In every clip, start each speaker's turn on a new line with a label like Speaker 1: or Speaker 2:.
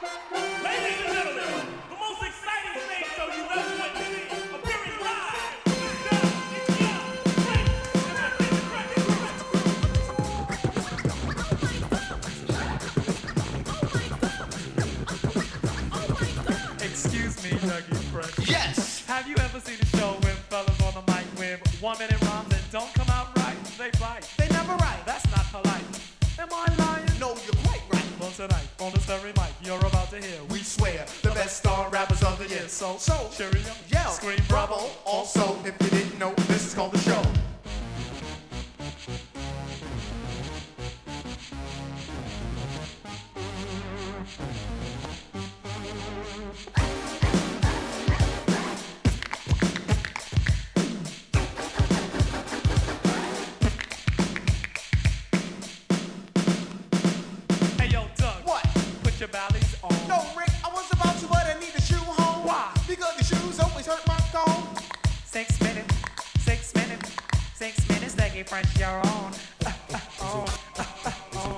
Speaker 1: Ladies and gentlemen, the most exciting stage show you've ever witnessed, appearing live. It's done. It's done. Great. And I think it's great. It's great.
Speaker 2: Excuse me, Dougie Fresh.
Speaker 3: Yes!
Speaker 2: Have you ever seen a show with fellas on the mic with one minute rhymes that don't come out right? They bite.
Speaker 3: They never right.
Speaker 2: That's not polite. Am I lying?
Speaker 3: No, you're quite right.
Speaker 2: Well, tonight, on this very mic, you're about to hear. We
Speaker 3: We swear the best star rappers of the year. So, so,
Speaker 2: cheerio,
Speaker 3: yell,
Speaker 2: scream,
Speaker 3: bravo. Also, if you didn't know, this is called the show.
Speaker 2: Hey, yo, Doug.
Speaker 3: What?
Speaker 2: Put your ballys on.
Speaker 3: No, Rick, I was about to, but I need the shoe home.
Speaker 2: Why?
Speaker 3: Because the shoes always hurt my phone.
Speaker 2: Six minutes, six minutes, six minutes, Dougie Fresh, you're on. on.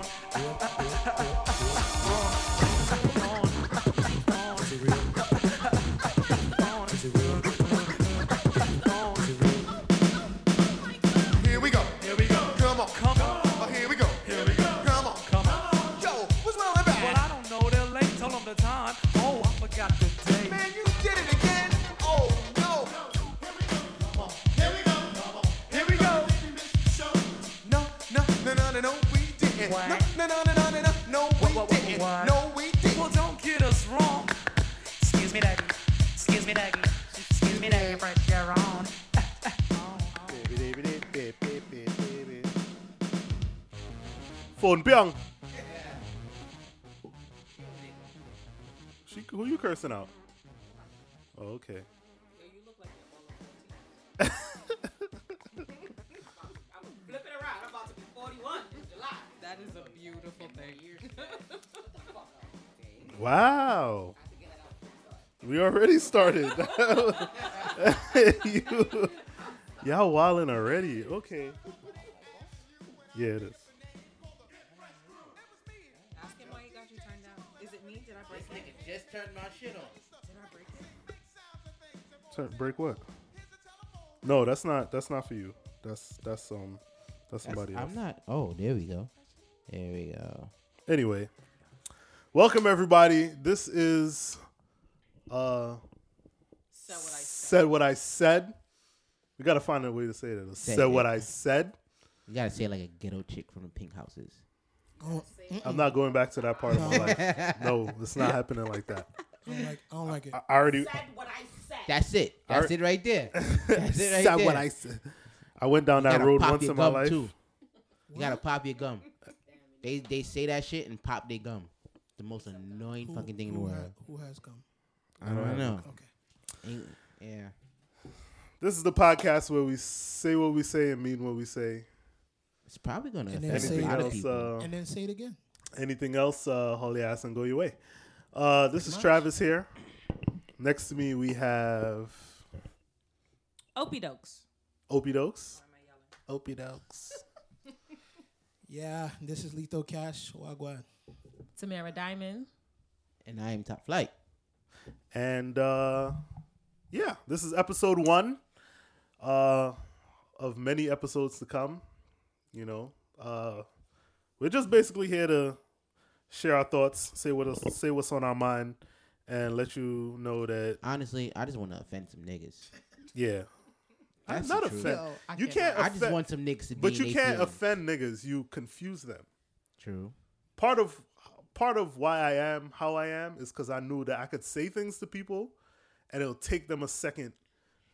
Speaker 3: Here we go.
Speaker 2: Here we go.
Speaker 3: Come on.
Speaker 2: Come on.
Speaker 3: Oh, here we go.
Speaker 2: Here we go.
Speaker 3: Come on.
Speaker 2: Come on.
Speaker 3: Yo, what's wrong with
Speaker 2: Well,
Speaker 3: that?
Speaker 2: I don't know. They're late. Tell them the time. Oh, I forgot the date.
Speaker 3: Man, you did it again. Oh, no. Here we go. Come on. Here we go. Come on. Here we go. No, no, no, no, no, no, we didn't.
Speaker 2: Why?
Speaker 3: No, no, no, no, no, no, no, no, we
Speaker 2: Wha- wha-
Speaker 3: didn't.
Speaker 2: why?
Speaker 3: No, we didn't.
Speaker 2: Well, don't get us wrong.
Speaker 4: Excuse me, Dougie. Excuse me, Dougie. Excuse me, Dougie Fresh, you're on.
Speaker 5: Phone Pyong. She, who you cursing out? Oh, okay.
Speaker 6: I'm flipping around. I'm about to be 41 in July.
Speaker 7: That is a beautiful thing.
Speaker 5: Wow. We already started. you, y'all wilding already. Okay. Yeah, it is.
Speaker 7: Ask him why he got you turned down. Is it me? Did I break it?
Speaker 8: Just turned my shit on.
Speaker 7: Did I break it?
Speaker 5: Turn, break what? No, that's not. That's not for you. That's that's um. That's somebody else.
Speaker 8: I'm not. Oh, there we go. There we go.
Speaker 5: Anyway, welcome everybody. This is uh
Speaker 7: So what I said.
Speaker 5: said what I said. We gotta find a way to say that. Said
Speaker 8: it.
Speaker 5: what I said.
Speaker 8: You gotta say it like a ghetto chick from the pink houses.
Speaker 5: I'm not going back to that part of my life. No, it's not happening like that.
Speaker 9: I don't like, I don't like it.
Speaker 5: I already
Speaker 6: Said what I said.
Speaker 8: That's it. That's
Speaker 5: Alright.
Speaker 8: it right there. That's it right
Speaker 5: said
Speaker 8: there.
Speaker 5: what I said. I went down
Speaker 8: You
Speaker 5: that
Speaker 8: gotta
Speaker 5: road
Speaker 8: pop
Speaker 5: once
Speaker 8: your
Speaker 5: in my
Speaker 8: gum,
Speaker 5: life.
Speaker 8: too. You gotta pop your gum. They they say that shit and pop their gum. The most annoying
Speaker 9: Who-
Speaker 8: fucking thing in the
Speaker 9: who
Speaker 8: world.
Speaker 9: ha- who has come?
Speaker 8: I don't know.
Speaker 9: Okay.
Speaker 8: Ain't- Yeah.
Speaker 5: This is the podcast where we say what we say and mean what we say.
Speaker 8: It's probably gonna
Speaker 9: And then
Speaker 8: affect a
Speaker 9: say-
Speaker 8: lot of
Speaker 5: Anything else?
Speaker 8: people.
Speaker 5: Uh,
Speaker 9: And then say it again.
Speaker 5: anything else? Uh, haul your ass and go your way. Uh, this is Travis here. Next to me we have
Speaker 7: Opie dokes.
Speaker 5: Opie Dokes. Opie Dokes.
Speaker 9: Yeah, this is Lito Cash. Wagwan.
Speaker 7: Tamara Diamond.
Speaker 5: uh,
Speaker 8: and I am top flight.
Speaker 5: And uh yeah, this is episode one uh of many episodes to come. You know. Uh we're just basically here to share our thoughts, say what else, say what's on our mind, and let you know that
Speaker 8: Honestly, I just want to offend some niggas.
Speaker 5: yeah. I'm
Speaker 8: That's
Speaker 5: not
Speaker 8: the truth.
Speaker 5: offend.
Speaker 7: Yo, I
Speaker 5: you
Speaker 7: cannot.
Speaker 5: can't
Speaker 8: I just
Speaker 5: offend-
Speaker 8: want some niggas to be.
Speaker 5: but
Speaker 8: in
Speaker 5: you
Speaker 8: they
Speaker 5: can't
Speaker 8: feelings.
Speaker 5: offend niggas. You confuse them.
Speaker 8: True.
Speaker 5: part of part of why I am how I am is because I knew that I could say things to people, and it'll take them a second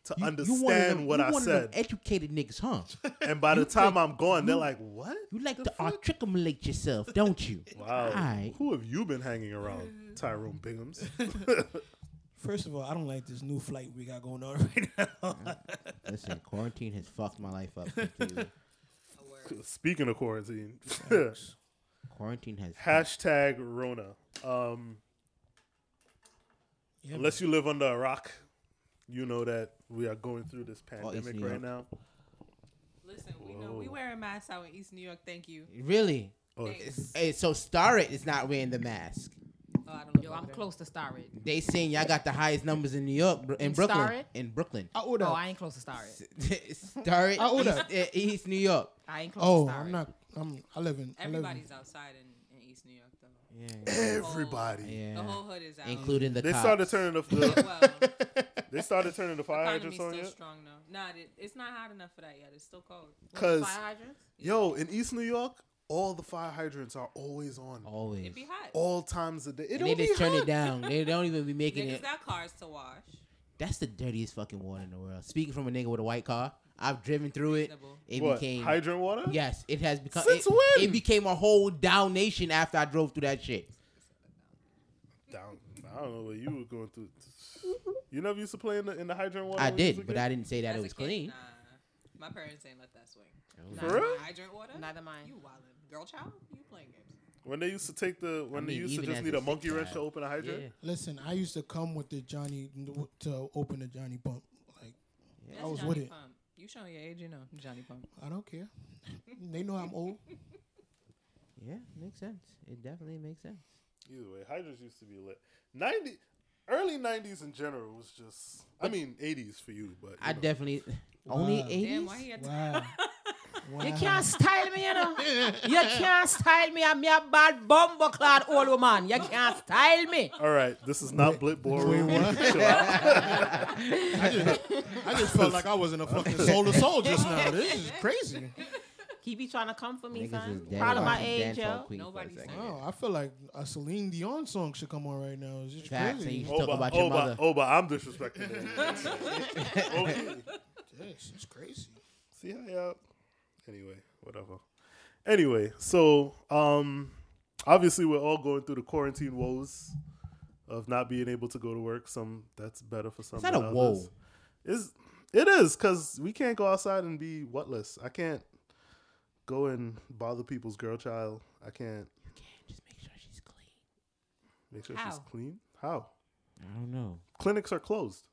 Speaker 5: to
Speaker 8: You- you one of
Speaker 5: understand
Speaker 8: them-
Speaker 5: what
Speaker 8: you
Speaker 5: I
Speaker 8: one of them
Speaker 5: said.
Speaker 8: educated niggas, huh?
Speaker 5: and by the
Speaker 8: you
Speaker 5: time
Speaker 8: think-
Speaker 5: I'm gone, they're
Speaker 8: you-
Speaker 5: like, "What?
Speaker 8: You like
Speaker 5: The
Speaker 8: to
Speaker 5: fuck?"
Speaker 8: articulate yourself, don't you?
Speaker 5: Wow,
Speaker 8: All right.
Speaker 5: who have you been hanging around, Tyrone Bingham's?
Speaker 9: First of all, I don't like this new flight we got going on right now.
Speaker 8: Listen, quarantine has fucked my life up completely.
Speaker 5: Speaking of quarantine,
Speaker 8: quarantine has
Speaker 5: hashtag Rona. Um,
Speaker 9: Yeah,
Speaker 5: unless you live under a rock, you know that we are going through this
Speaker 8: Oh, it's
Speaker 5: pandemic
Speaker 8: New
Speaker 5: right
Speaker 8: York.
Speaker 5: now.
Speaker 7: Listen, we know we
Speaker 5: Whoa.
Speaker 7: wearing masks out in East New York. Thank you.
Speaker 8: really.
Speaker 5: Oh,
Speaker 7: Thanks.
Speaker 8: Hey, so Starrett is not wearing the mask.
Speaker 7: Oh, Yo, I'm close to Star It.
Speaker 8: They saying y'all got the highest numbers in New York, bro- in
Speaker 7: In
Speaker 8: Brooklyn.
Speaker 7: Starrett?
Speaker 8: In Brooklyn.
Speaker 9: I order.
Speaker 7: Oh, I ain't close to Star It.
Speaker 8: Star it,
Speaker 9: I order.
Speaker 8: East, eh, East New York.
Speaker 7: I ain't close
Speaker 9: oh,
Speaker 7: to Star
Speaker 9: I'm
Speaker 7: It.
Speaker 9: not. I'm. I live in. I live in.
Speaker 6: Everybody's outside in, in East New York though.
Speaker 8: Yeah.
Speaker 5: Everybody.
Speaker 6: The
Speaker 8: yeah.
Speaker 6: whole hood is out.
Speaker 8: Including the
Speaker 5: They
Speaker 8: cops.
Speaker 5: started turning the,
Speaker 6: Well,
Speaker 5: the
Speaker 6: the
Speaker 5: they started turning the fire hydrants
Speaker 6: economy's still
Speaker 5: on you.
Speaker 6: strong though. Nah, it, it's not hot enough for that yet. It's still cold.
Speaker 5: Cause
Speaker 7: Fire hydrants?
Speaker 5: yo, in East New York, all the fire hydrants are always on,
Speaker 8: Always.
Speaker 6: It be hot.
Speaker 5: all times of day. It
Speaker 8: And
Speaker 5: don't
Speaker 8: they
Speaker 5: be
Speaker 8: just turn
Speaker 5: hot.
Speaker 8: it down. They don't even be making
Speaker 6: Niggas
Speaker 8: it.
Speaker 6: got cars to wash.
Speaker 8: That's the dirtiest fucking water in the world. Speaking from a nigga with a white car, I've driven through it.
Speaker 6: Reasonable.
Speaker 8: It
Speaker 5: what
Speaker 8: became
Speaker 5: hydrant water?
Speaker 8: Yes, it has become.
Speaker 5: Since
Speaker 8: it,
Speaker 5: when?
Speaker 8: It became a whole down nation after I drove through that shit.
Speaker 5: Down. I don't know what you were going through. You never used to play in the in the hydrant water.
Speaker 8: I
Speaker 5: when you was
Speaker 8: did,
Speaker 5: a
Speaker 8: but
Speaker 5: kid?
Speaker 8: I didn't say that
Speaker 6: As
Speaker 8: it
Speaker 6: a
Speaker 8: was
Speaker 6: kid,
Speaker 8: clean.
Speaker 6: Nah, my parents ain't let that swing.
Speaker 5: For
Speaker 6: Nah,
Speaker 5: real?
Speaker 6: Hydrant water.
Speaker 7: Neither mind.
Speaker 6: You wildin'. Girl child, you playing games.
Speaker 5: When they used to take the when
Speaker 8: mean,
Speaker 5: they used to
Speaker 8: even
Speaker 5: just
Speaker 8: as
Speaker 5: need
Speaker 8: a
Speaker 5: a monkey
Speaker 8: sick
Speaker 5: wrench to
Speaker 8: child.
Speaker 5: open a hydrant.
Speaker 8: Yeah.
Speaker 9: Listen, I used to come with the Johnny to open the Johnny pump. Like
Speaker 6: That's
Speaker 9: was
Speaker 6: Johnny
Speaker 9: with it.
Speaker 6: Pump. You showing your age, you know. Johnny Pump.
Speaker 9: I don't care. they know I'm old.
Speaker 8: Yeah, makes sense. It definitely makes sense.
Speaker 5: Either way, hydrants used to be lit. Ninety, early nineties in general was just. I mean, eighties for you, but you
Speaker 8: I
Speaker 5: know.
Speaker 8: definitely only
Speaker 9: Wow.
Speaker 6: Damn,
Speaker 8: eighties.
Speaker 6: why he had to
Speaker 9: Wow. wow.
Speaker 4: You can't style me, you know. You can't style me. I'm a bad bumble clad old woman. You can't style me.
Speaker 5: All right, this is not Blit Ballroom.
Speaker 9: Wait,
Speaker 5: You
Speaker 9: what?
Speaker 5: can chill out.
Speaker 9: I just, I just felt like I was in a fucking soul to soul just now. This is crazy.
Speaker 4: He be trying to come for me,
Speaker 8: Niggas is
Speaker 4: son.
Speaker 8: dead.
Speaker 4: Proud of my
Speaker 8: Watching
Speaker 4: age,
Speaker 8: Dancehall
Speaker 4: yo.
Speaker 8: Queen for a
Speaker 6: Nobody's
Speaker 8: second.
Speaker 9: Wow, Oh, I feel like a Celine Dion song should come on right now. It's just
Speaker 8: Facts,
Speaker 9: crazy.
Speaker 8: and you-
Speaker 5: Oh,
Speaker 8: Talk
Speaker 5: but-
Speaker 8: about your
Speaker 5: oh, but-
Speaker 8: mother.
Speaker 5: oh, but I'm disrespecting him. okay.
Speaker 9: Yes, it's crazy.
Speaker 5: See how y'all. Anyway, whatever. Anyway, so um, obviously we're all going through the quarantine woes of not being able to go to work. Some that's better for some.
Speaker 8: not
Speaker 5: than
Speaker 8: a
Speaker 5: others.
Speaker 8: woe.
Speaker 5: Is it is because we can't go outside and be whatless. I can't go and bother people's girl child. I can't
Speaker 8: Just make sure she's clean.
Speaker 5: make sure she's
Speaker 7: How?
Speaker 5: clean. How?
Speaker 8: I don't know.
Speaker 5: Clinics are closed.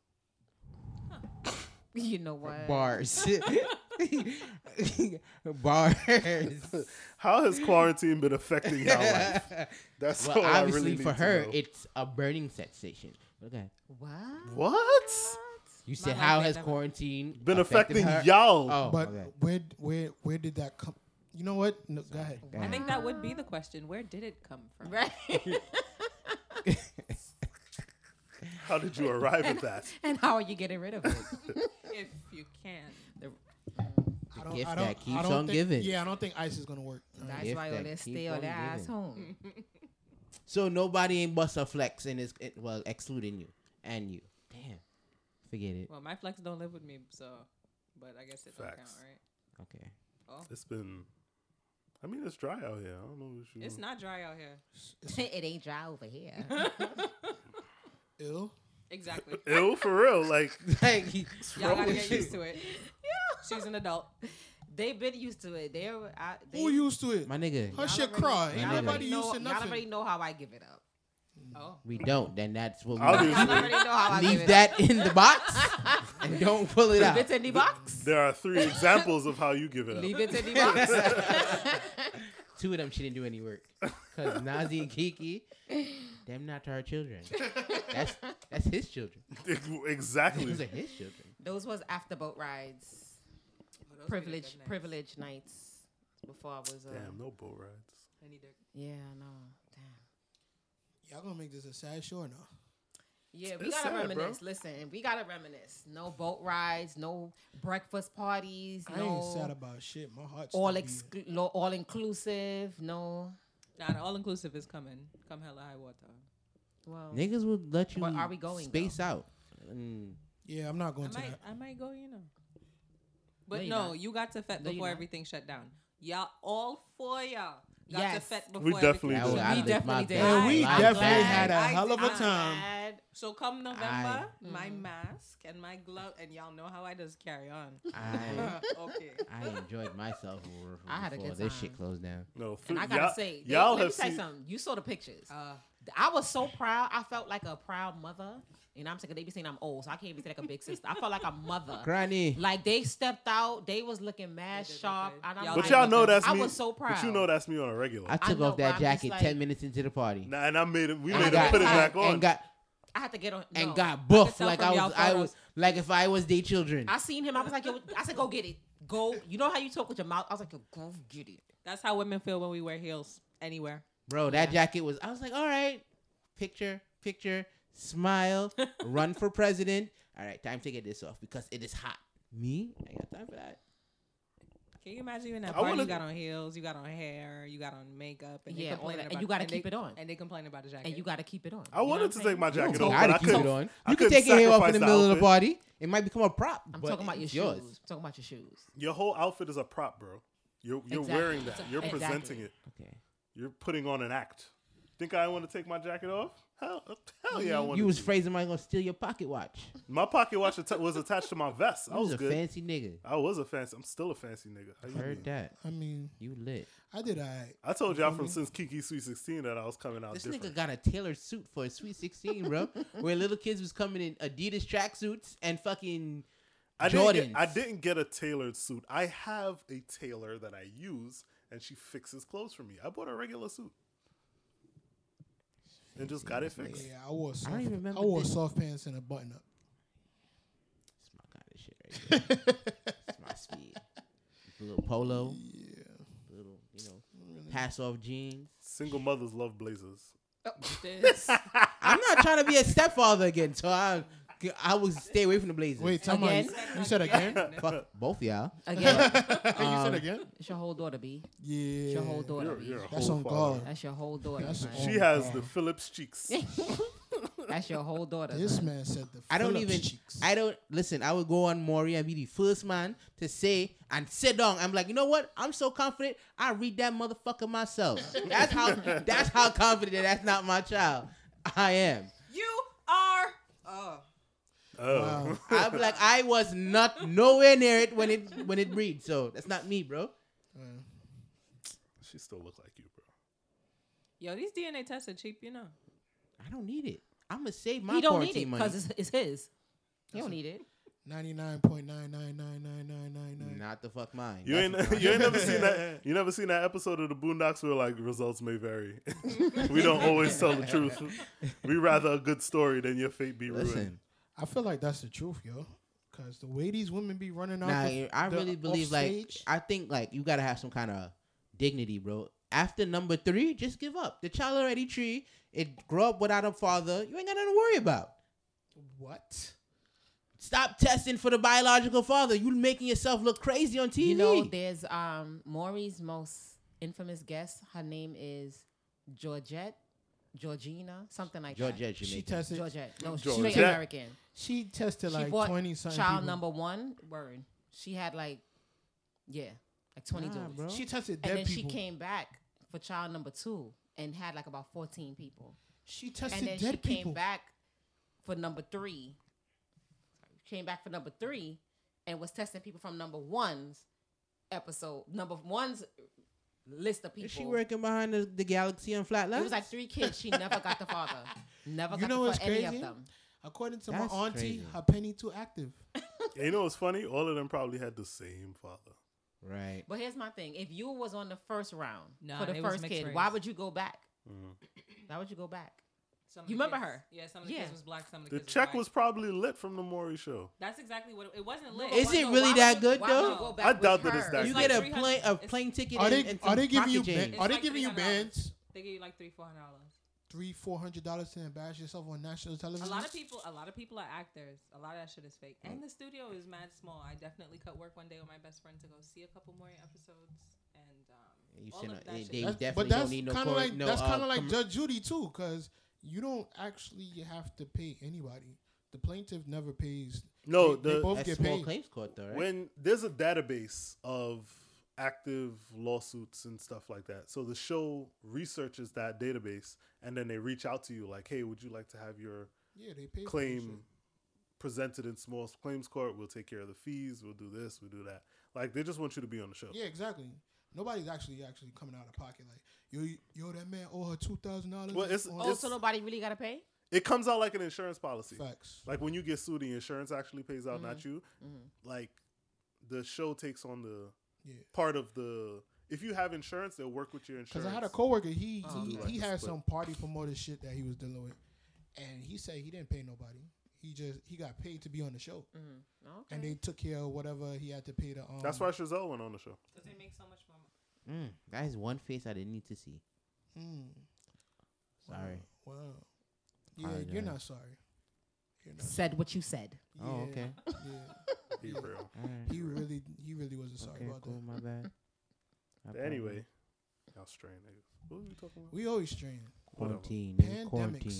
Speaker 7: You know what?
Speaker 8: Bars. Bars.
Speaker 5: How has quarantine been affecting your life? That's
Speaker 8: well,
Speaker 5: all I
Speaker 8: obviously
Speaker 5: really
Speaker 8: for
Speaker 5: need to
Speaker 8: her,
Speaker 5: know.
Speaker 8: it's a burning sensation. Okay.
Speaker 7: What?
Speaker 5: what
Speaker 8: You
Speaker 7: life
Speaker 8: said how
Speaker 7: ain't
Speaker 8: has
Speaker 7: never-
Speaker 8: quarantine
Speaker 5: been
Speaker 8: affected
Speaker 5: affecting
Speaker 8: her?
Speaker 5: y'all?
Speaker 8: Oh,
Speaker 9: But
Speaker 8: okay.
Speaker 9: where where where did that come? You know what? No, go ahead.
Speaker 8: Damn.
Speaker 6: I think that would be the question. Where did it come from?
Speaker 7: Right?
Speaker 5: How did you arrive at that?
Speaker 7: and how are you getting rid of it?
Speaker 6: If you can.
Speaker 9: I
Speaker 8: gift that keeps on
Speaker 9: think,
Speaker 8: giving.
Speaker 9: Yeah, I don't think ice is gonna work.
Speaker 7: That's
Speaker 8: If
Speaker 7: why
Speaker 8: that
Speaker 7: you let's
Speaker 8: keep
Speaker 7: stay on
Speaker 8: on
Speaker 7: the ass
Speaker 8: giving.
Speaker 7: home.
Speaker 8: So nobody ain't bust a flex and it's it, well excluding you and you. Damn, forget it.
Speaker 6: Well, my flex don't live with me, so. But I guess it don't count,
Speaker 5: Facts.
Speaker 6: right?
Speaker 8: Okay.
Speaker 5: It's been. I mean, it's dry out here. I don't know what you.
Speaker 6: It's not dry out here.
Speaker 7: it ain't dry over here.
Speaker 9: Ill.
Speaker 6: Exactly.
Speaker 5: ill for real. Like
Speaker 8: Like
Speaker 6: Y'all gotta
Speaker 5: with
Speaker 6: get
Speaker 5: you?
Speaker 6: used to it. She's an adult.
Speaker 7: They've been used to it. They were. I, they,
Speaker 9: Who used to it?
Speaker 8: my nigga,
Speaker 9: Her shit
Speaker 7: already-
Speaker 9: cry.
Speaker 8: y'all
Speaker 9: Ain't
Speaker 8: already
Speaker 9: nobody
Speaker 7: know,
Speaker 9: used to
Speaker 7: Y'all
Speaker 9: nothing.
Speaker 7: already know how I give it up.
Speaker 6: Oh.
Speaker 8: we don't. Then that's what we
Speaker 7: Y'all
Speaker 5: obviously
Speaker 7: already know how I give
Speaker 8: leave
Speaker 7: it up.
Speaker 8: that in the box and don't pull it
Speaker 7: Leave
Speaker 8: out.
Speaker 7: it in the box.
Speaker 5: there are three examples of how you give it up.
Speaker 7: Leave it in the box.
Speaker 8: Two of them she didn't do any work because Nazi and Kiki, them not our children. That's that's his children. Those are
Speaker 5: exactly.
Speaker 8: his children.
Speaker 7: Those was after boat rides,
Speaker 6: Well, those be the
Speaker 7: privilege,
Speaker 6: good nights.
Speaker 7: privilege nights. Before I was, uh,
Speaker 5: Damn, no boat rides.
Speaker 6: I need to-
Speaker 7: yeah, no, damn.
Speaker 9: Y'all gonna make this a sad show or no?
Speaker 7: Yeah, we
Speaker 5: It's
Speaker 7: gotta
Speaker 5: sad, bro.
Speaker 7: reminisce. Listen, we gotta reminisce. No boat rides, no breakfast parties,
Speaker 9: I ain't sad
Speaker 7: no
Speaker 9: about shit. My heart's
Speaker 7: all
Speaker 9: still
Speaker 7: exclu- lo- all inclusive. No,
Speaker 6: Nah, the all inclusive is coming. Come hella high water.
Speaker 7: well,
Speaker 8: Niggas will let you.
Speaker 7: But are we going,
Speaker 8: space out? Mm,
Speaker 9: beating. Yeah, I'm not
Speaker 6: I
Speaker 9: going to
Speaker 6: might,
Speaker 9: that.
Speaker 6: I might go, you know.
Speaker 7: No,
Speaker 6: But
Speaker 7: you
Speaker 6: no,
Speaker 7: not.
Speaker 6: you got to fet
Speaker 7: No, you
Speaker 6: before
Speaker 7: not.
Speaker 6: everything shut down. Y'all, all four of y'all got to
Speaker 7: Yes.
Speaker 6: fet before
Speaker 5: We definitely
Speaker 6: everything
Speaker 8: That was-
Speaker 6: shut
Speaker 8: I
Speaker 6: down.
Speaker 7: we
Speaker 8: lived my
Speaker 7: definitely did.
Speaker 8: best
Speaker 9: Yeah, we
Speaker 8: life.
Speaker 9: definitely
Speaker 8: I'm
Speaker 9: had a
Speaker 6: I-
Speaker 9: hell of a
Speaker 6: I-
Speaker 9: time.
Speaker 6: So come November,
Speaker 8: I-
Speaker 6: my
Speaker 7: Mm.
Speaker 6: mask and my glove, and y'all know how I just carry on. Uh,
Speaker 8: I
Speaker 6: okay.
Speaker 8: I enjoyed myself before
Speaker 7: I had a good
Speaker 8: this shit
Speaker 7: time.
Speaker 8: closed down.
Speaker 5: No, th-
Speaker 7: And I gotta
Speaker 5: y'all-
Speaker 7: say, they-
Speaker 5: y'all
Speaker 7: let me
Speaker 5: have
Speaker 7: tell you
Speaker 5: seen.
Speaker 7: something. You saw the pictures.
Speaker 6: Uh,
Speaker 7: I was so proud. I felt like a proud mother. You know, I'm sick of they be saying I'm old, so I can't even say like a big sister. I felt like a mother.
Speaker 8: Granny.
Speaker 7: Like they stepped out, they was looking mad
Speaker 6: did look
Speaker 7: sharp.
Speaker 6: good.
Speaker 7: And I'm
Speaker 6: Y'all
Speaker 5: But
Speaker 7: like,
Speaker 5: y'all know that's
Speaker 7: I
Speaker 5: me.
Speaker 7: was so proud.
Speaker 5: But you know that's me on a regular.
Speaker 8: I took
Speaker 7: know,
Speaker 8: off that
Speaker 7: but I'm just
Speaker 8: jacket
Speaker 7: like-
Speaker 8: ten minutes into the party.
Speaker 5: nah, and I made him. We
Speaker 8: And
Speaker 5: made him
Speaker 8: got-
Speaker 5: put it back on.
Speaker 8: And got
Speaker 7: I had to get on
Speaker 8: and
Speaker 7: no.
Speaker 8: got
Speaker 7: I could
Speaker 8: buffed
Speaker 7: tell
Speaker 8: like
Speaker 7: from
Speaker 8: I
Speaker 7: y'all
Speaker 8: was I
Speaker 7: photos.
Speaker 8: was like if I was they children.
Speaker 7: I seen him. I was like, yo, I said, go get it. Go. You know how you talk with your mouth? I was like, yo, go get it.
Speaker 6: That's how women feel when we wear heels anywhere.
Speaker 8: Bro, that jacket was. I was like, all right, picture, picture, smile, run for president. All right, time to get this off because it is hot. Me, I ain't got time for that.
Speaker 6: Can you imagine you in that
Speaker 5: I
Speaker 6: party?
Speaker 5: wanna-
Speaker 6: You got on heels, you got on hair, you got on makeup, and they
Speaker 7: Yeah, all
Speaker 6: complaining
Speaker 7: that. And
Speaker 6: about
Speaker 7: you gotta
Speaker 6: they-
Speaker 7: keep it on.
Speaker 6: And they complain about the jacket.
Speaker 7: And you got to keep it on.
Speaker 5: I wanted to take my jacket
Speaker 8: You
Speaker 5: off,
Speaker 8: gotta
Speaker 5: but I
Speaker 8: keep it
Speaker 5: couldn't.
Speaker 8: on.
Speaker 5: I
Speaker 8: You can
Speaker 5: couldn't
Speaker 8: take your hair off in
Speaker 5: sacrifice
Speaker 8: the middle of the
Speaker 5: outfit.
Speaker 8: party. It might become a prop.
Speaker 7: I'm
Speaker 8: but
Speaker 7: talking about your
Speaker 8: it's
Speaker 7: shoes.
Speaker 8: yours.
Speaker 7: I'm talking about your shoes.
Speaker 5: Your whole outfit is a prop, bro. You're you're
Speaker 7: Exactly.
Speaker 5: wearing that. You're
Speaker 7: Exactly.
Speaker 5: presenting it.
Speaker 8: Okay.
Speaker 5: You're putting on an act. Think I want to take my jacket off? Hell, hell yeah, I want.
Speaker 8: You was phrasing, "Am I gonna steal your pocket watch?"
Speaker 5: My pocket watch atta- was attached to my vest. I
Speaker 8: You
Speaker 5: was,
Speaker 8: was a
Speaker 5: good.
Speaker 8: fancy nigga.
Speaker 5: I was a fancy. I'm still a fancy nigga. How you mean?
Speaker 8: Heard that?
Speaker 9: I mean,
Speaker 8: You lit.
Speaker 9: I did all right.
Speaker 5: I told y'all from since Kiki Sweet 16 that I was coming out
Speaker 8: This
Speaker 5: different.
Speaker 8: nigga got a tailored suit for a sweet sixteen, bro. where little kids was coming in Adidas tracksuits and fucking
Speaker 5: I
Speaker 8: Jordans.
Speaker 5: Didn't get, I didn't get a tailored suit. I have a tailor that I use, and she fixes clothes for me. I bought a regular suit and just got it fixed.
Speaker 9: Yeah, I wore soft, I,
Speaker 8: remember
Speaker 9: wore
Speaker 8: this.
Speaker 9: soft pants and a button up.
Speaker 8: It's my kind of shit right there. it's my speed. Little polo. Yeah. Little, you know, pass off jeans.
Speaker 5: Single mothers love blazers.
Speaker 6: this.
Speaker 8: I'm not trying to be a stepfather again, so I I would stay away from the Blazers.
Speaker 9: Wait, tell me.
Speaker 7: Again?
Speaker 9: You said again?
Speaker 8: fuck both y'all.
Speaker 7: Again, Um,
Speaker 9: you said again?
Speaker 7: it's your whole daughter, B. It's
Speaker 9: Yeah.
Speaker 7: your whole daughter.
Speaker 5: You're,
Speaker 7: B.
Speaker 5: you're a
Speaker 9: That's
Speaker 5: whole
Speaker 9: on
Speaker 5: father.
Speaker 9: God.
Speaker 7: That's your whole daughter.
Speaker 9: That's
Speaker 7: man.
Speaker 9: all- Oh,
Speaker 5: She has
Speaker 9: God.
Speaker 5: the Phillips cheeks.
Speaker 7: That's your whole daughter.
Speaker 9: This
Speaker 7: son.
Speaker 9: man said the.
Speaker 8: I don't
Speaker 9: Phillips
Speaker 8: even.
Speaker 9: Cheeks.
Speaker 8: I don't listen. I would go on Maury and be the first man to say and sit down. I'm like, you know what? I'm so confident. I read that motherfucker myself. That's how. that's how confident. That's not my child. I am.
Speaker 6: you are. Oh,
Speaker 5: Oh.
Speaker 9: Wow.
Speaker 8: I'm like, I was not nowhere near it when it when it reads. So that's not me, bro.
Speaker 5: She still look like you, bro.
Speaker 6: yo, these DNA tests are cheap, you know.
Speaker 8: I don't need it. I'm gonna save my
Speaker 7: He don't need
Speaker 8: quarantine
Speaker 7: it
Speaker 8: money.
Speaker 7: because it's, it's his. He don't need it.
Speaker 9: Ninety-nine point nine nine nine nine nine nine nine.
Speaker 8: Not the fuck mine.
Speaker 5: You
Speaker 8: That's
Speaker 5: ain't
Speaker 8: mine.
Speaker 5: you ain't never seen that you never seen that episode of the Boondocks where like results may vary. we don't always tell the truth. We rather a good story than your fate be ruined.
Speaker 8: Listen,
Speaker 9: I feel like that's the truth, yo. Cause the way these women be running out,
Speaker 8: nah,
Speaker 9: the,
Speaker 8: I
Speaker 9: the-
Speaker 8: really believe like
Speaker 9: offstage,
Speaker 8: I think like you gotta have some kind of dignity, bro. After number three, just give up. The child already tree. It grew up without a father. You ain't got nothing to worry about.
Speaker 9: what?
Speaker 8: Stop testing for the biological father. You making yourself look crazy on TV.
Speaker 7: You know, there's um Maury's most infamous guest. Her name is Georgette, Georgina, something like
Speaker 8: Georgette,
Speaker 9: She
Speaker 8: Jamaica.
Speaker 9: tested.
Speaker 7: that. Georgette. No, she's
Speaker 5: Georgette.
Speaker 7: straight American.
Speaker 9: She tested
Speaker 7: she
Speaker 9: like
Speaker 7: bought
Speaker 9: twenty something.
Speaker 7: child
Speaker 9: people.
Speaker 7: number one. Word. She had like, yeah, like twenty
Speaker 8: Nah,
Speaker 7: dudes.
Speaker 8: bro.
Speaker 9: She tested dead
Speaker 7: And then
Speaker 9: people.
Speaker 7: she came back for child number two and had like about fourteen people.
Speaker 9: She
Speaker 7: and
Speaker 9: tested
Speaker 7: then
Speaker 9: dead
Speaker 7: she
Speaker 9: people.
Speaker 7: came back for number three. Came back for number three, and was testing people from number one's episode, number one's list of people.
Speaker 8: Is she working behind the, the galaxy on Flatland?
Speaker 7: It was like three kids. She never got the father. Never
Speaker 9: You
Speaker 7: got
Speaker 9: know
Speaker 7: the
Speaker 9: what's
Speaker 7: father. Any of
Speaker 9: crazy?
Speaker 7: them.
Speaker 9: According to
Speaker 8: That's
Speaker 9: my auntie,
Speaker 8: crazy.
Speaker 9: her penny too active.
Speaker 5: And you know what's funny? All of them probably had the same father.
Speaker 8: right.
Speaker 7: But here's my thing: if you was on the first round
Speaker 6: Nah,
Speaker 7: for the
Speaker 6: they was
Speaker 7: first
Speaker 6: mixed
Speaker 7: kid,
Speaker 6: race.
Speaker 7: why would you go back?
Speaker 8: Mm.
Speaker 7: Why would you go back?
Speaker 6: Some of
Speaker 7: You
Speaker 6: the
Speaker 7: remember
Speaker 6: kids-
Speaker 7: her?
Speaker 6: Yeah, some of the
Speaker 7: Yeah.
Speaker 6: kids was black. Some of the,
Speaker 5: The
Speaker 6: kids
Speaker 5: check
Speaker 6: white.
Speaker 5: was probably lit from the Maury show.
Speaker 6: That's exactly what it, it wasn't. Lit.
Speaker 8: Is
Speaker 7: Why-
Speaker 8: it
Speaker 7: no,
Speaker 8: really
Speaker 7: why would
Speaker 8: that
Speaker 7: you-
Speaker 8: good,
Speaker 7: why would
Speaker 8: though?
Speaker 7: you go back
Speaker 5: I
Speaker 7: with
Speaker 5: doubt that it's
Speaker 7: her?
Speaker 5: that
Speaker 8: You
Speaker 5: It's
Speaker 8: get
Speaker 6: like
Speaker 8: a plane,
Speaker 6: 300
Speaker 8: a
Speaker 6: it's-
Speaker 8: plane ticket.
Speaker 9: Are
Speaker 8: and,
Speaker 9: they
Speaker 8: and some
Speaker 9: are they giving
Speaker 8: pocket
Speaker 9: you
Speaker 8: change.
Speaker 9: ban- are they
Speaker 6: like
Speaker 9: giving you
Speaker 6: $300.
Speaker 9: bands?
Speaker 6: They give you like three, four hundred dollars.
Speaker 9: Three four hundred dollars to embarrass yourself on national television.
Speaker 6: A lot of people, a lot of people are actors. A lot of that shit is fake. And the studio is mad small. I definitely cut work one day with my best friend to go see a couple more episodes. And um,
Speaker 8: You
Speaker 6: all
Speaker 8: should
Speaker 6: of
Speaker 8: not-
Speaker 6: that
Speaker 8: they-
Speaker 6: shit.
Speaker 8: they-
Speaker 9: That's-
Speaker 8: definitely
Speaker 9: but
Speaker 8: don't
Speaker 9: that's
Speaker 8: need no
Speaker 9: kind
Speaker 8: cor-
Speaker 9: of like
Speaker 8: no,
Speaker 9: that's
Speaker 8: uh,
Speaker 9: kind of like
Speaker 8: com-
Speaker 9: Judge Judy too, because you don't actually have to pay anybody. The plaintiff never pays.
Speaker 5: No,
Speaker 9: they, they
Speaker 5: the-
Speaker 9: both
Speaker 8: That's
Speaker 9: get
Speaker 8: small
Speaker 9: paid.
Speaker 8: claims court, though, right?
Speaker 5: When there's a database of active lawsuits and stuff like that. So the show researches that database and then they reach out to you like, "Hey, would you like to have your
Speaker 9: Yeah, they pay For that
Speaker 5: claim presented in small claims court. We'll take care of the fees. We'll do this. We'll do that. Like they just want you to be on the show.
Speaker 9: shit. Yeah, exactly.
Speaker 10: Nobody's actually actually coming out of pocket. Like yo, yo, that man owe her two thousand dollars.
Speaker 1: Well, it's-
Speaker 7: Oh, so nobody really gotta pay?
Speaker 1: It comes out like an insurance policy.
Speaker 10: facts.
Speaker 1: Like when you get sued, the insurance actually pays out,
Speaker 10: Mm-hmm.
Speaker 1: not you. Like the show takes on the
Speaker 10: Yeah.
Speaker 1: part of the. If you have insurance, they'll work with your insurance.
Speaker 10: Because I had a coworker, he he,
Speaker 1: like
Speaker 10: he
Speaker 1: a
Speaker 10: had
Speaker 1: split.
Speaker 10: some party promoter shit that he was dealing with, and he said he didn't pay nobody. He just he got paid to be on the show,
Speaker 7: Mm-hmm. Okay.
Speaker 10: and they took care of whatever he had to pay to. Um,
Speaker 1: That's why Chazelle went on the show.
Speaker 6: Because they make so much more money.
Speaker 8: Mm, that is one face I didn't need to see.
Speaker 10: Mm,
Speaker 8: Sorry.
Speaker 10: wow. Yeah,
Speaker 8: I
Speaker 10: you're
Speaker 8: know.
Speaker 10: not sorry. You're not.
Speaker 7: Said what you said.
Speaker 8: Oh,
Speaker 10: Yeah,
Speaker 8: okay.
Speaker 10: Yeah.
Speaker 1: Be real.
Speaker 8: All right.
Speaker 10: He really he really wasn't sorry
Speaker 8: Okay,
Speaker 10: about
Speaker 8: cool. My
Speaker 10: that.
Speaker 8: bad. My
Speaker 1: But
Speaker 8: bad.
Speaker 1: anyway, y'all straying niggas. What were we talking about?
Speaker 10: We always straying.
Speaker 1: Whatever.
Speaker 8: quarantine, nigga,
Speaker 10: Pandemics.
Speaker 8: quarantine,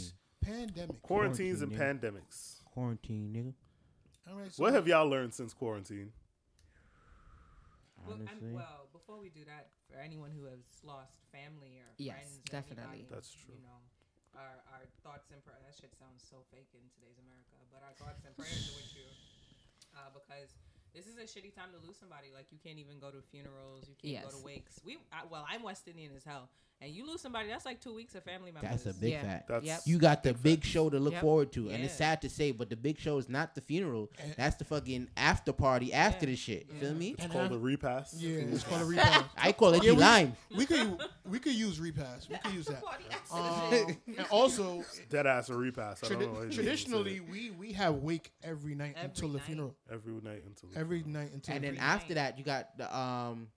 Speaker 10: Pandemic.
Speaker 1: Quarantines and
Speaker 8: Quarantine,
Speaker 1: pandemics.
Speaker 8: quarantine, nigga.
Speaker 10: All right. So
Speaker 1: What have y'all learned since quarantine?
Speaker 6: Well, I'm,
Speaker 8: Honestly,
Speaker 6: well, before we do that, for anyone who has lost family or
Speaker 7: Yes,
Speaker 6: friends, or
Speaker 7: definitely.
Speaker 6: anybody,
Speaker 1: That's true.
Speaker 6: You know, our our thoughts and prayers. That shit sounds so fake in today's America, but our thoughts and prayers are with you, uh, because this is a shitty time to lose somebody. Like you can't even go to funerals, you can't go
Speaker 7: Yes.
Speaker 6: to wakes. We I, well, I'm West Indian as hell, and you lose somebody, that's like two weeks of family members.
Speaker 8: that's a big
Speaker 7: Yeah.
Speaker 8: fact.
Speaker 1: That's
Speaker 7: Yep.
Speaker 8: You got the big show to look
Speaker 7: Yep.
Speaker 8: forward to, and it's
Speaker 6: Yeah.
Speaker 8: sad to say, but the big show is not the funeral.
Speaker 10: And-
Speaker 8: That's the fucking after party after the shit.
Speaker 6: Yeah.
Speaker 8: Feel me?
Speaker 1: it's
Speaker 10: and
Speaker 7: uh,
Speaker 1: called
Speaker 10: I-
Speaker 1: a repass.
Speaker 10: yeah, it's called a repass.
Speaker 8: I call it
Speaker 10: Yeah,
Speaker 8: the
Speaker 10: we-
Speaker 8: line.
Speaker 10: we could we could use repass. We could use that.
Speaker 6: Party after
Speaker 10: Um,
Speaker 6: the shit.
Speaker 10: and also,
Speaker 1: Dead ass a repass. I don't know
Speaker 10: tradi-
Speaker 1: why you
Speaker 10: traditionally,
Speaker 1: said
Speaker 10: we we have wake every night
Speaker 6: Every
Speaker 10: until the
Speaker 6: night.
Speaker 10: funeral.
Speaker 1: it. every night until the
Speaker 10: Every
Speaker 1: funeral.
Speaker 10: night until.
Speaker 8: And
Speaker 10: the
Speaker 8: then
Speaker 10: funeral.
Speaker 8: after that, you got the um,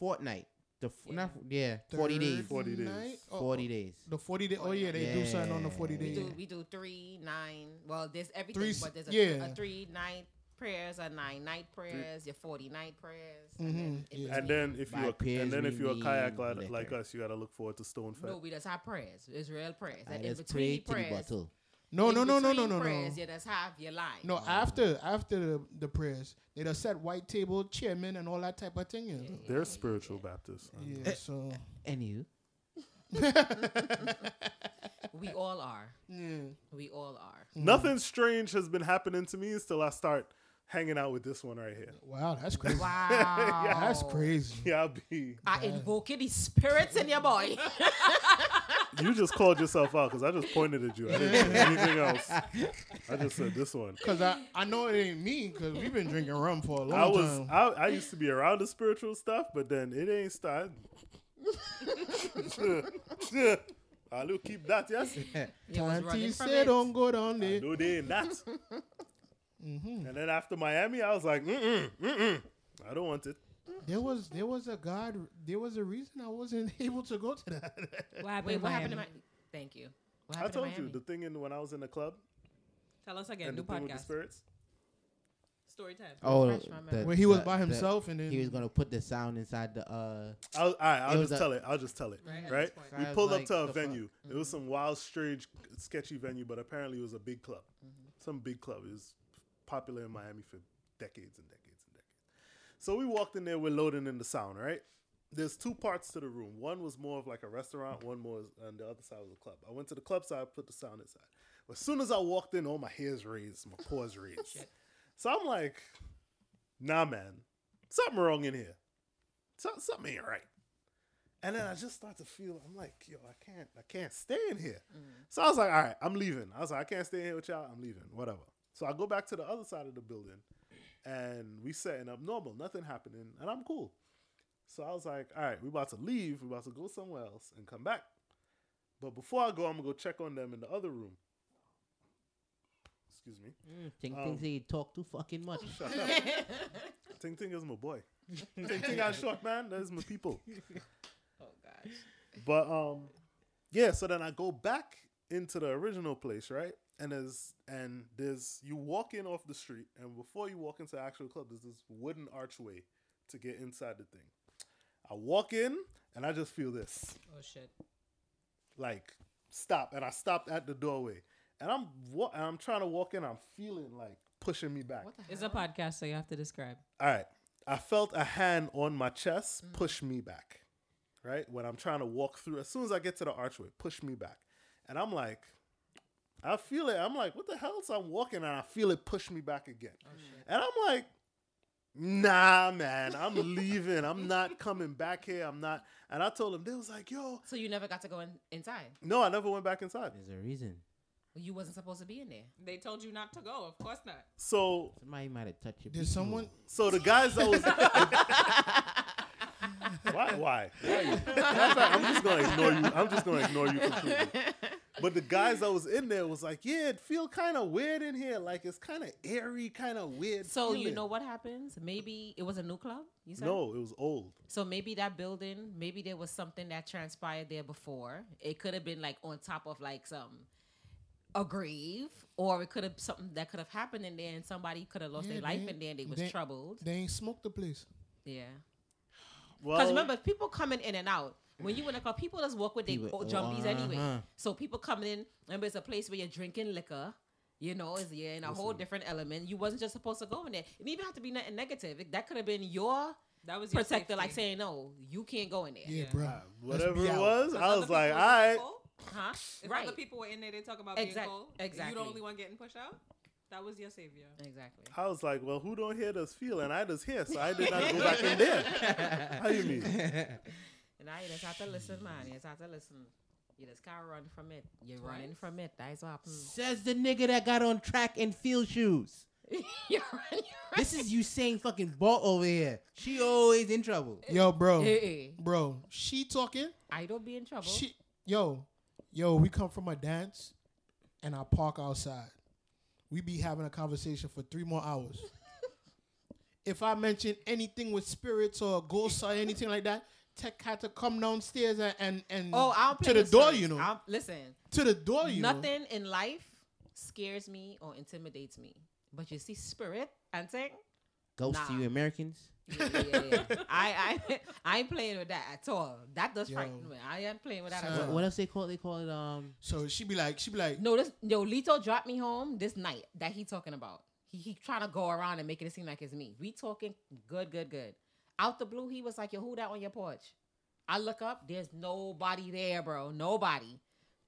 Speaker 8: Fortnite. The f-
Speaker 6: Yeah.
Speaker 8: not yeah, forty days,
Speaker 10: Third
Speaker 1: 40 days.
Speaker 10: night? Oh,
Speaker 8: forty days.
Speaker 10: The forty day. Oh yeah, they do something on the
Speaker 8: Yeah.
Speaker 10: forty
Speaker 8: We
Speaker 7: We
Speaker 10: day.
Speaker 7: do we do three, nine. Well, there's everything,
Speaker 10: Three's-
Speaker 7: but there's a,
Speaker 10: yeah.
Speaker 7: a three night prayers, a nine night prayers, your forty night prayers.
Speaker 10: Mhm,
Speaker 7: in
Speaker 10: yeah.
Speaker 1: And
Speaker 7: between-
Speaker 1: then if
Speaker 8: By
Speaker 1: you a,
Speaker 8: peers,
Speaker 1: and then
Speaker 8: we
Speaker 1: if you're a
Speaker 8: mean
Speaker 1: kayak lad,
Speaker 8: liquor.
Speaker 1: like us, you gotta look forward to Stone Fed.
Speaker 7: no, we that's high prayers, Israel prayers.
Speaker 8: I
Speaker 7: And in
Speaker 8: just pray
Speaker 7: between
Speaker 8: to the
Speaker 7: prayers,
Speaker 8: bottle.
Speaker 10: No,
Speaker 7: in
Speaker 10: no, no, no, no,
Speaker 7: between
Speaker 10: no, no.
Speaker 7: prayers, Yeah, that's half your life.
Speaker 10: No, after after the, the prayers, they done set white table, chairman, and all that type of thing. You
Speaker 1: They're spiritual Baptists. man.
Speaker 10: know? Yeah, so
Speaker 8: Anywho,
Speaker 7: we all are.
Speaker 10: yeah.
Speaker 7: We all are.
Speaker 1: Nothing strange has been happening to me until I start hanging out with this one right here.
Speaker 10: Wow, that's crazy.
Speaker 7: Wow,
Speaker 10: That's crazy.
Speaker 1: Yeah, I'll be.
Speaker 7: Ah, I invoke these spirits in your body.
Speaker 1: You just called yourself out because I just pointed at you. I didn't say anything else. I just said this one.
Speaker 10: Cause I, I know it ain't me. Cause we've been drinking rum for a long
Speaker 1: I was
Speaker 10: time.
Speaker 1: I, I used to be around the spiritual stuff, but then it ain't started. I do keep that, yes.
Speaker 7: It was running
Speaker 10: Auntie
Speaker 7: from
Speaker 10: said "Oh,
Speaker 7: it.
Speaker 10: don't go down there.
Speaker 1: No, they ain't that. And then after Miami, I was like, mm mm, mm mm. I don't want it.
Speaker 10: There was there was a god. There was a reason I wasn't able to go to that.
Speaker 6: What happened?
Speaker 7: Wait,
Speaker 6: in
Speaker 7: what happened to my?
Speaker 6: Miami?
Speaker 7: Thank you. What
Speaker 1: I
Speaker 7: happened
Speaker 1: told
Speaker 7: to
Speaker 1: you
Speaker 7: Miami?
Speaker 1: the thing in when I was in the club
Speaker 6: Tell us again.
Speaker 1: and
Speaker 6: New
Speaker 1: the thing with the
Speaker 6: podcast.
Speaker 1: spirits.
Speaker 6: Story time.
Speaker 8: oh,
Speaker 7: Refresh my
Speaker 8: the-
Speaker 10: When he was
Speaker 8: the-
Speaker 10: by
Speaker 8: the-
Speaker 10: himself, and then
Speaker 8: he was gonna put the sound inside the uh.
Speaker 1: I'll, all right, I'll
Speaker 8: It was
Speaker 1: just
Speaker 8: a-
Speaker 1: tell it. I'll just tell it. Right?
Speaker 6: Right, at this point.
Speaker 1: We
Speaker 8: I was
Speaker 1: pulled
Speaker 8: like,
Speaker 1: up to
Speaker 8: the
Speaker 1: a
Speaker 8: fuck? Mm-hmm.
Speaker 1: venue. It was some wild, strange, sketchy venue, but apparently it was a big club.
Speaker 6: Mm-hmm.
Speaker 1: Some big club. It was popular in Miami for decades and decades and decades. So we walked in there. We're loading in the sound. Right? There's two parts to the room. One was more of like a restaurant. One more, was, and the other side was a club. I went to the club side. Put the sound inside. As soon as I walked in, all my hair's raised, my paws raised. so I'm like, Nah, man, something wrong in here. So, something ain't right. And then I just start to feel I'm like, yo, I can't, I can't stay in here. So I was like, all right, I'm leaving. I was like, I can't stay in here with y'all. I'm leaving. Whatever. So I go back to the other side of the building, and we setting up normal. Nothing happening, and I'm cool. So I was like, all right, we about to leave. We about to go somewhere else and come back. But before I go, I'm gonna go check on them in the other room. Excuse me.
Speaker 8: Ting
Speaker 1: Um,
Speaker 8: things he talk too fucking much.
Speaker 1: Ting Ting is my boy. Ting Ting and Short Man, that is my people.
Speaker 7: Oh gosh.
Speaker 1: But um, yeah. So then I go back into the original place, right? And there's and there's you walk in off the street, and before you walk into the actual club, there's this wooden archway to get inside the thing. I walk in, and I just feel this
Speaker 6: Oh shit.
Speaker 1: like stop and i stopped at the doorway and i'm wa- and i'm trying to walk in i'm feeling like pushing me back
Speaker 6: It's a podcast, so you have to describe.
Speaker 1: all right i felt a hand on my chest push me back right when i'm trying to walk through as soon as i get to the archway push me back and i'm like i feel it i'm like what the hell so i'm walking and i feel it push me back again and i'm like
Speaker 5: nah, man, I'm leaving. I'm not coming back here. I'm not. And I told them, they was like, yo,
Speaker 7: So you never got to go in, inside.
Speaker 5: no, I never went back inside.
Speaker 8: There's a reason.
Speaker 7: Well, you wasn't supposed to be in there.
Speaker 6: They told you not to go. Of course not.
Speaker 5: So,
Speaker 8: Somebody might have touched your
Speaker 10: Did someone?
Speaker 5: so the guys that was. why? Why? Why you- Matter of fact, I'm just gonna ignore you. I'm just gonna ignore you completely. But the guys that was in there was like, yeah, it feel kind of weird in here. Like it's kind of airy, kind of weird.
Speaker 7: So you
Speaker 5: feeling."
Speaker 7: know what happens? Maybe it was a new club. You said
Speaker 5: No, it was old.
Speaker 7: So maybe that building, maybe there was something that transpired there before. It could have been like on top of like some a grave, or it could have something that could have happened in there, and somebody could have lost
Speaker 10: Yeah,
Speaker 7: their life
Speaker 10: they-
Speaker 7: in there, and they was
Speaker 10: they-
Speaker 7: troubled.
Speaker 10: They ain't smoked the place.
Speaker 7: yeah,
Speaker 5: Well,
Speaker 7: because remember, people coming in and out. When you in a club, people just walk with their
Speaker 8: People-
Speaker 7: jumbies anyway.
Speaker 8: uh-huh.
Speaker 7: So people coming in, remember, it's a place where you're drinking liquor. You know, it's yeah, in a whole different element. You wasn't just supposed to go in there. It didn't even have to be nothing negative. It, that could have been your
Speaker 6: That was your
Speaker 7: protector, like
Speaker 6: safety.
Speaker 7: saying, "No, you can't go in there."
Speaker 10: Yeah, bro.
Speaker 5: whatever it was,
Speaker 6: If
Speaker 5: I
Speaker 6: other
Speaker 5: was like, all
Speaker 6: people was
Speaker 5: right.
Speaker 6: cold,
Speaker 7: Huh?
Speaker 6: If other people were in there, they talk about
Speaker 7: Exact-
Speaker 6: being cold. You
Speaker 7: exactly.
Speaker 6: the only one getting pushed out. That was your savior.
Speaker 7: Exactly.
Speaker 5: I was like, well, who don't hear does feel, and I just hear, so I did not go back in there. How you mean?
Speaker 7: And I just have to listen, man. You just have to listen. You just can't run from it. You're running from it. That is what happens.
Speaker 8: Says the nigga that got on track and field shoes.
Speaker 7: you're running.
Speaker 8: This is Usain fucking Bolt over here. She always in trouble.
Speaker 10: Yo, bro,
Speaker 7: Hey,
Speaker 10: bro. She talking.
Speaker 7: I don't be in trouble.
Speaker 10: She, yo, yo. We come from a dance, and I park outside. We be having a conversation for three more hours. if I mention anything with spirits or ghosts or anything like that, tech had to come downstairs and and, and
Speaker 7: oh, I don't play
Speaker 10: to the
Speaker 7: with
Speaker 10: door,
Speaker 7: spirits.
Speaker 10: you know,
Speaker 7: I don't- listen,
Speaker 10: to the door, you know.
Speaker 7: nothing in life scares me or intimidates me. But you see, spirit and thing.
Speaker 8: Ghost to
Speaker 7: Nah.
Speaker 8: you Americans.
Speaker 7: Yeah, yeah, yeah, yeah. I, I, I ain't playing with that at all. That does
Speaker 10: Yo.
Speaker 7: frighten me. I ain't playing with that.
Speaker 10: Son.
Speaker 7: At
Speaker 8: What,
Speaker 7: all.
Speaker 8: what else they call it? They call it um
Speaker 10: So she be like, she be like,
Speaker 7: No, this yo Lito dropped me home this night that he talking about. He he trying to go around and making it seem like it's me. We talking good, good, good. Out the blue, he was like, "Yo, who that on your porch?" I look up, there's nobody there, bro. Nobody.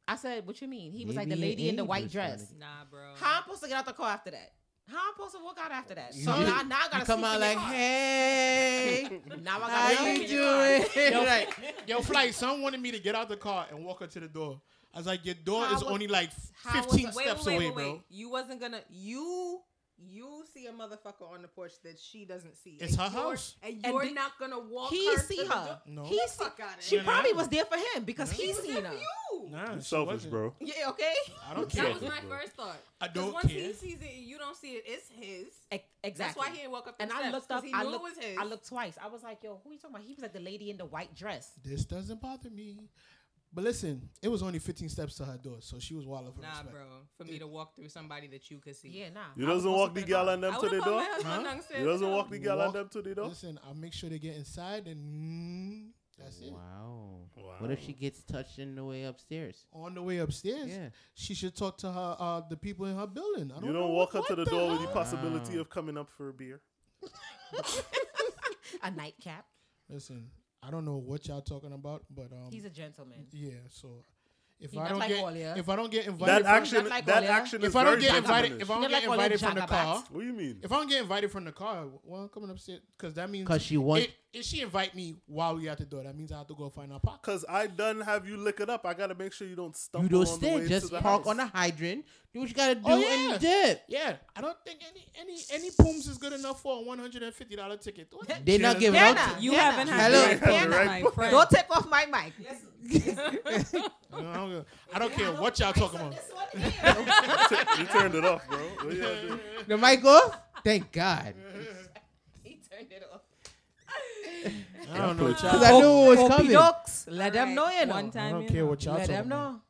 Speaker 7: I said, "What you mean?" He was like, "The
Speaker 8: Maybe an
Speaker 7: lady in the white
Speaker 8: angel's trying to
Speaker 7: dress."
Speaker 6: Nah, bro.
Speaker 7: How I'm supposed to get out the car after that? How I'm supposed to walk out after that? So
Speaker 8: You-
Speaker 7: now, now I gotta
Speaker 8: you come
Speaker 7: sleep
Speaker 8: out
Speaker 7: in your
Speaker 8: like,
Speaker 7: car.
Speaker 8: hey,
Speaker 7: Now I gotta
Speaker 8: how
Speaker 7: sleep
Speaker 8: you
Speaker 7: in your car.
Speaker 8: doing? Right.
Speaker 10: yo, flight. Someone wanted me to get out the car and walk her to the door. I was like, your door
Speaker 7: How
Speaker 10: is
Speaker 7: was-
Speaker 10: only like
Speaker 7: how was-
Speaker 10: fifteen
Speaker 7: wait,
Speaker 6: wait,
Speaker 10: steps
Speaker 6: wait,
Speaker 10: away,
Speaker 6: wait, wait,
Speaker 10: bro.
Speaker 6: wait. You wasn't gonna you you see a motherfucker on the porch that she doesn't see.
Speaker 10: It's
Speaker 6: And
Speaker 10: her
Speaker 6: you're-
Speaker 10: house.
Speaker 6: and
Speaker 7: And
Speaker 6: you're
Speaker 7: the-
Speaker 6: not gonna walk.
Speaker 7: He
Speaker 6: her
Speaker 7: see
Speaker 6: to the
Speaker 7: her.
Speaker 6: door.
Speaker 10: No.
Speaker 7: He
Speaker 6: Get the
Speaker 7: see.
Speaker 6: fuck out of
Speaker 7: She
Speaker 6: here.
Speaker 7: probably was there for him because he
Speaker 6: She was
Speaker 7: seen
Speaker 6: there
Speaker 7: her.
Speaker 6: for you.
Speaker 10: Nah,
Speaker 5: You
Speaker 10: she
Speaker 5: selfish,
Speaker 10: wasn't.
Speaker 5: bro.
Speaker 7: Yeah, okay.
Speaker 10: I don't care.
Speaker 6: That was
Speaker 5: Selfish,
Speaker 6: my
Speaker 5: bro.
Speaker 6: first thought.
Speaker 10: I
Speaker 6: 'Cause
Speaker 10: don't
Speaker 6: once
Speaker 10: care.
Speaker 6: he sees it, you don't see it. It's his.
Speaker 7: Ex-
Speaker 6: That's
Speaker 7: Exactly.
Speaker 6: why he didn't walk up. the
Speaker 7: and I
Speaker 6: steps,
Speaker 7: looked
Speaker 6: 'cause
Speaker 7: up.
Speaker 6: He
Speaker 7: I
Speaker 6: knew
Speaker 7: looked.
Speaker 6: it was his.
Speaker 7: I looked twice. I was like, "Yo, who you talking about?" He was like the lady in the white dress.
Speaker 10: This doesn't bother me. But listen, it was only 15 steps to her door, so she was wild for
Speaker 6: Nah,
Speaker 10: respect.
Speaker 6: bro. For me to walk through somebody that you could see.
Speaker 7: Yeah, nah.
Speaker 5: You
Speaker 7: I was
Speaker 5: doesn't
Speaker 7: supposed
Speaker 5: walk
Speaker 7: to
Speaker 5: the
Speaker 7: be in
Speaker 5: gal and
Speaker 6: I
Speaker 5: them to the
Speaker 6: would've called
Speaker 5: door.
Speaker 6: my husband
Speaker 10: Huh?
Speaker 6: downstairs,
Speaker 5: You doesn't
Speaker 6: no.
Speaker 5: walk the gal and
Speaker 10: Walk-
Speaker 5: them to the door.
Speaker 10: Listen, I'll make sure they get inside and mm, that's it.
Speaker 8: Wow. What if she gets touched in the way upstairs?
Speaker 10: On the way upstairs,
Speaker 8: Yeah.
Speaker 10: she should talk to her uh, the people in her building. I don't
Speaker 5: You
Speaker 10: know
Speaker 5: don't walk
Speaker 10: what-
Speaker 5: up to the
Speaker 10: what
Speaker 5: door with the
Speaker 10: hell?
Speaker 5: possibility
Speaker 8: Wow.
Speaker 5: of coming up for a beer.
Speaker 7: a nightcap.
Speaker 10: Listen, I don't know what y'all talking about, but um,
Speaker 7: He's a gentleman.
Speaker 10: yeah. So if
Speaker 7: He
Speaker 10: I
Speaker 7: not
Speaker 10: don't
Speaker 7: like
Speaker 10: get
Speaker 7: Walia.
Speaker 10: if I don't get
Speaker 5: That
Speaker 10: invited, from,
Speaker 5: action,
Speaker 7: like
Speaker 5: that
Speaker 7: Olea.
Speaker 5: action is
Speaker 10: if I don't
Speaker 5: very
Speaker 10: get invited,
Speaker 5: gentleman-ish.
Speaker 10: if I
Speaker 7: Not
Speaker 10: don't get
Speaker 7: like Walia
Speaker 10: invited from the
Speaker 7: Jagabat.
Speaker 10: car,
Speaker 5: What do you mean?
Speaker 10: if I don't get invited from the car, well, I'm coming upstairs because that means
Speaker 8: Cause she want
Speaker 10: if, if she invite me while we at the door, that means I have to go find our pocket.
Speaker 5: Because I done have you lick it up. I gotta make sure you don't stumble
Speaker 8: you don't
Speaker 5: on the way
Speaker 8: stand. Just
Speaker 5: to the
Speaker 8: park
Speaker 5: house.
Speaker 8: on a hydrant. Do what you gotta do
Speaker 10: Oh,
Speaker 8: and dip.
Speaker 10: Yeah, I don't think any any any pooms is good enough for a one hundred and fifty dollar ticket. What?
Speaker 8: They not giving
Speaker 7: Diana,
Speaker 8: out.
Speaker 7: you haven't had
Speaker 8: Hello.
Speaker 5: that, Diana,
Speaker 6: my
Speaker 5: right?
Speaker 6: friend.
Speaker 7: Don't take off my mic.
Speaker 10: No, I don't, I don't care what y'all talking about.
Speaker 5: you turned it off, bro. What you gotta do?
Speaker 8: The mic off? Thank God.
Speaker 7: he turned it off.
Speaker 10: I don't know what y'all.
Speaker 8: Cause I knew it was coming.
Speaker 7: Pinocchs, let them know you know.
Speaker 6: One
Speaker 10: I
Speaker 6: time.
Speaker 10: don't
Speaker 6: you
Speaker 10: care what y'all
Speaker 7: let
Speaker 10: talking
Speaker 7: them
Speaker 10: about.
Speaker 7: know.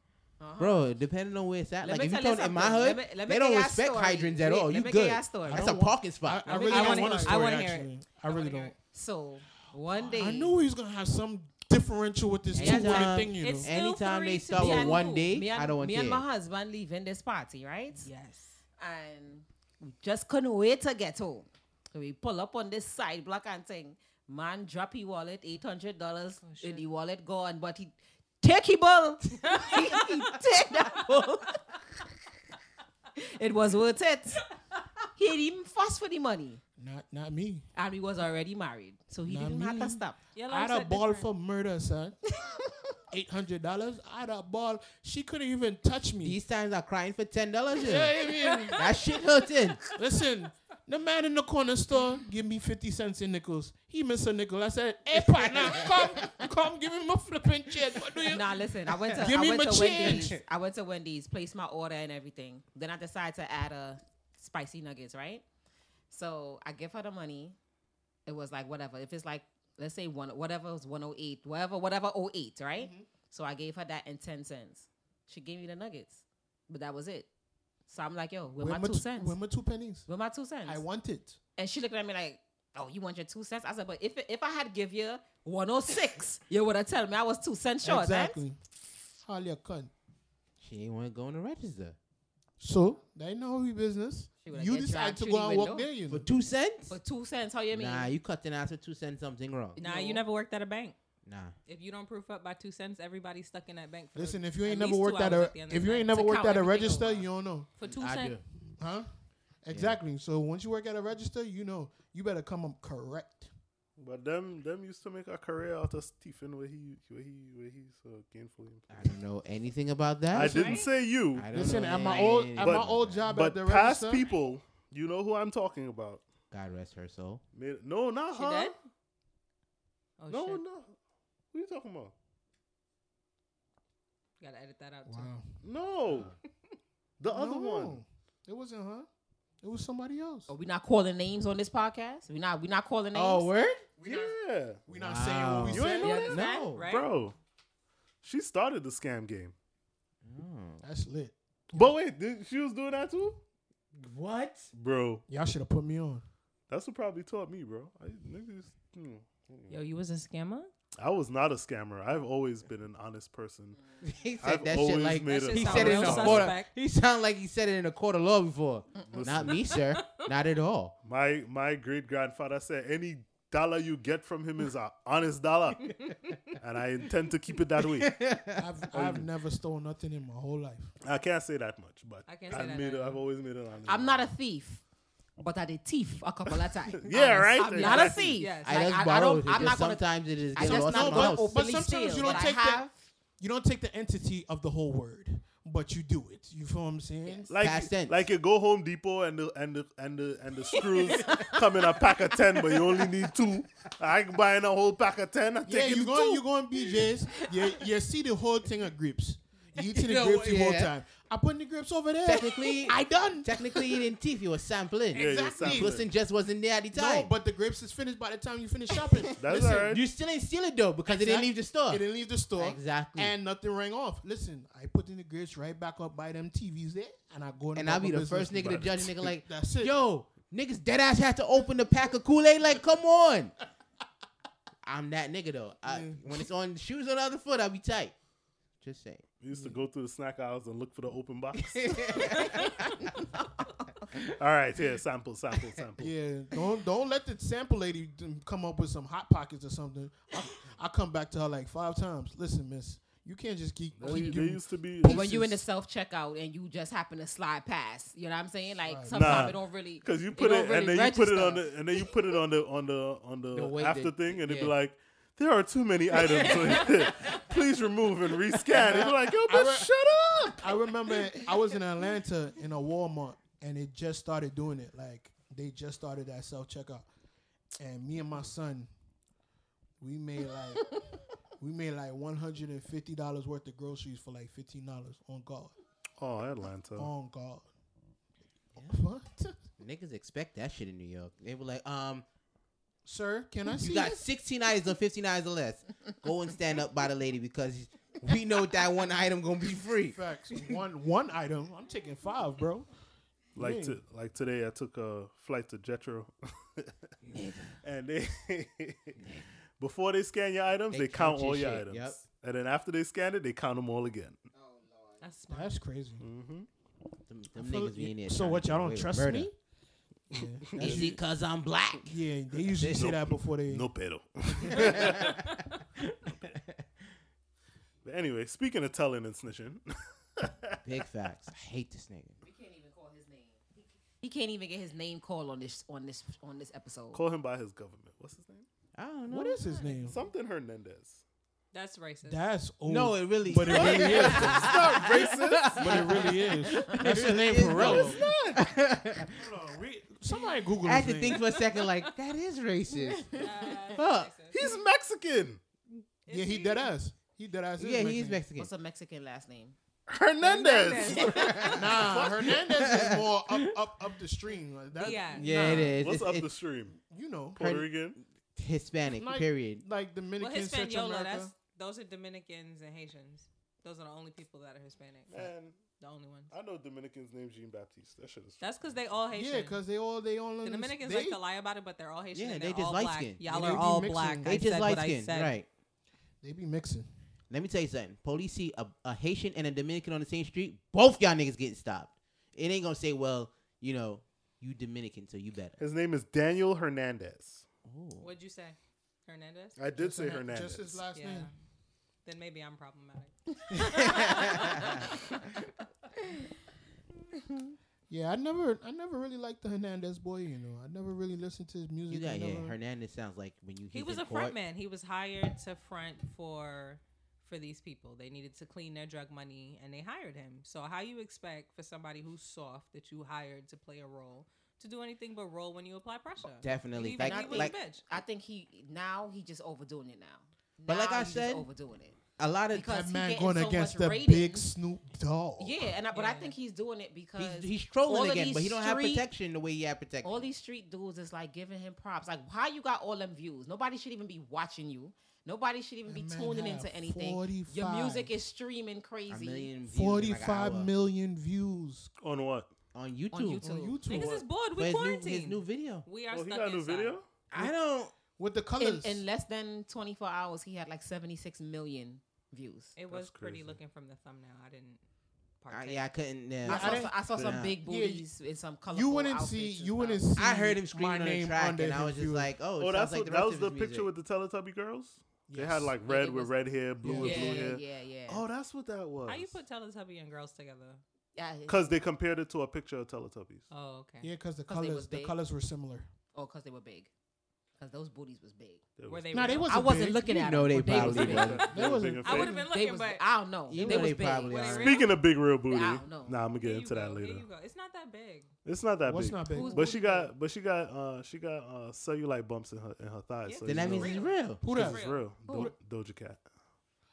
Speaker 7: Uh-huh.
Speaker 8: Bro, depending on where it's at.
Speaker 7: Let
Speaker 8: like
Speaker 7: me
Speaker 8: if you
Speaker 7: tell you
Speaker 8: come in my
Speaker 7: something. Let
Speaker 8: hood,
Speaker 7: me- let me
Speaker 8: they don't
Speaker 7: get your
Speaker 8: respect
Speaker 7: story.
Speaker 8: hydrants at
Speaker 7: Wait,
Speaker 8: all.
Speaker 7: let
Speaker 8: You
Speaker 7: me get
Speaker 8: good.
Speaker 7: your story.
Speaker 8: That's
Speaker 10: I
Speaker 8: a
Speaker 10: don't-
Speaker 8: parking spot.
Speaker 10: I really
Speaker 6: I wanna
Speaker 10: don't
Speaker 6: hear
Speaker 10: want a
Speaker 6: it.
Speaker 10: story.
Speaker 6: I wanna hear it.
Speaker 10: actually, I really don't.
Speaker 7: So one day,
Speaker 10: I knew he was gonna have some differential with this
Speaker 8: Yeah,
Speaker 10: two
Speaker 8: nah.
Speaker 10: word thing, you know.
Speaker 6: um, It's- still
Speaker 8: Anytime
Speaker 6: free
Speaker 8: they
Speaker 6: to
Speaker 8: start
Speaker 6: be
Speaker 8: with
Speaker 6: at
Speaker 8: one
Speaker 6: home.
Speaker 8: day,
Speaker 7: me and,
Speaker 8: I don't want
Speaker 7: me
Speaker 8: to
Speaker 7: and
Speaker 8: hear.
Speaker 7: my
Speaker 8: it.
Speaker 7: husband leaving this party, right?
Speaker 6: Yes.
Speaker 7: and we just couldn't wait to get home. So we pull up on this side block and thing, man, drop his wallet, eight hundred dollars in the wallet gone, but he take his ball. he, he take that ball. it was worth it. He didn't even fuss for the money.
Speaker 10: Not not me.
Speaker 7: And he was already married, so he
Speaker 10: Not
Speaker 7: didn't have
Speaker 10: me.
Speaker 7: to stop.
Speaker 6: Your
Speaker 10: I
Speaker 6: life's
Speaker 10: had a
Speaker 6: not
Speaker 10: ball
Speaker 6: different.
Speaker 10: for murder, son. Eight hundred dollars. I had a ball. She couldn't even touch me.
Speaker 8: These times are crying for ten dollars.
Speaker 10: Yeah, I mean,
Speaker 8: That shit hurting.
Speaker 10: listen, the man in the corner store give me fifty cents in nickels. He missed a nickel. I said, "Hey partner, come, come, give me my flipping check. What do you?"
Speaker 7: Nah, listen. I went to
Speaker 10: Give
Speaker 7: I
Speaker 10: me
Speaker 7: went
Speaker 10: my
Speaker 7: to Wendy's.
Speaker 10: change.
Speaker 7: I went to Wendy's, placed my order and everything. Then I decided to add a spicy nuggets, right? So I give her the money. It was like whatever. If it's like let's say one whatever was one oh eight, whatever whatever oh eight, right?
Speaker 10: Mm-hmm.
Speaker 7: So I gave her that and ten cents. She gave me the nuggets, but that was it. So I'm like, yo, with
Speaker 10: Where
Speaker 7: my two
Speaker 10: t-
Speaker 7: cents,
Speaker 10: Where my two pennies?
Speaker 7: with my two cents,
Speaker 10: I want it.
Speaker 7: and she looked at me like, "Oh, you want your two cents?" I said, "But if if I had give you 106, you would have told me I was two cents short." Exactly.
Speaker 10: exactly. Hardly a cunt.
Speaker 8: She ain't want to go on the register
Speaker 10: So they know we business.
Speaker 7: She woulda
Speaker 10: You
Speaker 7: get
Speaker 10: decide
Speaker 7: dragged
Speaker 10: to
Speaker 7: through
Speaker 10: go
Speaker 7: the
Speaker 10: and walk
Speaker 7: window.
Speaker 10: there. You
Speaker 8: for
Speaker 10: know.
Speaker 8: two cents.
Speaker 7: For two cents, how you mean?
Speaker 8: Nah, you cutting out for two cents something wrong.
Speaker 6: Nah, you never worked at a bank.
Speaker 8: Nah,
Speaker 6: If you don't proof up by two cents, everybody's stuck in that bank. For
Speaker 10: Listen,
Speaker 6: the-
Speaker 10: if you ain't
Speaker 6: at
Speaker 10: never
Speaker 6: least two
Speaker 10: worked at
Speaker 6: hours
Speaker 10: a
Speaker 6: the end of
Speaker 10: if
Speaker 6: the
Speaker 10: you
Speaker 6: night
Speaker 10: ain't never
Speaker 6: to
Speaker 10: worked
Speaker 6: count
Speaker 10: at a
Speaker 6: everything
Speaker 10: register,
Speaker 6: over.
Speaker 10: you don't know,
Speaker 6: for two
Speaker 8: I
Speaker 6: cents.
Speaker 8: do.
Speaker 10: huh? Exactly. So once you work at a register, you know you better come up correct.
Speaker 5: But them them used to make a career out of Stephen where he where he where he's uh, gainfully
Speaker 8: I
Speaker 5: employed.
Speaker 8: don't know anything about that.
Speaker 5: I didn't say you,
Speaker 8: I don't
Speaker 10: Listen,
Speaker 8: know
Speaker 10: at my
Speaker 8: anything
Speaker 10: old at
Speaker 8: about
Speaker 10: my
Speaker 5: But-
Speaker 10: old
Speaker 8: that.
Speaker 10: job at
Speaker 5: but
Speaker 10: the
Speaker 5: past
Speaker 10: register,
Speaker 5: people, you know who I'm talking about.
Speaker 8: God rest her soul.
Speaker 5: Made- No, not
Speaker 6: She
Speaker 5: her.
Speaker 6: dead? Oh
Speaker 5: no,
Speaker 6: shit!
Speaker 5: no. Who you talking about?
Speaker 6: Gotta edit that out too.
Speaker 10: Wow.
Speaker 5: No, the other one. Oh,
Speaker 10: No, It wasn't her. It was somebody else.
Speaker 7: Are we not calling names on this podcast? We not we not calling names. Oh,
Speaker 8: word?
Speaker 5: Yeah,
Speaker 10: We're not saying what we
Speaker 5: You ain't
Speaker 10: said.
Speaker 5: know
Speaker 6: You understand,
Speaker 8: No.
Speaker 6: right?
Speaker 5: bro. She started the scam game.
Speaker 10: That's lit.
Speaker 5: But wait, did, she was doing that too,
Speaker 8: What?
Speaker 5: bro.
Speaker 10: Y'all should have put me on.
Speaker 5: That's what probably taught me, bro. I, niggas, hmm.
Speaker 6: Yo, you was a scammer.
Speaker 5: I was not a scammer. I've always been an honest person.
Speaker 8: He said
Speaker 5: I've
Speaker 8: that shit
Speaker 5: always
Speaker 8: like
Speaker 5: made
Speaker 6: That
Speaker 5: a
Speaker 8: he
Speaker 6: Sound
Speaker 8: said it in
Speaker 6: real
Speaker 8: a
Speaker 6: suspect.
Speaker 8: quarter. He sound like he said it in a court of law before.
Speaker 5: Listen.
Speaker 8: Not me, sir. Not at all.
Speaker 5: My my great grandfather said any dollar you get from him is an honest dollar, and I intend to keep it that way.
Speaker 10: I've I've never stolen nothing in my whole life.
Speaker 5: I can't say that much, but
Speaker 6: I can't say
Speaker 5: I've
Speaker 6: that
Speaker 5: made. A,
Speaker 6: either.
Speaker 5: I've always made an honest.
Speaker 7: I'm not a thief, but I did thief a couple of times.
Speaker 5: Yeah, right.
Speaker 7: I'm not a
Speaker 5: Exactly.
Speaker 7: thief.
Speaker 6: Yes.
Speaker 7: Like,
Speaker 8: I just
Speaker 7: I- I
Speaker 8: borrowed
Speaker 7: don't-
Speaker 8: it.
Speaker 7: I'm
Speaker 8: because
Speaker 7: not gonna-
Speaker 8: sometimes it is
Speaker 7: I
Speaker 8: get
Speaker 7: just
Speaker 8: lost
Speaker 7: not
Speaker 8: in my
Speaker 7: gonna
Speaker 8: house.
Speaker 10: but
Speaker 7: openly
Speaker 10: sometimes
Speaker 7: steal,
Speaker 10: you don't
Speaker 7: but I
Speaker 10: take the-
Speaker 7: have,
Speaker 10: You don't take the entity of the whole word, but you do it. You feel what I'm saying?
Speaker 5: like
Speaker 8: Past tense.
Speaker 5: like you go Home Depot and the and the and the and the screws come in a pack of ten, but you only need two. I ain't buying a whole pack of ten. I
Speaker 10: Yeah,
Speaker 5: take
Speaker 10: you
Speaker 5: you
Speaker 10: go
Speaker 5: two.
Speaker 10: you going BJ's. You you see the whole thing of grapes. You eating the
Speaker 8: know
Speaker 10: grapes the whole
Speaker 8: yeah.
Speaker 10: time. I putting the grapes over there.
Speaker 8: Technically,
Speaker 10: I done.
Speaker 8: technically, you didn't thief. You were sampling.
Speaker 5: Yeah, you're
Speaker 10: Exactly.
Speaker 5: sampling.
Speaker 8: Person just wasn't there at the time.
Speaker 10: No, but the grapes is finished by the time you finish shopping.
Speaker 5: That's
Speaker 10: Listen,
Speaker 5: all right.
Speaker 8: you still ain't steal it though because it didn't
Speaker 10: Exact-
Speaker 8: leave the store.
Speaker 10: It didn't leave the store.
Speaker 8: Exactly.
Speaker 10: And nothing rang off. Listen, I put in the grapes right back up by them TVs there, and I go in
Speaker 8: and
Speaker 10: about
Speaker 8: I'll be
Speaker 10: my
Speaker 8: the first
Speaker 10: business.
Speaker 8: nigga to judge a nigga like,
Speaker 10: That's it.
Speaker 8: yo, niggas dead ass had to open the pack of Kool Aid. Like, come on. I'm that nigga though. I, When it's on shoes on the other foot, I'll be tight. Just saying.
Speaker 5: We used to go through the snack aisles and look for the open box. All right, here sample, sample, sample.
Speaker 10: Yeah, don't don't let the sample lady d- come up with some hot pockets or something. I, I come back to her like five times. Listen, miss, you can't just keep.
Speaker 5: They,
Speaker 10: keep
Speaker 5: they
Speaker 10: giving-
Speaker 5: used to be.
Speaker 7: but when you in the self checkout and you just happen to slide past, you know what I'm saying? Like sometimes
Speaker 5: Nah.
Speaker 7: it don't really
Speaker 5: Because you put
Speaker 7: don't
Speaker 5: it, and
Speaker 7: really
Speaker 5: then you put it on
Speaker 7: register.
Speaker 5: the, and then you put it on the on the on the,
Speaker 8: The way
Speaker 5: after
Speaker 8: that-
Speaker 5: thing, and it'd be
Speaker 8: yeah.
Speaker 5: like, there are too many items. Please remove and rescan. And you're like, yo, but
Speaker 10: re-
Speaker 5: shut up.
Speaker 10: I remember I was in Atlanta in a Walmart and it just started doing it. Like they just started that self checkout, and me and my son, we made like we made like one hundred and fifty dollars worth of groceries for like fifteen dollars on God.
Speaker 5: Oh, Atlanta.
Speaker 10: On God. What?
Speaker 8: Niggas expect that shit in New York. They were like, um,
Speaker 10: Sir, can I see
Speaker 8: you got
Speaker 10: this?
Speaker 8: 16 items or 15 items or less. Go and stand up by the lady because we know that one item gonna be free.
Speaker 10: Facts. One one item. I'm taking five, bro.
Speaker 5: Like
Speaker 10: Yeah.
Speaker 5: to, like today, I took a flight to Jetro, and they before they scan your items,
Speaker 8: They
Speaker 5: they, count,
Speaker 8: count your
Speaker 5: all your
Speaker 8: shit,
Speaker 5: items,
Speaker 8: yep.
Speaker 5: and then after they scan it, they count them all again.
Speaker 6: That's smart.
Speaker 10: That's crazy.
Speaker 8: Them, them Mm. niggas be in there
Speaker 10: So
Speaker 8: trying to
Speaker 10: what?
Speaker 8: get
Speaker 10: Y'all
Speaker 8: away
Speaker 10: don't
Speaker 8: with
Speaker 10: trust
Speaker 8: murder.
Speaker 10: me? Yeah, that's
Speaker 8: Is
Speaker 10: you-
Speaker 8: it cause I'm black?
Speaker 10: yeah, they usually say that before they.
Speaker 5: No pedo. but anyway, speaking of telling and snitching,
Speaker 8: Big facts. I hate this nigga.
Speaker 7: We can't even call his name. He, He can't even get his name called on this on this on this episode.
Speaker 5: Call him by his government. What's his name?
Speaker 8: I don't know.
Speaker 10: What is his name?
Speaker 5: Something Hernandez.
Speaker 6: That's racist.
Speaker 10: That's old.
Speaker 8: No, it really.
Speaker 10: but it really is.
Speaker 5: It's not racist.
Speaker 10: But it really is. That's his name for real. Hold on, read- Somebody Google his
Speaker 8: I had to
Speaker 10: name.
Speaker 8: think for a second. Like that is racist.
Speaker 6: Uh,
Speaker 8: Fuck.
Speaker 6: racist.
Speaker 5: He's Mexican.
Speaker 10: yeah, he dead ass. He dead ass.
Speaker 8: yeah, he is Mexican.
Speaker 7: What's a Mexican last name?
Speaker 5: Hernandez.
Speaker 10: Nah,
Speaker 9: Hernandez is more up, up, up the stream. Like that,
Speaker 6: Yeah.
Speaker 8: Yeah, it is.
Speaker 5: What's
Speaker 8: it's,
Speaker 5: up the
Speaker 8: it's
Speaker 5: stream?
Speaker 10: you know,
Speaker 5: Puerto Rican.
Speaker 8: Hispanic.
Speaker 10: Like-
Speaker 8: period.
Speaker 10: like
Speaker 6: Well,
Speaker 10: Dominican Central
Speaker 6: Hispaniola.
Speaker 10: America.
Speaker 6: That's those are Dominicans and Haitians. Those are the only people that are Hispanic.
Speaker 5: Man,
Speaker 6: The only ones.
Speaker 5: I know Dominicans named Jean Baptiste. That shit is.
Speaker 6: That's because they all Haitian.
Speaker 10: Yeah, because they all they all in
Speaker 6: the
Speaker 10: this-
Speaker 6: Dominicans
Speaker 10: they,
Speaker 6: like to lie about it, but they're all Haitian.
Speaker 8: Yeah,
Speaker 6: and
Speaker 8: they
Speaker 6: they're
Speaker 8: just
Speaker 6: all
Speaker 8: light
Speaker 6: black.
Speaker 8: skin.
Speaker 6: Y'all
Speaker 10: They
Speaker 6: are
Speaker 10: be
Speaker 6: all
Speaker 10: mixing.
Speaker 6: black.
Speaker 8: They
Speaker 6: I
Speaker 8: just
Speaker 6: said
Speaker 8: light
Speaker 6: what I
Speaker 8: skin,
Speaker 6: said.
Speaker 8: right?
Speaker 10: they be mixing.
Speaker 8: Let me tell you something. Police see a, a Haitian and a Dominican on the same street, both y'all niggas getting stopped. It ain't gonna say, well, you know, you Dominican, so you better.
Speaker 5: His name is Daniel Hernandez.
Speaker 8: Ooh.
Speaker 6: What'd you say, Hernandez?
Speaker 5: I did say
Speaker 10: Just
Speaker 5: Hernandez.
Speaker 10: Just his last
Speaker 6: Yeah.
Speaker 10: name.
Speaker 6: Then maybe I'm problematic.
Speaker 10: Yeah, I never, I never really liked the Hernandez boy. You know, I never really listened to his music.
Speaker 8: You got
Speaker 10: I
Speaker 8: yeah.
Speaker 10: never-
Speaker 8: Hernandez sounds like when you
Speaker 6: he
Speaker 8: he's
Speaker 6: was
Speaker 8: in
Speaker 6: a
Speaker 8: court,
Speaker 6: front man. He was hired to front for for these people. They needed to clean their drug money, and they hired him. So how you expect for somebody who's soft that you hired to play a role to do anything but roll when you apply pressure?
Speaker 8: Definitely.
Speaker 6: He,
Speaker 8: Like-
Speaker 6: he was
Speaker 8: like-
Speaker 6: a bitch.
Speaker 7: I think he now he just overdoing it now.
Speaker 8: But like
Speaker 7: Now
Speaker 8: I
Speaker 7: he just
Speaker 8: said-
Speaker 7: overdoing it.
Speaker 8: A lot of
Speaker 7: Because
Speaker 10: that
Speaker 7: he
Speaker 10: man
Speaker 7: getting
Speaker 10: going
Speaker 7: so
Speaker 10: against
Speaker 7: much
Speaker 10: the
Speaker 7: ratings.
Speaker 10: big Snoop Dogg.
Speaker 7: Yeah, and I, but I
Speaker 6: Yeah.
Speaker 7: think he's doing it because
Speaker 8: he's, he's
Speaker 7: all of
Speaker 8: trolling again,
Speaker 7: these
Speaker 8: but he don't have
Speaker 7: street-
Speaker 8: protection the way he had protection.
Speaker 7: all these street dudes is like giving him props. Like, how you got all them views? Nobody should even be watching you. Nobody should even be
Speaker 10: That man
Speaker 7: tuning
Speaker 10: had
Speaker 7: into anything. Your
Speaker 10: 45.
Speaker 7: music is streaming
Speaker 8: A
Speaker 7: crazy.
Speaker 8: million views in, like, an
Speaker 10: 45
Speaker 8: hour
Speaker 10: million views
Speaker 5: On what?
Speaker 8: on YouTube.
Speaker 7: YouTube.
Speaker 10: on
Speaker 7: Too.
Speaker 10: YouTube
Speaker 6: Niggas is bored.
Speaker 8: But
Speaker 6: We
Speaker 8: his new,
Speaker 6: quarantined.
Speaker 8: his new video.
Speaker 6: we are
Speaker 5: Oh, he
Speaker 6: stuck
Speaker 5: got a new
Speaker 6: inside.
Speaker 5: video.
Speaker 8: I don't.
Speaker 10: with the
Speaker 7: In,
Speaker 10: colors.
Speaker 7: in less than 24 hours, he had like 76 million views.
Speaker 6: It was pretty
Speaker 5: crazy.
Speaker 6: looking from the thumbnail. I didn't.
Speaker 8: I,
Speaker 6: partake.
Speaker 8: Ah, yeah, I couldn't. Yeah.
Speaker 7: I
Speaker 10: I
Speaker 7: saw,
Speaker 10: didn't-
Speaker 7: some, I saw some
Speaker 8: Yeah.
Speaker 7: big
Speaker 10: Yeah,
Speaker 7: booties in some colorful
Speaker 10: you wouldn't
Speaker 7: outfits
Speaker 10: see.
Speaker 7: and
Speaker 10: You wouldn't
Speaker 7: stuff.
Speaker 10: see.
Speaker 8: I heard him
Speaker 10: my
Speaker 8: screaming on the
Speaker 10: name
Speaker 8: track,
Speaker 10: under
Speaker 8: and I
Speaker 10: his
Speaker 8: was just
Speaker 10: view.
Speaker 8: like,
Speaker 5: Oh,
Speaker 8: "Oh, it sounds
Speaker 5: that's
Speaker 8: like
Speaker 5: what,
Speaker 8: the
Speaker 5: that
Speaker 8: rest
Speaker 5: was
Speaker 8: of
Speaker 5: the
Speaker 8: his
Speaker 5: picture
Speaker 8: music.
Speaker 5: with the Teletubby girls. They
Speaker 10: Yes.
Speaker 5: had like
Speaker 7: Yeah,
Speaker 5: red
Speaker 7: it
Speaker 5: with
Speaker 7: was-
Speaker 5: red hair, blue with
Speaker 7: Yeah,
Speaker 5: blue
Speaker 7: yeah,
Speaker 5: hair.
Speaker 7: yeah, yeah.
Speaker 5: Oh, that's what that was.
Speaker 6: How you put Teletubby and girls together?
Speaker 7: yeah.
Speaker 5: Because they compared it to a picture of Teletubbies.
Speaker 6: Oh, okay.
Speaker 10: Yeah, because the
Speaker 7: 'Cause they
Speaker 10: colors,
Speaker 7: was
Speaker 10: the
Speaker 7: big.
Speaker 10: colors were similar.
Speaker 7: Oh, because they were big. Because those booties was big.
Speaker 5: They
Speaker 6: Were
Speaker 5: was-
Speaker 6: they?
Speaker 10: Nah, they
Speaker 6: real?
Speaker 10: wasn't
Speaker 7: I wasn't
Speaker 10: big.
Speaker 7: looking
Speaker 8: You
Speaker 7: at
Speaker 8: know
Speaker 7: them.
Speaker 8: they
Speaker 7: but was
Speaker 8: probably
Speaker 7: big.
Speaker 8: was.
Speaker 10: They wasn't-
Speaker 5: big and
Speaker 6: I would
Speaker 5: fake.
Speaker 6: have been
Speaker 7: They
Speaker 6: looking,
Speaker 7: was,
Speaker 6: but
Speaker 7: I don't know. they
Speaker 8: You know
Speaker 7: was
Speaker 8: they
Speaker 7: big.
Speaker 8: probably
Speaker 6: Were they
Speaker 8: are.
Speaker 6: real?
Speaker 5: Speaking of big real booty,
Speaker 7: I don't know.
Speaker 5: nah, I'm gonna get
Speaker 6: Here you
Speaker 5: into that
Speaker 6: go,
Speaker 5: later.
Speaker 6: Here you go. It's not that big.
Speaker 5: It's not that
Speaker 10: What's
Speaker 5: big,
Speaker 10: not big?
Speaker 7: Who's-
Speaker 5: but she got, but she got, uh, she got uh, cellulite bumps in her in her thighs.
Speaker 6: Yeah.
Speaker 5: So
Speaker 8: Then
Speaker 5: you
Speaker 8: that
Speaker 5: know,
Speaker 8: means it's
Speaker 6: Real.
Speaker 8: real.
Speaker 10: Who
Speaker 5: this
Speaker 10: that?
Speaker 5: is real.
Speaker 7: Who
Speaker 5: Do- Doja Cat,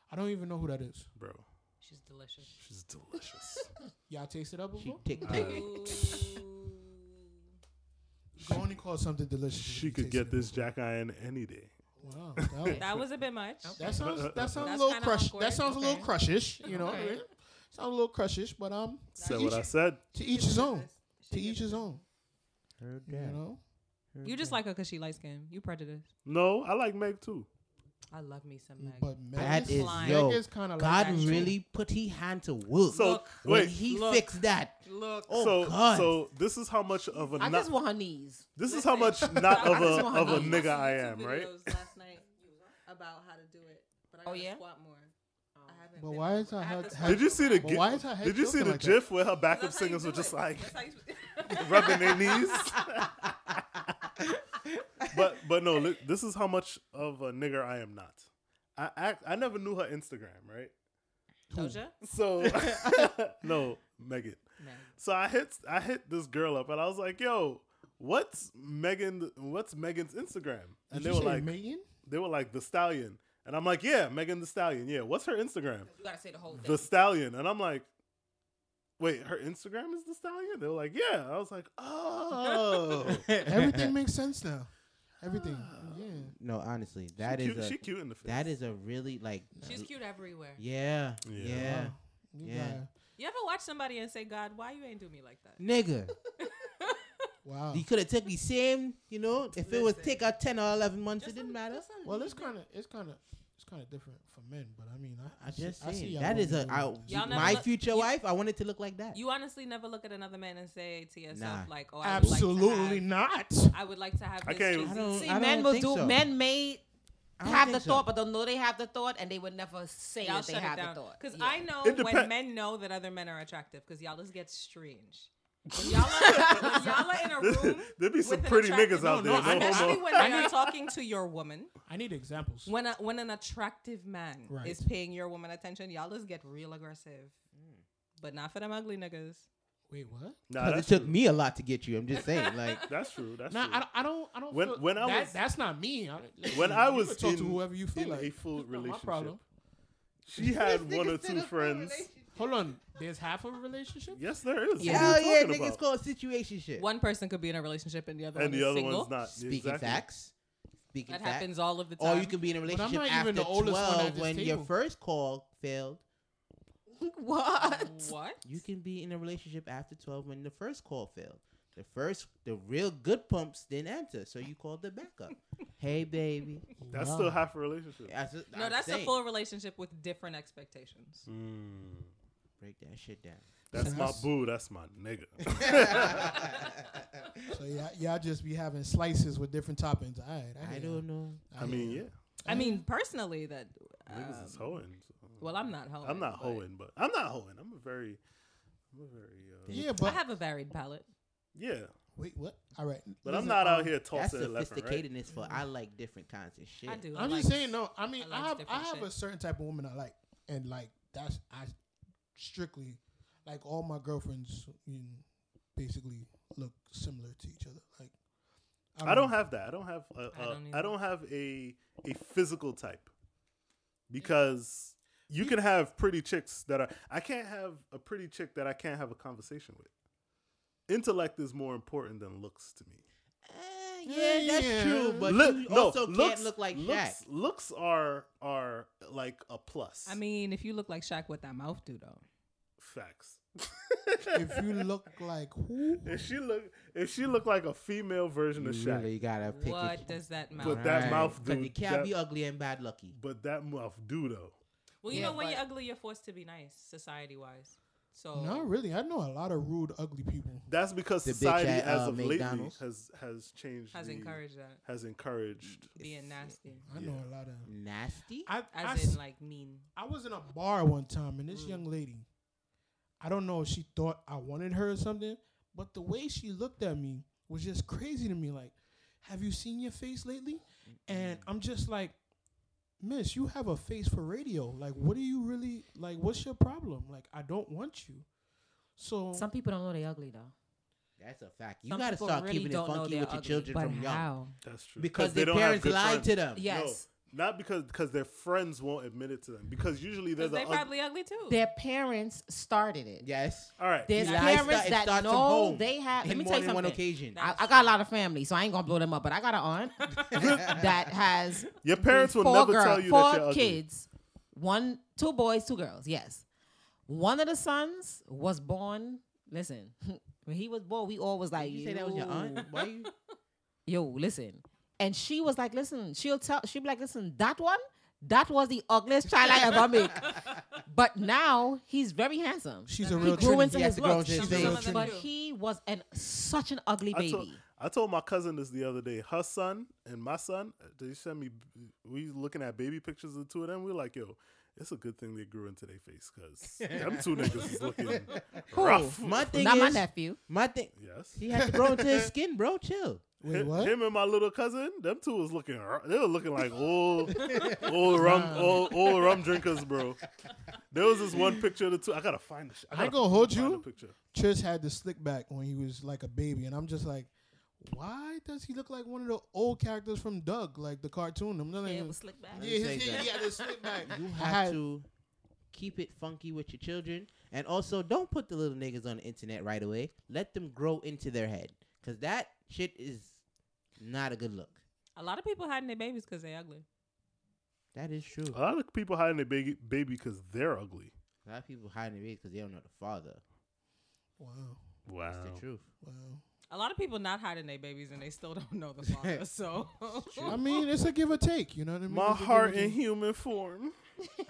Speaker 10: I don't even know who that is.
Speaker 5: bro,
Speaker 6: She's delicious.
Speaker 5: she's delicious.
Speaker 10: Y'all tasted up
Speaker 8: She
Speaker 10: before?
Speaker 8: tick
Speaker 5: Uh,
Speaker 8: tock.
Speaker 10: You can only call something delicious. if
Speaker 5: she
Speaker 10: you
Speaker 5: could
Speaker 10: taste
Speaker 5: get
Speaker 10: it.
Speaker 5: this jack iron any day.
Speaker 10: Wow, that,
Speaker 6: that was a bit much.
Speaker 10: that sounds that
Speaker 6: That's
Speaker 10: sounds a little
Speaker 6: kinda
Speaker 10: crush.
Speaker 6: awkward.
Speaker 10: That sounds a little
Speaker 6: Okay.
Speaker 10: crushish. You know,
Speaker 6: Okay.
Speaker 10: eh? sounds a little crushish, but um,
Speaker 5: Said
Speaker 10: to
Speaker 5: what I
Speaker 10: each-
Speaker 5: said.
Speaker 10: to each his own. To
Speaker 6: She
Speaker 10: each
Speaker 6: gives
Speaker 10: his
Speaker 6: it-
Speaker 10: own. You know,
Speaker 6: You just like her because she light skinned. You prejudiced.
Speaker 5: No, I like Meg too.
Speaker 6: I love me some Meg.
Speaker 10: but Meg
Speaker 8: That
Speaker 10: is,
Speaker 8: is
Speaker 6: Flying.
Speaker 8: yo.
Speaker 10: Meg is kind of like
Speaker 8: God
Speaker 10: that.
Speaker 8: really put he hand to work.
Speaker 5: So
Speaker 6: Look.
Speaker 8: when
Speaker 5: wait,
Speaker 8: he
Speaker 6: look.
Speaker 8: fixed that.
Speaker 6: Look,
Speaker 8: Oh
Speaker 5: so
Speaker 8: God.
Speaker 5: so this is how much of a
Speaker 7: I
Speaker 5: not-
Speaker 7: just want her knees.
Speaker 5: this is how much not of a of a nigga I am, right?
Speaker 6: Last night about how to do it, but I
Speaker 7: Oh, yeah?
Speaker 6: squat more. I haven't
Speaker 10: But
Speaker 6: been
Speaker 10: why
Speaker 6: able
Speaker 10: is
Speaker 6: to- I
Speaker 10: her-
Speaker 6: have
Speaker 10: her-
Speaker 6: to squat
Speaker 5: Did you see the
Speaker 10: But
Speaker 5: gi-
Speaker 10: why is her head
Speaker 5: Did you see
Speaker 10: tilted
Speaker 5: the
Speaker 10: like that?
Speaker 5: GIF where her backup
Speaker 6: That's how you
Speaker 5: singers
Speaker 6: do
Speaker 5: were just
Speaker 6: it.
Speaker 5: like
Speaker 6: That's how you-
Speaker 5: rubbing their knees? but but no, li- this is how much of a nigger I am not. I I, I never knew her Instagram, right?
Speaker 6: Doja?
Speaker 5: So no, Megan. So I hit I hit this girl up and I was like, "Yo, what's Megan? What's Megan's Instagram?" And
Speaker 10: Did
Speaker 5: they
Speaker 10: you
Speaker 5: were
Speaker 10: say
Speaker 5: like,
Speaker 10: Megan?
Speaker 5: "They were like the Stallion," and I'm like, "Yeah, Megan the Stallion. Yeah, what's her Instagram?
Speaker 7: You gotta say the whole thing.
Speaker 5: The Stallion." And I'm like, "Wait, her Instagram is the Stallion?" They were like, "Yeah." I was like, "Oh,
Speaker 10: Everything makes sense now. Everything. Yeah.
Speaker 8: no, honestly, that
Speaker 5: she
Speaker 8: is
Speaker 5: cute, she
Speaker 8: a
Speaker 5: cute in the face."
Speaker 8: that is a really like
Speaker 6: She's cute everywhere.
Speaker 8: yeah
Speaker 5: Yeah.
Speaker 8: yeah,
Speaker 10: You
Speaker 8: Yeah.
Speaker 10: got-
Speaker 6: You ever watch somebody and say, God, why you ain't do me like that?
Speaker 8: nigga.
Speaker 10: Wow.
Speaker 8: You could have took the same, you know, if it was take out ten or eleven months, it didn't matter.
Speaker 10: Well, it's kind of it's kind of it's kind of different for men, but I mean, I,
Speaker 8: I just
Speaker 10: see, I see
Speaker 8: saying
Speaker 10: y'all
Speaker 8: that is a
Speaker 10: women
Speaker 8: I,
Speaker 10: doing this.
Speaker 6: Y'all never
Speaker 8: my
Speaker 6: look-
Speaker 8: future
Speaker 6: you-
Speaker 8: wife. I wanted to look like that.
Speaker 6: You honestly never look at another man and say to yourself,
Speaker 8: Nah.
Speaker 6: like, oh, I would like to
Speaker 10: Absolutely
Speaker 6: have,
Speaker 10: not.
Speaker 6: I would like to have
Speaker 5: I
Speaker 6: this
Speaker 5: can't-
Speaker 6: physique.
Speaker 8: I don't.
Speaker 7: See,
Speaker 8: I don't
Speaker 7: men will
Speaker 8: think
Speaker 7: do.
Speaker 8: so.
Speaker 7: Men may
Speaker 8: I don't
Speaker 7: have the
Speaker 8: think so.
Speaker 7: thought, but don't know they have the thought, and they would never say
Speaker 6: y'all
Speaker 7: that they
Speaker 6: shut it
Speaker 7: have the
Speaker 6: down.
Speaker 7: thought.
Speaker 6: Because
Speaker 7: Yeah.
Speaker 6: I know
Speaker 5: It
Speaker 6: when
Speaker 5: depen-
Speaker 6: men know that other men are attractive, because y'all just get strange. When y'all are, when y'all are in a room,
Speaker 5: There be
Speaker 6: with
Speaker 5: some
Speaker 6: an
Speaker 5: pretty
Speaker 6: attractive-
Speaker 5: niggas out
Speaker 10: No, no,
Speaker 5: there.
Speaker 10: I
Speaker 5: No
Speaker 10: know-
Speaker 5: homo.
Speaker 6: Especially when you're talking to your woman.
Speaker 10: I need examples.
Speaker 6: When a, when an attractive man
Speaker 10: Right.
Speaker 6: is paying your woman attention, y'all just get real aggressive. But not for them ugly niggas.
Speaker 10: Wait, what?
Speaker 5: Nah,
Speaker 8: Because it
Speaker 5: that's
Speaker 8: took
Speaker 5: true.
Speaker 8: me a lot to get you. I'm just saying, like,
Speaker 5: That's true. That's
Speaker 10: Nah,
Speaker 5: true.
Speaker 10: I don't. I don't. I don't
Speaker 5: When-
Speaker 10: feel,
Speaker 5: when I
Speaker 10: that-
Speaker 5: was-
Speaker 10: that's not me. I, listen,
Speaker 5: when I
Speaker 10: you
Speaker 5: was
Speaker 10: can talk
Speaker 5: in,
Speaker 10: to whoever you feel
Speaker 5: in
Speaker 10: like.
Speaker 5: a full
Speaker 10: not my
Speaker 5: relationship,
Speaker 10: problem.
Speaker 5: she had one or two friends.
Speaker 10: Hold on. There's half of a relationship.
Speaker 5: Yes, there is.
Speaker 8: yeah,
Speaker 5: What are
Speaker 8: hell
Speaker 5: you
Speaker 8: yeah,
Speaker 5: talking
Speaker 8: niggas
Speaker 5: about?
Speaker 8: called situation shit.
Speaker 6: One person could be in a relationship and the other
Speaker 5: and
Speaker 6: one is
Speaker 5: the other
Speaker 6: single.
Speaker 5: one's not.
Speaker 8: Speaking
Speaker 5: exactly.
Speaker 8: facts. Speaking
Speaker 6: That
Speaker 8: facts.
Speaker 6: happens all of the time.
Speaker 8: Or you can be in a
Speaker 10: But I'm
Speaker 8: relationship
Speaker 10: not
Speaker 8: after
Speaker 10: even the oldest one at
Speaker 8: 12
Speaker 10: this
Speaker 8: when your
Speaker 10: table.
Speaker 8: first call failed.
Speaker 7: What?
Speaker 6: what?
Speaker 8: You can be in a relationship after 12 when the first call failed. The first, the real good pumps didn't answer, so you called the backup. hey, baby.
Speaker 5: That's
Speaker 10: Wow.
Speaker 5: still half a relationship.
Speaker 8: That's a-
Speaker 6: No,
Speaker 8: I'm
Speaker 6: that's a
Speaker 8: saying,
Speaker 6: full relationship with different expectations.
Speaker 8: Break that shit down.
Speaker 5: Mm. That's my
Speaker 10: Yes.
Speaker 5: boo. That's my nigga.
Speaker 10: So yeah, y'all just be having slices with different toppings. All right.
Speaker 8: I
Speaker 10: hear you.
Speaker 8: don't know.
Speaker 5: I mean, yeah,
Speaker 6: I mean, personally, that.
Speaker 5: Mm. niggas is
Speaker 6: um,
Speaker 5: hoeing. so-
Speaker 6: well, I'm not hoeing.
Speaker 5: I'm not
Speaker 6: but
Speaker 5: hoeing, but I'm not hoeing. I'm a very, I'm a very, uh,
Speaker 10: Yeah,
Speaker 6: I
Speaker 10: but
Speaker 6: have a varied palate.
Speaker 5: yeah.
Speaker 10: wait, what? All right.
Speaker 5: But I'm
Speaker 10: listen,
Speaker 5: not out
Speaker 10: um,
Speaker 5: here
Speaker 8: That's
Speaker 5: tossing and left and right.
Speaker 8: sophisticatedness for I
Speaker 10: Mm-hmm.
Speaker 8: like different kinds of shit.
Speaker 6: I do.
Speaker 10: I'm
Speaker 6: I
Speaker 10: just
Speaker 6: like-
Speaker 10: saying. No, I mean,
Speaker 6: I
Speaker 10: I,
Speaker 6: like
Speaker 10: have I
Speaker 6: different
Speaker 10: have a
Speaker 6: shit.
Speaker 10: certain type of woman I like, and like that's I strictly like all my girlfriends you know, basically look similar to each other. Like
Speaker 5: I don't have that. I don't have. A,
Speaker 6: I
Speaker 5: a-
Speaker 6: don't
Speaker 5: I
Speaker 6: either.
Speaker 5: don't have a a physical type because you can have pretty chicks that are. I can't have a pretty chick that I can't have a conversation with. Intellect is more important than looks to me.
Speaker 8: Eh, yeah, that's
Speaker 10: Yeah.
Speaker 8: true, but
Speaker 5: Look-
Speaker 8: you
Speaker 5: no,
Speaker 8: also can't
Speaker 5: looks-
Speaker 8: look like Shaq.
Speaker 5: looks, Looks are are like a plus.
Speaker 6: I mean, if you look like Shaq, what that mouth do though?
Speaker 5: facts.
Speaker 10: If you look like who?
Speaker 5: If she look, if she look like a female version
Speaker 8: You
Speaker 5: of Shaq,
Speaker 8: really gotta pick
Speaker 6: What
Speaker 8: it.
Speaker 6: does that mouth?
Speaker 5: But that
Speaker 8: Right.
Speaker 5: mouth,
Speaker 8: But
Speaker 5: dude,
Speaker 8: you can't
Speaker 5: that-
Speaker 8: be ugly and bad lucky.
Speaker 5: but that mouth do though.
Speaker 6: Well, you
Speaker 10: Yeah,
Speaker 6: know, when
Speaker 10: but-
Speaker 6: you're ugly, you're forced to be nice, society wise. So
Speaker 10: Not really. I know a lot of rude, ugly people.
Speaker 5: That's because
Speaker 8: The bitch
Speaker 5: society
Speaker 8: at,
Speaker 5: as
Speaker 8: uh,
Speaker 5: of
Speaker 8: McDonald's.
Speaker 5: lately has has changed.
Speaker 6: has
Speaker 5: the-
Speaker 6: encouraged that
Speaker 5: Has encouraged.
Speaker 6: being nasty,
Speaker 10: I know a lot of.
Speaker 8: Nasty.
Speaker 10: I I,
Speaker 6: as
Speaker 10: s-
Speaker 6: in like mean.
Speaker 10: I was in a bar one time, and this young lady, I don't know if she thought I wanted her or something, but the way she looked at me was just crazy to me. Like, have you seen your face lately? And I'm just like, Miss, you have a face for radio. Like, what are you really like? What's your problem? Like, I don't want you. So
Speaker 7: Some people don't know they ugly though.
Speaker 8: That's a fact. You
Speaker 7: Some
Speaker 8: gotta
Speaker 7: people
Speaker 8: start
Speaker 7: really
Speaker 8: keeping it
Speaker 7: don't know
Speaker 8: funky
Speaker 7: they're
Speaker 8: with your
Speaker 7: ugly,
Speaker 8: children
Speaker 7: But
Speaker 8: from young
Speaker 7: how?
Speaker 5: That's true.
Speaker 8: because their parents lied to them.
Speaker 7: Yes.
Speaker 5: No, not because because their friends won't admit it to them. Because usually there's
Speaker 6: Because
Speaker 5: a.
Speaker 6: they probably ugly too.
Speaker 7: Their parents started it.
Speaker 8: Yes.
Speaker 5: all right.
Speaker 7: There's
Speaker 8: Lies
Speaker 7: parents
Speaker 8: start- it
Speaker 7: that
Speaker 8: starts from
Speaker 7: know
Speaker 8: home
Speaker 7: they have. Let
Speaker 8: in
Speaker 7: me
Speaker 8: more
Speaker 7: tell you
Speaker 8: than one
Speaker 7: something.
Speaker 8: occasion.
Speaker 7: I, I got a lot of family, so I ain't gonna blow them up. But I got an aunt that has
Speaker 5: Your parents will
Speaker 7: four
Speaker 5: never
Speaker 7: girls,
Speaker 5: tell you
Speaker 7: four
Speaker 5: that you're ugly.
Speaker 7: kids, one, two boys, two girls. Yes, one of the sons was born. Listen, when he was born, we all was like,
Speaker 8: You say that was your aunt?
Speaker 7: "Yo,
Speaker 8: Why you?
Speaker 7: yo, listen. And she was like, listen, she'll tell, she'll be like, listen, that one, that was the ugliest child I ever make. But now he's very handsome.
Speaker 10: she's a
Speaker 7: He
Speaker 10: real
Speaker 7: grew
Speaker 10: Trini.
Speaker 7: into
Speaker 8: Yes,
Speaker 7: his
Speaker 8: the girl
Speaker 7: looks,
Speaker 8: just
Speaker 6: Some
Speaker 8: said-
Speaker 6: of them
Speaker 7: but
Speaker 6: do.
Speaker 7: he was an such an ugly
Speaker 5: I told,
Speaker 7: baby.
Speaker 5: I told my cousin this the other day. Her son and my son, they sent me. We looking at baby pictures of the two of them. We were like, yo, it's a good thing they grew into their face because them two niggas is looking rough.
Speaker 8: My thing
Speaker 7: Not
Speaker 8: is,
Speaker 7: my nephew.
Speaker 8: my thing.
Speaker 5: yes.
Speaker 8: He had to grow into his skin, bro. Chill.
Speaker 10: Wait,
Speaker 5: Him-
Speaker 10: what?
Speaker 5: Him and my little cousin, them two was looking. ru- They were looking like old, old rum, old, old rum drinkers, bro. There was this one picture of the two. I gotta find the. sh-
Speaker 10: I
Speaker 5: gotta
Speaker 10: ain't gonna hold
Speaker 5: find the
Speaker 10: you.
Speaker 5: picture.
Speaker 10: Trish had the slick back when he was like a baby, and I'm just like, why does he look like one of the old characters from Doug, like the cartoon? I'm not like,
Speaker 7: slick back.
Speaker 10: yeah,
Speaker 8: Say
Speaker 10: his
Speaker 8: that.
Speaker 10: hair, he had a slick back.
Speaker 8: You
Speaker 10: I
Speaker 8: have
Speaker 10: had-
Speaker 8: to keep it funky with your children, and also don't put the little niggas on the internet right away. Let them grow into their head, cause that shit is not a good look.
Speaker 6: A lot of people hiding their babies because they ugly.
Speaker 8: That is true.
Speaker 5: A lot of people hiding their baby baby because they're ugly.
Speaker 8: A lot of people hiding it because they don't know the father.
Speaker 10: Wow,
Speaker 5: Wow.
Speaker 8: That's
Speaker 10: Oh.
Speaker 8: the truth.
Speaker 10: wow.
Speaker 6: A lot of people not hiding their babies and they still don't know the father. So
Speaker 10: I mean, it's a give or take. You know what I mean?
Speaker 5: My
Speaker 10: It's a give
Speaker 5: heart
Speaker 10: or
Speaker 5: in
Speaker 10: take.
Speaker 5: human form.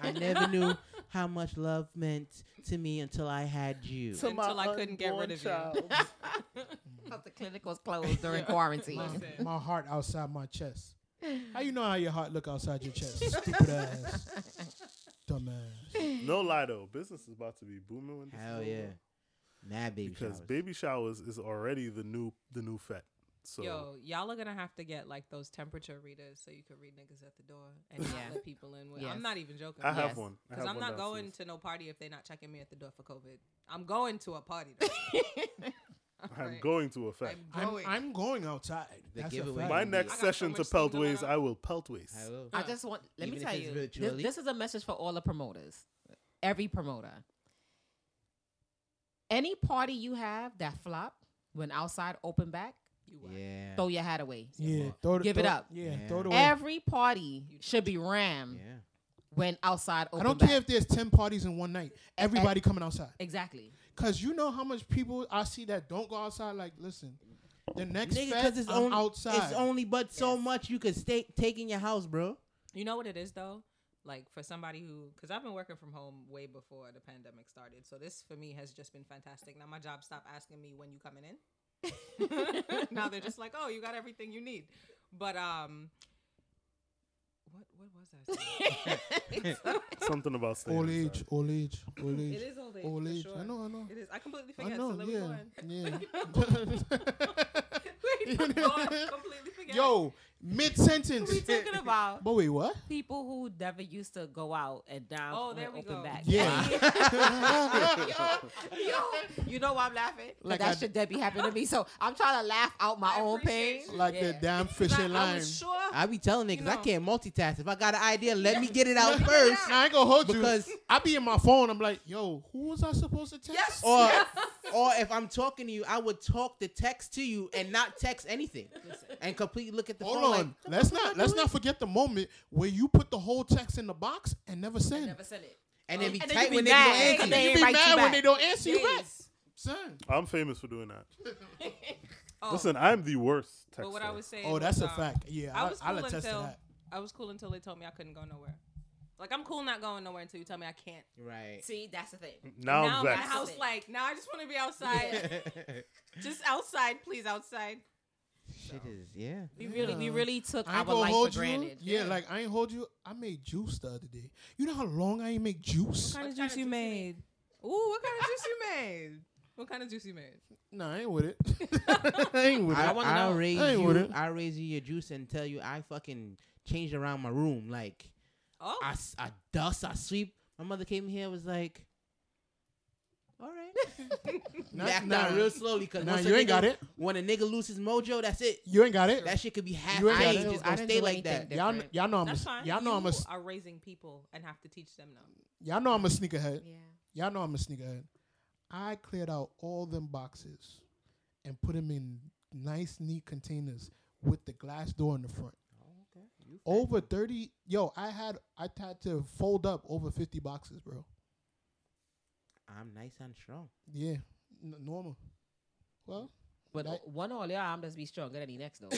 Speaker 8: I never knew how much love meant to me until I had you.
Speaker 5: To my
Speaker 6: Until I couldn't get
Speaker 5: unborn
Speaker 6: rid of you.
Speaker 5: child.
Speaker 7: The clinic was closed during quarantine.
Speaker 6: listen.
Speaker 10: My heart outside my chest. How you know how your heart look outside your chest? Stupid ass, dumbass.
Speaker 5: no lie though, business is about to be booming. When this is
Speaker 8: Hell
Speaker 5: over.
Speaker 8: yeah. Mad baby
Speaker 5: because
Speaker 8: showers.
Speaker 5: baby showers is already the new the new fet. So
Speaker 6: Yo, y'all are gonna have to get like those temperature readers so you can read niggas at the door and
Speaker 7: Yeah.
Speaker 6: not let people in. With.
Speaker 7: Yes.
Speaker 6: I'm not even joking.
Speaker 5: I have
Speaker 7: Yes.
Speaker 5: one. I
Speaker 6: Because
Speaker 5: have
Speaker 6: I'm
Speaker 5: one
Speaker 6: not going
Speaker 5: downstairs.
Speaker 6: to no party if they're not checking me at the door for COVID. I'm going to a party. though.
Speaker 5: I'm
Speaker 6: Right.
Speaker 5: going to a fet.
Speaker 6: I'm
Speaker 10: I'm,
Speaker 6: going.
Speaker 10: I'm going outside.
Speaker 8: The
Speaker 10: That's a
Speaker 8: giveaway.
Speaker 10: fact.
Speaker 5: My
Speaker 8: I
Speaker 5: next
Speaker 6: got so
Speaker 5: session to
Speaker 6: much stuff going
Speaker 5: Peltways,
Speaker 6: on.
Speaker 5: I will Peltways.
Speaker 8: I will.
Speaker 10: Oh.
Speaker 7: I just want. Let
Speaker 8: Even
Speaker 7: me
Speaker 8: if
Speaker 7: tell
Speaker 8: it's
Speaker 7: you, this-
Speaker 8: virtually?
Speaker 7: this is a message for all the promoters, every promoter. Any party you have that flop when outside open back,
Speaker 6: you whack.
Speaker 8: Yeah.
Speaker 7: throw your hat away.
Speaker 10: Yeah, throw the,
Speaker 7: Give it
Speaker 10: throw-
Speaker 7: up.
Speaker 10: Yeah,
Speaker 8: Yeah.
Speaker 10: throw it away.
Speaker 7: Every party should be rammed
Speaker 8: Yeah.
Speaker 7: when outside
Speaker 10: I
Speaker 7: open.
Speaker 10: don't
Speaker 7: back.
Speaker 10: care if there's ten parties in one night. Everybody coming outside.
Speaker 7: Exactly.
Speaker 10: Cause you know how much people I see that don't go outside. Like, listen, the next
Speaker 8: Nigga,
Speaker 10: fest,
Speaker 8: because it's
Speaker 10: I'm
Speaker 8: only
Speaker 10: outside.
Speaker 8: it's only but so much you could stay take in your house, bro.
Speaker 6: You know what it is though? Like for somebody who, because I've been working from home way before the pandemic started, so this for me has just been fantastic. Now my job stopped asking me when you coming in. now they're just like, oh, you got everything you need. But um, what what was I? Saying?
Speaker 5: Something about staying
Speaker 10: old
Speaker 5: inside.
Speaker 10: age, old age, old age,
Speaker 6: It is old age.
Speaker 10: old
Speaker 6: for
Speaker 10: age.
Speaker 6: Sure.
Speaker 10: I know, I know,
Speaker 6: It is. I completely
Speaker 10: I
Speaker 6: forget.
Speaker 10: know.
Speaker 6: so let me go on.
Speaker 10: Yeah,
Speaker 6: Wait, I'm going. completely
Speaker 10: yeah.
Speaker 6: forget.
Speaker 10: Yo, mid sentence.
Speaker 7: We talking about
Speaker 10: But wait, what?
Speaker 7: people who never used to go out and down
Speaker 6: Oh,
Speaker 7: when
Speaker 6: there we
Speaker 7: open
Speaker 6: go.
Speaker 7: back.
Speaker 10: Yeah.
Speaker 7: yo, you know why I'm laughing? 'Cause
Speaker 10: Like
Speaker 7: that
Speaker 10: I-
Speaker 7: shit Debbie happened to me. So I'm trying to laugh out my
Speaker 6: I
Speaker 7: own pain.
Speaker 6: appreciate you.
Speaker 10: like
Speaker 7: Yeah.
Speaker 10: the damn fishing
Speaker 6: I, I
Speaker 10: line.
Speaker 6: was sure.
Speaker 8: I be telling niggas
Speaker 6: You
Speaker 8: I
Speaker 6: know.
Speaker 8: can't multitask. If I got an idea, let me get it out first.
Speaker 10: Nah, I ain't gonna hold
Speaker 8: Because-
Speaker 10: you. I be in my phone. I'm like, yo, who was I supposed to text?
Speaker 6: Yes.
Speaker 8: Or or if I'm talking to you, I would talk the text to you and not text anything. And completely look at the
Speaker 10: Hold
Speaker 8: phone
Speaker 10: on.
Speaker 8: like
Speaker 10: let's not let's not forget the moment where you put the whole text in the box and never send.
Speaker 7: Never said it.
Speaker 8: and then be
Speaker 7: And then
Speaker 8: tight
Speaker 7: you be
Speaker 8: when they
Speaker 7: mad.
Speaker 8: don't answer.
Speaker 7: And then
Speaker 8: you.
Speaker 10: you
Speaker 7: ain't
Speaker 10: be
Speaker 7: write you
Speaker 10: mad when
Speaker 7: back.
Speaker 10: they don't answer you back.
Speaker 6: Days.
Speaker 10: Son.
Speaker 5: I'm famous for doing that.
Speaker 6: Oh,
Speaker 5: Listen, I'm the worst texter.
Speaker 6: but what I was saying.
Speaker 10: Oh, that's
Speaker 6: was,
Speaker 10: a
Speaker 6: um,
Speaker 10: fact. Yeah,
Speaker 6: I
Speaker 10: I,
Speaker 6: was cool
Speaker 10: I'll attest to
Speaker 6: until
Speaker 10: that.
Speaker 6: I was cool until they told me I couldn't go nowhere. Like I'm cool not going nowhere until you tell me I can't.
Speaker 8: Right.
Speaker 7: See, that's the thing.
Speaker 5: now,
Speaker 6: now
Speaker 5: I'm
Speaker 6: my
Speaker 5: vexed.
Speaker 6: house like now I just want to be outside. just outside, please outside.
Speaker 8: Shit is yeah.
Speaker 7: We really, we
Speaker 10: Yeah.
Speaker 7: really took
Speaker 10: I
Speaker 7: our
Speaker 10: ain't gonna
Speaker 7: life
Speaker 10: hold
Speaker 7: for
Speaker 10: you.
Speaker 7: granted.
Speaker 10: Yeah, like I ain't hold you. I made juice the other day. You know how long I ain't make juice?
Speaker 6: kind of juice you made? Ooh, what kind of juice you made? What kind of juice you made?
Speaker 10: Nah, I ain't with it. I ain't with
Speaker 8: I,
Speaker 10: it.
Speaker 8: I, will raise
Speaker 10: I ain't with
Speaker 8: you.
Speaker 10: it.
Speaker 8: I raise you your juice and tell you I fucking changed around my room. Like
Speaker 6: Oh,
Speaker 8: I, s- I dust, I sweep. My mother came here was like, all right.
Speaker 10: Nah,
Speaker 8: Backed
Speaker 10: nah.
Speaker 8: out real slowly because
Speaker 10: Nah,
Speaker 8: once a
Speaker 10: you ain't
Speaker 8: nigga-
Speaker 10: got it.
Speaker 8: When a nigga loses mojo, that's it.
Speaker 10: You ain't got it.
Speaker 8: That shit could be half
Speaker 10: You ain't got
Speaker 8: age.
Speaker 10: it.
Speaker 8: It's
Speaker 7: I
Speaker 8: gonna
Speaker 7: didn't
Speaker 8: stay
Speaker 7: do
Speaker 8: like
Speaker 7: anything
Speaker 8: that.
Speaker 10: y'all, kn-
Speaker 7: different.
Speaker 10: y'all know I'm. A,
Speaker 6: that's fine.
Speaker 10: y'all know
Speaker 6: you
Speaker 10: I'm a. s-
Speaker 6: are raising people and have to teach them now.
Speaker 10: Y'all know I'm a sneakerhead.
Speaker 7: Yeah.
Speaker 10: Y'all know I'm a sneakerhead. I cleared out all them boxes and put them in nice, neat containers with the glass door in the front. Over thirty, yo, I had I had to fold up over fifty boxes, bro.
Speaker 8: I'm nice and strong.
Speaker 10: Yeah, n- normal. Well,
Speaker 7: But
Speaker 10: That-
Speaker 7: one or the other, I'm just be stronger than the next though.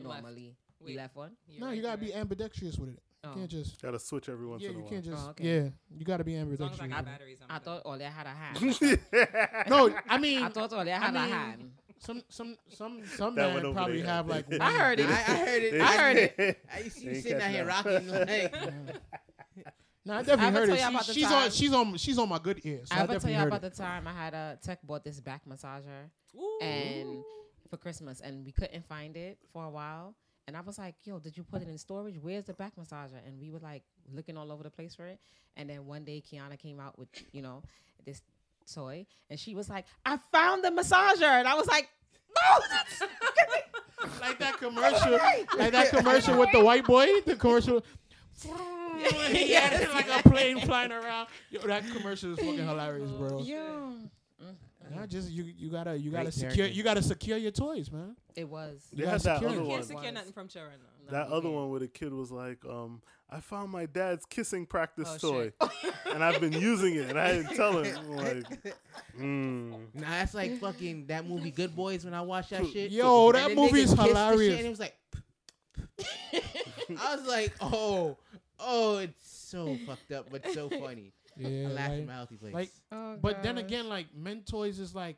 Speaker 7: Normally,
Speaker 6: Wait. Oh
Speaker 7: we left one.
Speaker 10: no, you gotta be ambidextrous with it. You
Speaker 7: Oh.
Speaker 10: can't just.
Speaker 5: Gotta switch every once
Speaker 10: Yeah,
Speaker 5: in a
Speaker 10: you
Speaker 5: while.
Speaker 10: can't just.
Speaker 7: Oh, okay.
Speaker 10: Yeah, you gotta be
Speaker 6: As long as
Speaker 10: ambidextrous.
Speaker 6: I
Speaker 10: with
Speaker 6: got
Speaker 10: it.
Speaker 6: batteries, I'm
Speaker 7: I
Speaker 6: good.
Speaker 7: thought all that had a hand.
Speaker 10: no, I mean,
Speaker 7: I thought all that had a hand.
Speaker 10: some some some some
Speaker 5: That went
Speaker 10: man
Speaker 5: over
Speaker 10: probably
Speaker 5: their
Speaker 10: have
Speaker 5: head.
Speaker 10: like.
Speaker 7: I heard
Speaker 8: I, I
Speaker 7: it.
Speaker 8: heard it.
Speaker 5: They-
Speaker 8: I heard it.
Speaker 5: they
Speaker 8: I used to
Speaker 5: ain't
Speaker 8: you sitting out
Speaker 5: catching
Speaker 8: here
Speaker 5: up.
Speaker 8: rocking like
Speaker 10: No, I
Speaker 7: I
Speaker 10: definitely
Speaker 7: ever tell
Speaker 10: heard it.
Speaker 7: you
Speaker 10: She-
Speaker 7: about the
Speaker 10: she's
Speaker 7: time-
Speaker 10: on. She's on. She's on my good ear. So I,
Speaker 7: I ever tell
Speaker 10: definitely
Speaker 7: you
Speaker 10: heard
Speaker 7: about
Speaker 10: it.
Speaker 7: the time I had a tech bought this back massager
Speaker 6: Ooh.
Speaker 7: and for Christmas and we couldn't find it for a while. And I was like, yo, did you put it in storage? Where's the back massager? And we were like looking all over the place for it. And then one day Kiana came out with, you know, this toy and she was like, I found the massager. And I was like, no, that's
Speaker 10: like that commercial, like that commercial with the white boy, the commercial. yeah, like a plane flying around. Yo, that commercial is fucking hilarious, bro.
Speaker 7: yeah.
Speaker 10: Nah, just you, you gotta, you gotta
Speaker 8: Great
Speaker 10: secure,
Speaker 8: parenting.
Speaker 10: you gotta secure your toys, man.
Speaker 7: It was.
Speaker 5: They
Speaker 10: Yeah,
Speaker 5: had that
Speaker 10: security.
Speaker 5: other
Speaker 6: you can't
Speaker 5: one.
Speaker 6: secure
Speaker 7: Ones.
Speaker 6: nothing from children. though.
Speaker 5: That
Speaker 7: you
Speaker 5: other
Speaker 7: can't.
Speaker 5: one where the kid was like, um, I found my dad's kissing practice
Speaker 6: Oh,
Speaker 5: toy, and I've been using it, and I didn't tell him. Like, mm.
Speaker 8: Nah, that's like fucking that movie Good Boys when I watched that shit.
Speaker 10: Yo,
Speaker 8: And
Speaker 10: that
Speaker 8: the
Speaker 10: movie
Speaker 8: nigga
Speaker 10: is
Speaker 8: kissed the shit
Speaker 10: hilarious.
Speaker 8: And it was like, I was like, oh, oh, it's so fucked up, but so funny.
Speaker 10: Yeah,
Speaker 8: I laughed
Speaker 10: like-
Speaker 7: Oh,
Speaker 8: in my healthy place.
Speaker 10: like, but then again, like men toys is like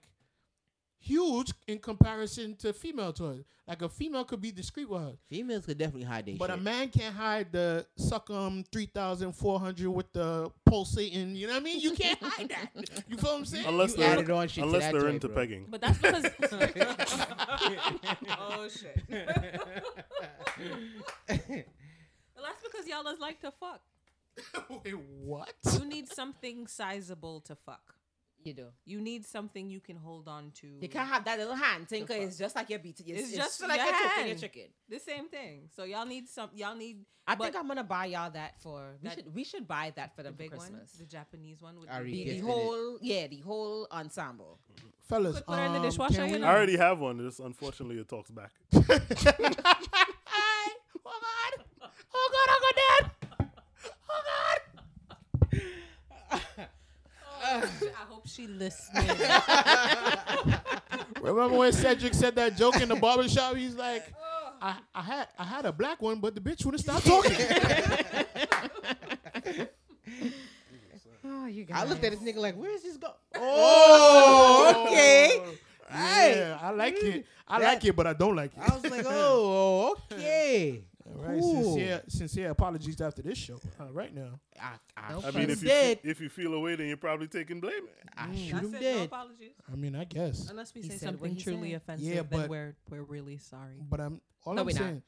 Speaker 10: huge in comparison to female toys. Like a female could be discreet with her,
Speaker 8: Females could definitely hide their
Speaker 10: but a
Speaker 8: shit.
Speaker 10: man can't hide the suck um three thousand four hundred with the pulsating. You know what I mean? You can't hide that. You feel what I'm saying?
Speaker 5: Unless
Speaker 8: You
Speaker 5: they're,
Speaker 8: added on shit to
Speaker 5: unless
Speaker 8: that
Speaker 5: they're
Speaker 8: joint,
Speaker 5: into
Speaker 8: bro.
Speaker 5: pegging.
Speaker 6: But that's because. oh shit. Well, that's because y'all is like to fuck.
Speaker 10: Wait, what?
Speaker 6: You need something sizable to fuck.
Speaker 7: You do.
Speaker 6: You need something you can hold on to.
Speaker 7: You can't have that little hand thing 'cause it's just like your beat. It's,
Speaker 6: It's just
Speaker 7: like
Speaker 6: your
Speaker 7: your chicken. Your
Speaker 6: hand.
Speaker 7: chicken.
Speaker 6: the same thing. So y'all need some. Y'all need.
Speaker 7: I
Speaker 6: but
Speaker 7: think I'm gonna buy y'all that for. We
Speaker 6: That-
Speaker 7: should we should buy that for the
Speaker 6: the big one,
Speaker 7: Christmas.
Speaker 6: the Japanese one. With
Speaker 8: I
Speaker 6: the
Speaker 8: re-
Speaker 7: The, the
Speaker 8: gifted it.
Speaker 7: whole yeah, the whole ensemble.
Speaker 10: Fellas,
Speaker 6: Could put her in the
Speaker 10: um,
Speaker 6: dishwasher,
Speaker 10: can
Speaker 6: you
Speaker 10: we-
Speaker 6: know.
Speaker 5: I already have one. Just unfortunately, it talks back.
Speaker 10: Hi. Oh God! Oh God! Oh God! Dad! Oh God!
Speaker 6: I hope she listening.
Speaker 10: Remember when Cedric said that joke in the barber shop? He's like, I, I had I had a black one, but the bitch wouldn't stop talking.
Speaker 7: Oh, you
Speaker 8: I
Speaker 7: guys.
Speaker 8: looked at this nigga like, where's this go? Oh, okay. Right.
Speaker 10: Yeah, I like it. I
Speaker 8: That-
Speaker 10: like it, but I don't like it.
Speaker 8: I was like, oh, okay.
Speaker 10: All right,
Speaker 8: cool.
Speaker 10: sincere, sincere apologies after this show. Uh, right now,
Speaker 8: I, I,
Speaker 7: Nope.
Speaker 5: I
Speaker 8: shoot
Speaker 5: mean,
Speaker 8: him
Speaker 5: if you
Speaker 8: dead.
Speaker 5: if you feel away, then you're probably taking blame.
Speaker 8: I
Speaker 6: I
Speaker 8: shoot him
Speaker 6: said no
Speaker 8: dead.
Speaker 6: apologies.
Speaker 10: Mm. I mean, I guess,
Speaker 6: Unless we
Speaker 7: He
Speaker 6: say
Speaker 7: said what
Speaker 6: something
Speaker 7: he
Speaker 6: truly
Speaker 7: said.
Speaker 6: offensive,
Speaker 10: Yeah, but-
Speaker 6: then we're we're really sorry.
Speaker 10: but I'm all
Speaker 7: No,
Speaker 10: I'm
Speaker 7: we not.
Speaker 10: saying.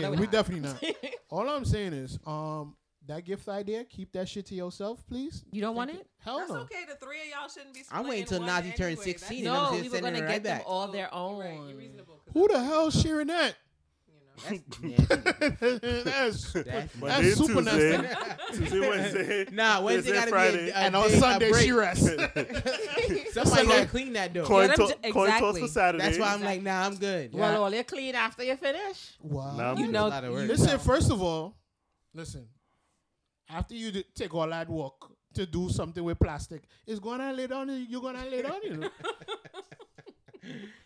Speaker 7: No, we
Speaker 10: we
Speaker 7: not.
Speaker 10: definitely not. all I'm saying is, um, that gift idea, keep that shit to yourself, please.
Speaker 7: You don't want it?
Speaker 10: Hell
Speaker 6: That's
Speaker 10: no.
Speaker 6: okay. The three of y'all shouldn't be.
Speaker 8: I'm waiting till
Speaker 6: splitting one
Speaker 8: Nazi turns
Speaker 6: anyway.
Speaker 8: 16
Speaker 6: That's-
Speaker 8: and
Speaker 7: No,
Speaker 8: I'm
Speaker 7: we
Speaker 8: just
Speaker 7: were
Speaker 8: sending
Speaker 7: gonna
Speaker 8: it
Speaker 7: get
Speaker 8: right
Speaker 7: them
Speaker 8: back.
Speaker 7: all their own.
Speaker 6: You're right, you're reasonable, 'cause
Speaker 10: Who the hell sharing that?
Speaker 8: That's nasty.
Speaker 10: that's
Speaker 8: That's
Speaker 5: Monday,
Speaker 10: super
Speaker 5: Tuesday, Tuesday, Wednesday.
Speaker 8: Nah, Wednesday
Speaker 5: Thursday,
Speaker 8: gotta be
Speaker 5: Friday.
Speaker 8: a, a day, a break.
Speaker 10: rests.
Speaker 8: Somebody
Speaker 10: Sunday.
Speaker 8: gotta clean that though.
Speaker 5: coin,
Speaker 6: Let 'em
Speaker 5: to-
Speaker 6: ju-
Speaker 5: coin toss
Speaker 6: exactly.
Speaker 5: for Saturday.
Speaker 8: That's why I'm like, nah, I'm good.
Speaker 7: Well, all you clean after you finish.
Speaker 10: wow.
Speaker 5: Nah, I'm
Speaker 6: You
Speaker 5: good.
Speaker 6: know,
Speaker 8: a lot of work.
Speaker 6: you
Speaker 10: listen,
Speaker 6: know.
Speaker 10: first of all, listen. After you d- take all that work to do something with plastic, it's gonna lay down. and You're gonna lay down. You know.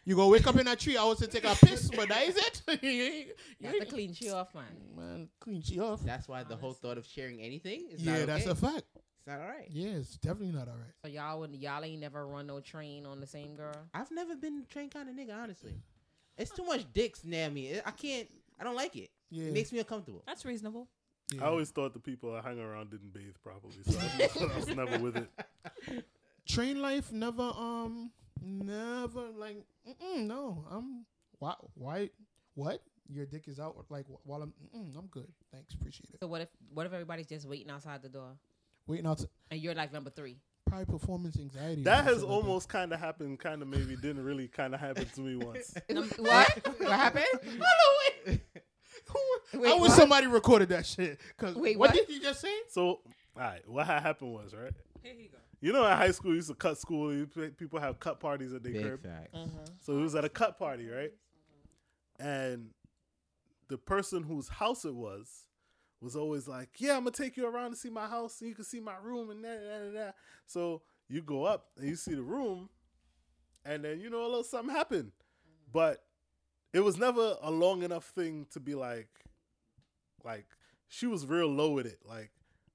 Speaker 10: you gonna wake up in a tree. I was to take a piss, but that is it. You ain't-
Speaker 7: You
Speaker 10: you
Speaker 7: have to
Speaker 10: ain't-
Speaker 7: clean shit off, man.
Speaker 10: Man, clean she off.
Speaker 8: That's why the whole thought of sharing anything is
Speaker 10: yeah,
Speaker 8: not
Speaker 10: that's
Speaker 8: okay.
Speaker 10: a fact.
Speaker 8: it's not all right.
Speaker 10: Yeah, it's definitely not all right.
Speaker 7: So y'all would y'all ain't never run no train on the same girl.
Speaker 8: I've never been a train kind of nigga, honestly. It's too much dicks near me. I can't. I don't like it.
Speaker 10: Yeah,
Speaker 8: It makes me uncomfortable.
Speaker 6: That's reasonable.
Speaker 10: yeah.
Speaker 5: I always thought the people I hung around didn't bathe properly, so I was never with it.
Speaker 10: train life never um never like mm-mm, no i'm why why what your dick is out like wh- while i'm mm-mm, i'm good thanks appreciate it
Speaker 7: So what if what if everybody's just waiting outside the door
Speaker 10: waiting out to,
Speaker 7: and you're like number three?
Speaker 10: probably performance anxiety
Speaker 5: That
Speaker 10: or
Speaker 5: has
Speaker 10: something like
Speaker 5: almost kind of happened, kind of maybe didn't really kind of happen to me once.
Speaker 7: what? What happened?
Speaker 10: that.
Speaker 7: Wait,
Speaker 10: i wish
Speaker 7: what?
Speaker 10: somebody recorded that shit because
Speaker 7: Wait,
Speaker 10: what,
Speaker 7: what?
Speaker 10: did you just say
Speaker 5: So, all right, what had happened was right.
Speaker 6: Here he go.
Speaker 5: You know, at high school, you used to cut school. you pe- People have cut parties at their
Speaker 8: Big
Speaker 5: crib.
Speaker 8: facts.
Speaker 5: So it was at a cut party, right? And the person whose house it was was always like, "Yeah, I'm gonna take you around to see my house, and you can see my room, and that, that, and that." So you go up and you see the room, and then you know a little something happened, but it was never a long enough thing to be like, like she was real low with it, like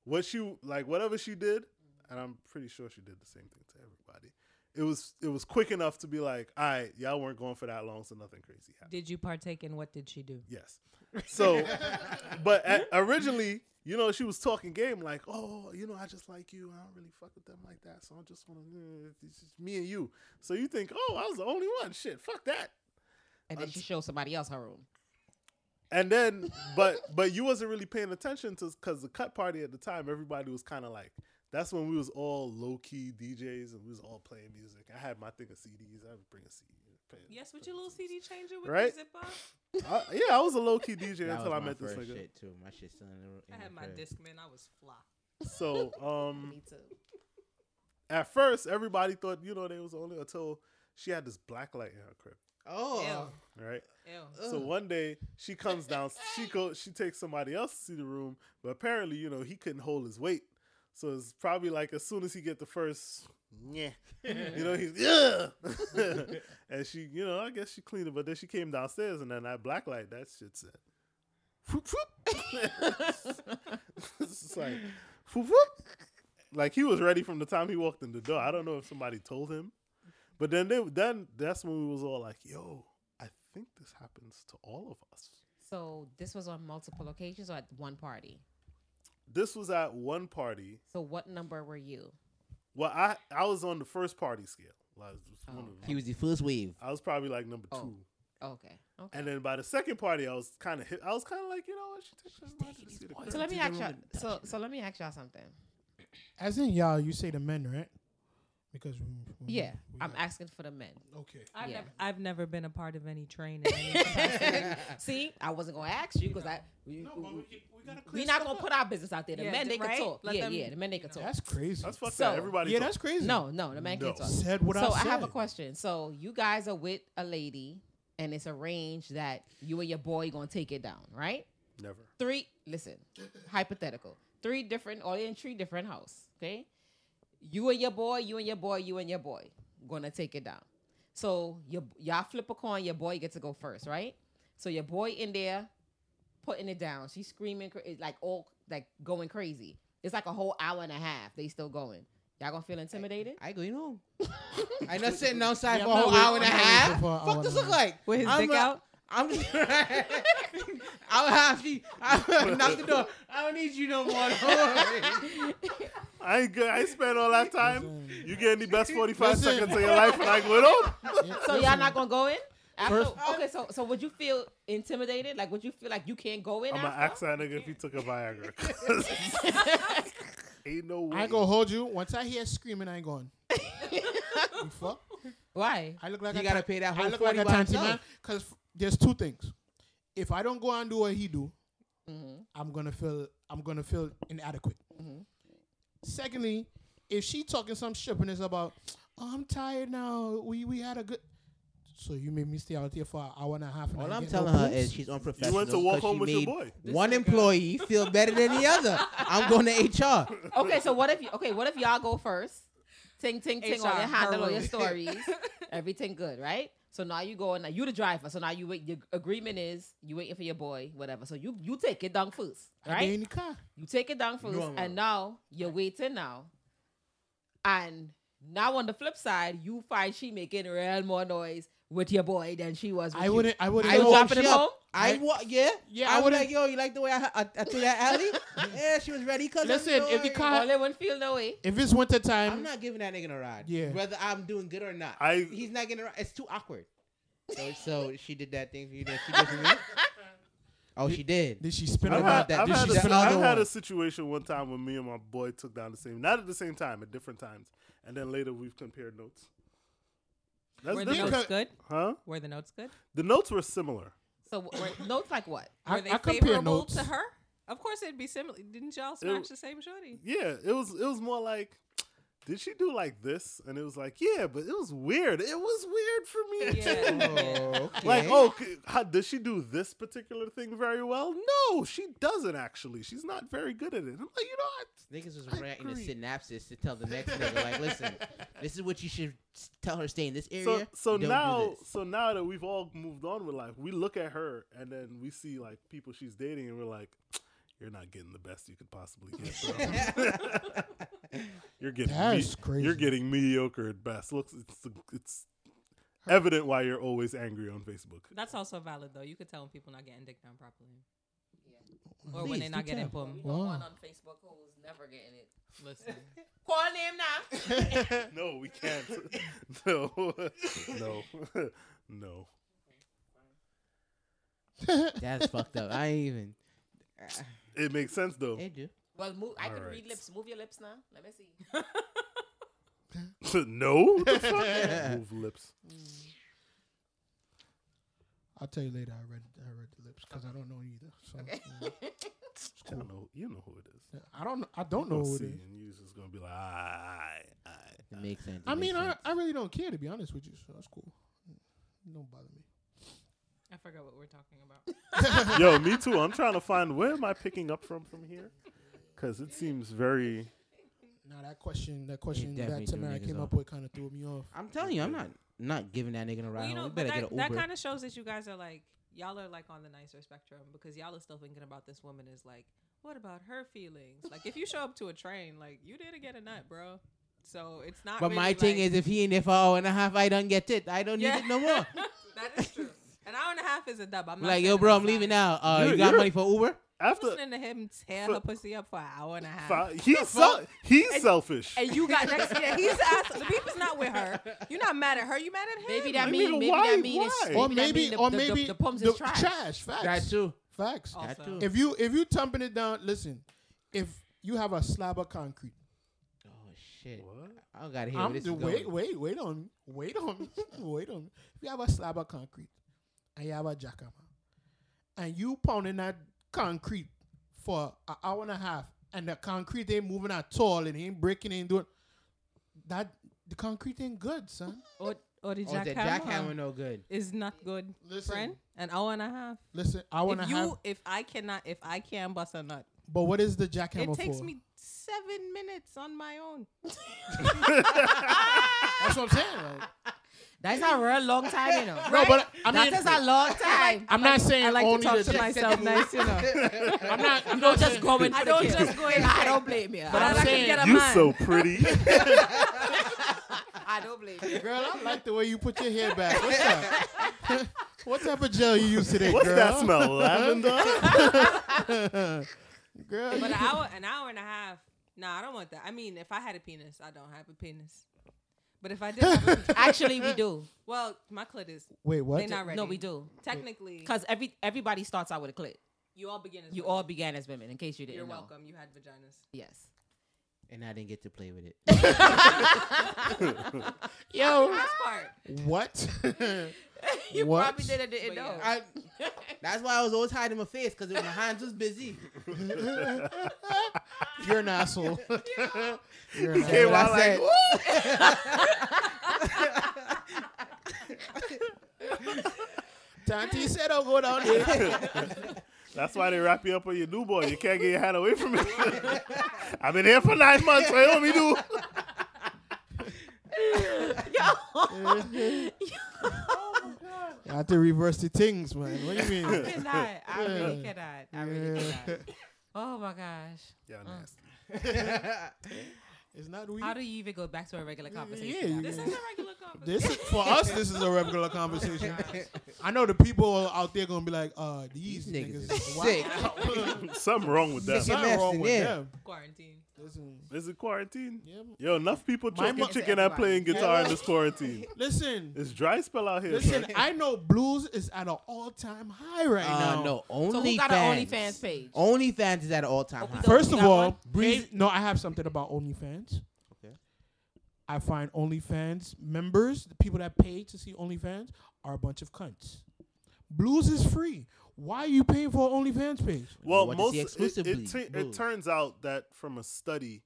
Speaker 5: what she like whatever she did, and I'm pretty sure she did the same thing to everybody it was it was quick enough to be like, all right, y'all weren't going for that long, so nothing crazy happened.
Speaker 6: Did you partake and what did she do?
Speaker 5: Yes. So, but at, originally, you know, she was talking game like, oh, you know, I just like you. I don't really fuck with them like that, so I just want to. It's just me and you. So you think, oh, I was the only one. Shit, fuck that.
Speaker 7: And then she shows somebody else her room.
Speaker 5: And then, but but you wasn't really paying attention to because the cut party at the time, everybody was kind of like. That's when we was all low key DJs and we was all playing music. I had my thing of CDs. I was bringing CDs.
Speaker 6: Yes, with your little CD changer with
Speaker 5: Right?
Speaker 6: the zipper.
Speaker 5: I, yeah, I was a low key DJ
Speaker 8: That
Speaker 5: until
Speaker 8: was
Speaker 5: I
Speaker 8: my
Speaker 5: met this
Speaker 8: first
Speaker 5: nigga.
Speaker 8: shit too. My shit's still in the, in
Speaker 6: I had
Speaker 8: the
Speaker 6: my
Speaker 8: crib.
Speaker 6: Discman. I was fly.
Speaker 5: So um,
Speaker 7: too.
Speaker 5: at first, everybody thought you know they was only until she had this black light in her crib,
Speaker 8: Oh,
Speaker 5: right?
Speaker 6: Ew. Ew.
Speaker 5: So one day she comes down, she go, she takes somebody else to see the room, but apparently you know he couldn't hold his weight, so it's probably like as soon as he get the first, yeah, you know he's yeah, and she you know I guess she cleaned it, but then she came downstairs and then that black light that shit said. Whoop, whoop. it's just like, whoop, whoop. like he was ready from the time he walked in the door. I don't know if somebody told him, But then they then that's when we was all like, yo, I think this happens to all of us.
Speaker 7: So this was on multiple occasions or at one party.
Speaker 5: This was at one party.
Speaker 7: So what number were you?
Speaker 5: Well, I I was on the first party scale. Like, it was one of-
Speaker 8: He was the first wave.
Speaker 5: I was probably like number two.
Speaker 7: Okay. Okay.
Speaker 5: And then by the second party, I was kind of hit. I was kind of like, you know, what, she takes her mind to see the
Speaker 7: So
Speaker 5: crib.
Speaker 7: let me ask y'all. So so let me ask y'all something.
Speaker 10: As in y'all, you say the men, right? Because we, we-
Speaker 7: Yeah,
Speaker 10: we-
Speaker 7: I'm asking for the men.
Speaker 10: okay.
Speaker 6: I've,
Speaker 7: Yeah.
Speaker 6: never, I've never been a part of any training. yeah,
Speaker 7: See, I wasn't gonna ask you because I we, we,
Speaker 5: gotta
Speaker 7: are not gonna put our business out there. The
Speaker 6: Yeah,
Speaker 7: men they
Speaker 6: right?
Speaker 7: can talk.
Speaker 6: Let
Speaker 7: yeah,
Speaker 6: them-
Speaker 7: yeah, the men they can talk.
Speaker 10: That's crazy.
Speaker 5: That's fucked
Speaker 7: So-
Speaker 5: up. Everybody.
Speaker 10: yeah,
Speaker 5: thought-
Speaker 10: that's crazy.
Speaker 7: No, no, the man
Speaker 5: No.
Speaker 7: can't talk.
Speaker 10: Said what I
Speaker 7: so I, have a
Speaker 10: said.
Speaker 7: question. So you guys are with a lady, and it's arranged that you and your boy gonna take it down, right?
Speaker 5: never.
Speaker 7: Three. Listen, hypothetical. Three different or in three different house. Okay, you and your boy, you and your boy, you and your boy gonna take it down. So your y'all flip a coin. Your boy gets to go first, right? So your boy in there putting it down. She's screaming, cra- it's like all like going crazy. It's like a whole hour and a half. They still going. Y'all gonna feel intimidated?
Speaker 8: I going home. I not sitting outside
Speaker 10: Yeah,
Speaker 8: for a
Speaker 10: I'm
Speaker 8: whole
Speaker 10: not
Speaker 8: hour and
Speaker 10: wait-
Speaker 8: a
Speaker 10: I'm not waiting
Speaker 8: half.
Speaker 10: for an hour
Speaker 8: Fuck this
Speaker 10: and a
Speaker 8: look like.
Speaker 6: With his
Speaker 8: I'm
Speaker 6: dick
Speaker 8: uh,
Speaker 6: out?
Speaker 8: I'm just. I'll have you. I'll knock the door. I don't need you no more. Don't worry.
Speaker 5: I ain't good. I ain't spent all that time. You getting the best forty five
Speaker 10: Listen.
Speaker 5: seconds of your life, and I go on.
Speaker 7: So y'all not gonna go in? After,
Speaker 10: First-
Speaker 7: okay, so so would you feel intimidated? Like would you feel like you can't go in?
Speaker 5: I'm gonna ask
Speaker 7: after?
Speaker 5: that nigga if he took a Viagra. 'cause ain't no way.
Speaker 10: I ain't gonna hold you. Once I hear screaming, I ain't going. you fuck.
Speaker 7: Why?
Speaker 10: I look like
Speaker 8: You
Speaker 10: a
Speaker 8: gotta
Speaker 10: tan-
Speaker 8: pay that
Speaker 10: I
Speaker 8: whole
Speaker 10: look like
Speaker 8: 40
Speaker 10: a
Speaker 8: by
Speaker 10: Tanti
Speaker 8: himself.
Speaker 10: man. Cause f- there's two things. If I don't go and do what he do,
Speaker 8: Mm-hmm.
Speaker 7: Mhm.
Speaker 10: I'm gonna feel I'm gonna feel inadequate.
Speaker 7: Mhm.
Speaker 10: Secondly, if she talking some shit and it's about, oh, I'm tired now. We we had a good. So you made me stay out here for an hour and a half. And
Speaker 8: All
Speaker 10: I
Speaker 8: I'm
Speaker 10: get no
Speaker 8: telling her
Speaker 10: booze?
Speaker 8: is she's unprofessional.
Speaker 5: You went to walk
Speaker 8: 'cause
Speaker 5: home
Speaker 8: she
Speaker 5: with your
Speaker 8: made
Speaker 5: boy.
Speaker 8: One employee feel better than the other. I'm going to HR.
Speaker 7: Okay, so what if you okay, what if y'all go first? Ting ting ting on
Speaker 6: HR,
Speaker 7: your handle on your
Speaker 6: hurry.
Speaker 7: stories. Everything good, right? So now you go and now you the driver. So now you wait your agreement is you waiting for your boy, whatever. So you you take it down first.
Speaker 10: I get
Speaker 7: Right?
Speaker 10: in the car.
Speaker 7: You take it down first
Speaker 8: No, no.
Speaker 7: and now you're waiting now. And now on the flip side, you find she making real more noise with your boy than she was with
Speaker 10: I
Speaker 7: you.
Speaker 10: wouldn't. I wouldn't.
Speaker 8: I
Speaker 10: know.
Speaker 8: walked
Speaker 7: dropping him
Speaker 8: up.
Speaker 7: home?
Speaker 8: I
Speaker 10: Right.
Speaker 8: wa- yeah.
Speaker 10: Yeah,
Speaker 8: I
Speaker 10: I
Speaker 8: was
Speaker 10: would've-
Speaker 8: like, yo, you like the way I, I, I threw that alley? yeah, she was ready. Cause
Speaker 10: Listen,
Speaker 8: I'm
Speaker 10: if you
Speaker 8: sorry.
Speaker 10: can't-
Speaker 7: Well, they wouldn't feel no way.
Speaker 10: If it's winter time,
Speaker 8: I'm not giving that nigga a ride.
Speaker 10: Yeah.
Speaker 8: Whether I'm doing good or not.
Speaker 5: I-
Speaker 8: He's not getting a ride. It's too awkward. So, so she did that thing for you that she did for me? Oh, she did.
Speaker 10: Did she spin
Speaker 5: I've
Speaker 8: What
Speaker 10: out?
Speaker 8: about
Speaker 5: had,
Speaker 8: that?
Speaker 5: I've
Speaker 8: Did
Speaker 5: had
Speaker 8: she
Speaker 5: a,
Speaker 8: spin
Speaker 5: I've
Speaker 8: another
Speaker 5: had
Speaker 8: one?
Speaker 5: a situation one time when me and my boy took down the same, not at the same time, at different times, and then later we've compared notes. That's
Speaker 6: Were the
Speaker 5: different,
Speaker 6: notes good?
Speaker 5: huh?
Speaker 6: Were the notes good?
Speaker 5: The notes were similar.
Speaker 7: So w- w- notes like what?
Speaker 10: I,
Speaker 6: Were they
Speaker 10: I compare
Speaker 6: favorable
Speaker 10: notes.
Speaker 6: to her? Of course, it'd be similar. Didn't y'all smash
Speaker 5: It-
Speaker 6: the same shorty?
Speaker 5: Yeah, it was. It was more like, did she do like this? And it was like, yeah, but it was weird. It was weird for me. too. Like, oh, c- how, does she do this particular thing very well? No, she doesn't actually. She's not very good at it. I'm like, you know, I,
Speaker 8: Niggas was writing a
Speaker 5: agree.
Speaker 8: synopsis to tell the next nigga, like, listen, this is what you should s- tell her stay in this area.
Speaker 5: so so
Speaker 8: Don't do
Speaker 5: now
Speaker 8: this."
Speaker 5: so now that we've all moved on with life, we look at her and then we see like people she's dating, and we're like, "You're not getting the best you could possibly get. bro." you're getting
Speaker 10: That's
Speaker 5: me-
Speaker 10: crazy.
Speaker 5: You're getting mediocre at best. Looks, it's it's evident why you're always angry on Facebook.
Speaker 6: That's also valid though. You could tell when people not getting dick down properly, or when they
Speaker 10: Please,
Speaker 6: not
Speaker 10: do
Speaker 6: getting
Speaker 10: tell.
Speaker 6: pum.
Speaker 10: Wow.
Speaker 7: One on Facebook who's never getting it.
Speaker 6: Listen,
Speaker 7: Call name now.
Speaker 5: No, we can't. no, no, no.
Speaker 8: That's fucked up. I ain't even.
Speaker 5: It makes sense though.
Speaker 8: They do.
Speaker 7: Well, move. I can
Speaker 5: All right.
Speaker 7: read lips. Move your lips now. Let me see.
Speaker 5: no, the fuck? move lips.
Speaker 10: I'll tell you later. I read. I read the lips because I don't know either. So mm.
Speaker 5: I don't know. You know who it is.
Speaker 10: I don't. I don't know
Speaker 5: Gonna
Speaker 10: who it
Speaker 5: see,
Speaker 10: is.
Speaker 5: and you're just gonna be like, I, I,
Speaker 8: It makes sense.
Speaker 10: I
Speaker 8: It
Speaker 10: mean,
Speaker 8: makes
Speaker 10: I,
Speaker 8: sense.
Speaker 10: I really don't care to be honest with you. So that's cool. Mm, Don't bother me.
Speaker 6: I forgot what we're talking about.
Speaker 5: Yo, me too. I'm trying to find where am I picking up from from here? Because it seems very.
Speaker 10: Now that question, that question
Speaker 8: definitely
Speaker 10: that
Speaker 8: threw
Speaker 10: Tamara
Speaker 8: niggas
Speaker 10: came
Speaker 8: off.
Speaker 10: up with kind of threw me off.
Speaker 8: I'm telling you, I'm not not giving that nigga a ride.
Speaker 6: Well, you
Speaker 8: home.
Speaker 6: know,
Speaker 8: You
Speaker 6: but
Speaker 8: better get
Speaker 6: that,
Speaker 8: an
Speaker 6: that
Speaker 8: Uber.
Speaker 6: kind of shows that you guys are like y'all are like on the nicer spectrum because y'all are still thinking about this woman is like, what about her feelings? Like if you show up to a train, like you didn't get a nut, bro. So it's not.
Speaker 8: But
Speaker 6: really
Speaker 8: my thing
Speaker 6: like-
Speaker 8: is, if he in there for an hour and a half, I don't get it. I don't
Speaker 6: Yeah.
Speaker 8: need it no more.
Speaker 6: that is true. An hour and a half is a dub. I'm not
Speaker 8: like,
Speaker 6: saying
Speaker 8: yo,
Speaker 6: that
Speaker 8: bro,
Speaker 6: it's
Speaker 8: I'm
Speaker 6: not.
Speaker 8: leaving now. Uh,
Speaker 5: You're-
Speaker 8: you got
Speaker 5: you're-
Speaker 8: money for Uber?
Speaker 5: After
Speaker 6: Listening to him tear her pussy up for an hour and a half.
Speaker 5: fi- he's sel- he's selfish.
Speaker 6: And you got next to yeah, he's the asshole. The beef is not with her. You're not mad at her. You mad at him?
Speaker 7: Maybe that
Speaker 5: Nigga,
Speaker 7: mean maybe
Speaker 5: why-
Speaker 7: that mean it's maybe
Speaker 5: why?
Speaker 10: or
Speaker 7: that
Speaker 10: maybe,
Speaker 7: mean the,
Speaker 10: or
Speaker 7: the- the-
Speaker 10: maybe
Speaker 7: the, pumps
Speaker 10: the
Speaker 7: is trash. Oh.
Speaker 10: Facts.
Speaker 8: That too.
Speaker 10: Facts.
Speaker 8: That
Speaker 6: Also.
Speaker 8: too.
Speaker 10: If you if you dumping it down, listen. If you have a slab of concrete,
Speaker 8: oh shit. I don't gotta hear
Speaker 10: I'm
Speaker 8: where this
Speaker 10: the
Speaker 8: is going.
Speaker 10: wait, wait, wait on me, wait on me, wait on me. If you have a slab of concrete and you have a jackhammer, and you pounding that concrete for an hour and a half, and the concrete ain't moving at all, and ain't breaking, ain't doing that. The concrete ain't good, son.
Speaker 6: Or, or the
Speaker 8: Oh, that
Speaker 6: jackhammer
Speaker 8: jackhammer no good.
Speaker 6: is not good,
Speaker 10: Listen.
Speaker 6: friend. An hour and a half.
Speaker 10: Listen, I want
Speaker 6: If
Speaker 10: to
Speaker 6: you,
Speaker 10: have,
Speaker 6: if I cannot, if I can bust a nut,
Speaker 10: but what is the jackhammer
Speaker 6: it takes
Speaker 10: for?
Speaker 6: me seven minutes on my own.
Speaker 10: That's what I'm saying. like-
Speaker 7: That's a real long time, you know.
Speaker 10: no, but I
Speaker 7: That
Speaker 10: mean,
Speaker 7: is a long time.
Speaker 10: I'm not saying
Speaker 6: I like to
Speaker 10: only
Speaker 6: talk
Speaker 10: the
Speaker 6: to
Speaker 10: jack-
Speaker 6: myself nice, you know.
Speaker 10: I'm not. I'm
Speaker 7: I'm
Speaker 10: not
Speaker 7: just
Speaker 10: saying-
Speaker 7: going.
Speaker 6: I
Speaker 7: for the
Speaker 6: don't
Speaker 7: kill.
Speaker 6: just go in.
Speaker 7: I don't blame you.
Speaker 6: But
Speaker 7: I,
Speaker 6: I'm
Speaker 7: don't-
Speaker 6: saying, get a
Speaker 5: you
Speaker 6: man.
Speaker 5: so pretty.
Speaker 7: I don't blame you.
Speaker 10: Girl, I like the way you put your hair back. What's that? what type of gel you use today,
Speaker 5: What's
Speaker 10: girl?
Speaker 5: that smell? Lavender.
Speaker 10: Girl,
Speaker 6: But an hour, an hour and a half. Nah, I don't want that. I mean, if I had a penis, I don't have a penis. But if I did, have a penis,
Speaker 7: Actually, we do.
Speaker 6: well, my clit is
Speaker 10: wait, what?
Speaker 6: they not ready.
Speaker 7: No, we do.
Speaker 6: Technically,
Speaker 7: Because every everybody starts out with a clit.
Speaker 6: you all begin as
Speaker 7: You
Speaker 6: women.
Speaker 7: all began as women, in case you didn't
Speaker 6: You're
Speaker 7: know.
Speaker 6: welcome. You had vaginas.
Speaker 7: Yes.
Speaker 8: And I didn't get to play with it.
Speaker 10: Yo,
Speaker 6: Last part.
Speaker 10: what?
Speaker 7: You
Speaker 10: What?
Speaker 7: probably did it didn't
Speaker 6: But
Speaker 7: know.
Speaker 6: yeah.
Speaker 8: I, that's why I was always hiding my face because my hands was busy.
Speaker 10: You're an asshole. You're an
Speaker 5: Came
Speaker 10: asshole.
Speaker 5: out like,
Speaker 8: said-
Speaker 5: "Woo!"
Speaker 10: Tanti said I'll go down there.
Speaker 5: That's why they wrap you up on your new boy. You can't get your hand away from it. I've been here for nine months. What you want me to do?
Speaker 10: I have to reverse the things, man. What do you mean?
Speaker 7: cannot. I
Speaker 10: really
Speaker 7: cannot. I really cannot. Oh my gosh. Uh,
Speaker 5: Yeah, nasty.
Speaker 10: It's not weed.
Speaker 7: How do you even go back to a regular
Speaker 10: yeah,
Speaker 7: conversation?
Speaker 10: you
Speaker 7: after
Speaker 6: This is
Speaker 10: can-
Speaker 6: a regular conversation.
Speaker 10: this is, for us. This is a regular conversation. I know the people out there gonna be like, "Uh, these,
Speaker 8: These niggas
Speaker 10: niggas,
Speaker 8: is
Speaker 10: is
Speaker 8: sick.
Speaker 10: wild.
Speaker 5: Something wrong with
Speaker 10: There's
Speaker 5: them.
Speaker 8: Sick.
Speaker 10: nothing wrong
Speaker 8: messing,
Speaker 10: with
Speaker 8: yeah.
Speaker 10: them.
Speaker 6: Quarantine.
Speaker 10: Listen,
Speaker 5: Is it quarantine?
Speaker 10: yeah,
Speaker 5: Yo, enough people
Speaker 10: My
Speaker 5: choking
Speaker 10: mom-
Speaker 5: chicken and playing guitar in this quarantine.
Speaker 10: listen.
Speaker 5: It's dry spell out here.
Speaker 10: Listen,
Speaker 5: son.
Speaker 10: I know blues is at an all time high right
Speaker 8: Uh,
Speaker 10: now.
Speaker 8: no,
Speaker 7: that?
Speaker 8: OnlyFans.
Speaker 7: So who got an OnlyFans page?
Speaker 8: OnlyFans is at an all time high.
Speaker 10: First of
Speaker 7: That
Speaker 10: all,
Speaker 7: one?
Speaker 10: Breeze. No, I have something about OnlyFans.
Speaker 8: Okay.
Speaker 10: I find OnlyFans members, the people that pay to see OnlyFans, are a bunch of cunts. Blues is free. Why are you paying for an OnlyFans page?
Speaker 5: Well,
Speaker 8: What is
Speaker 5: most
Speaker 8: he
Speaker 5: it, it,
Speaker 8: exclusively?
Speaker 5: tu- it
Speaker 8: Boo.
Speaker 5: turns out that from a study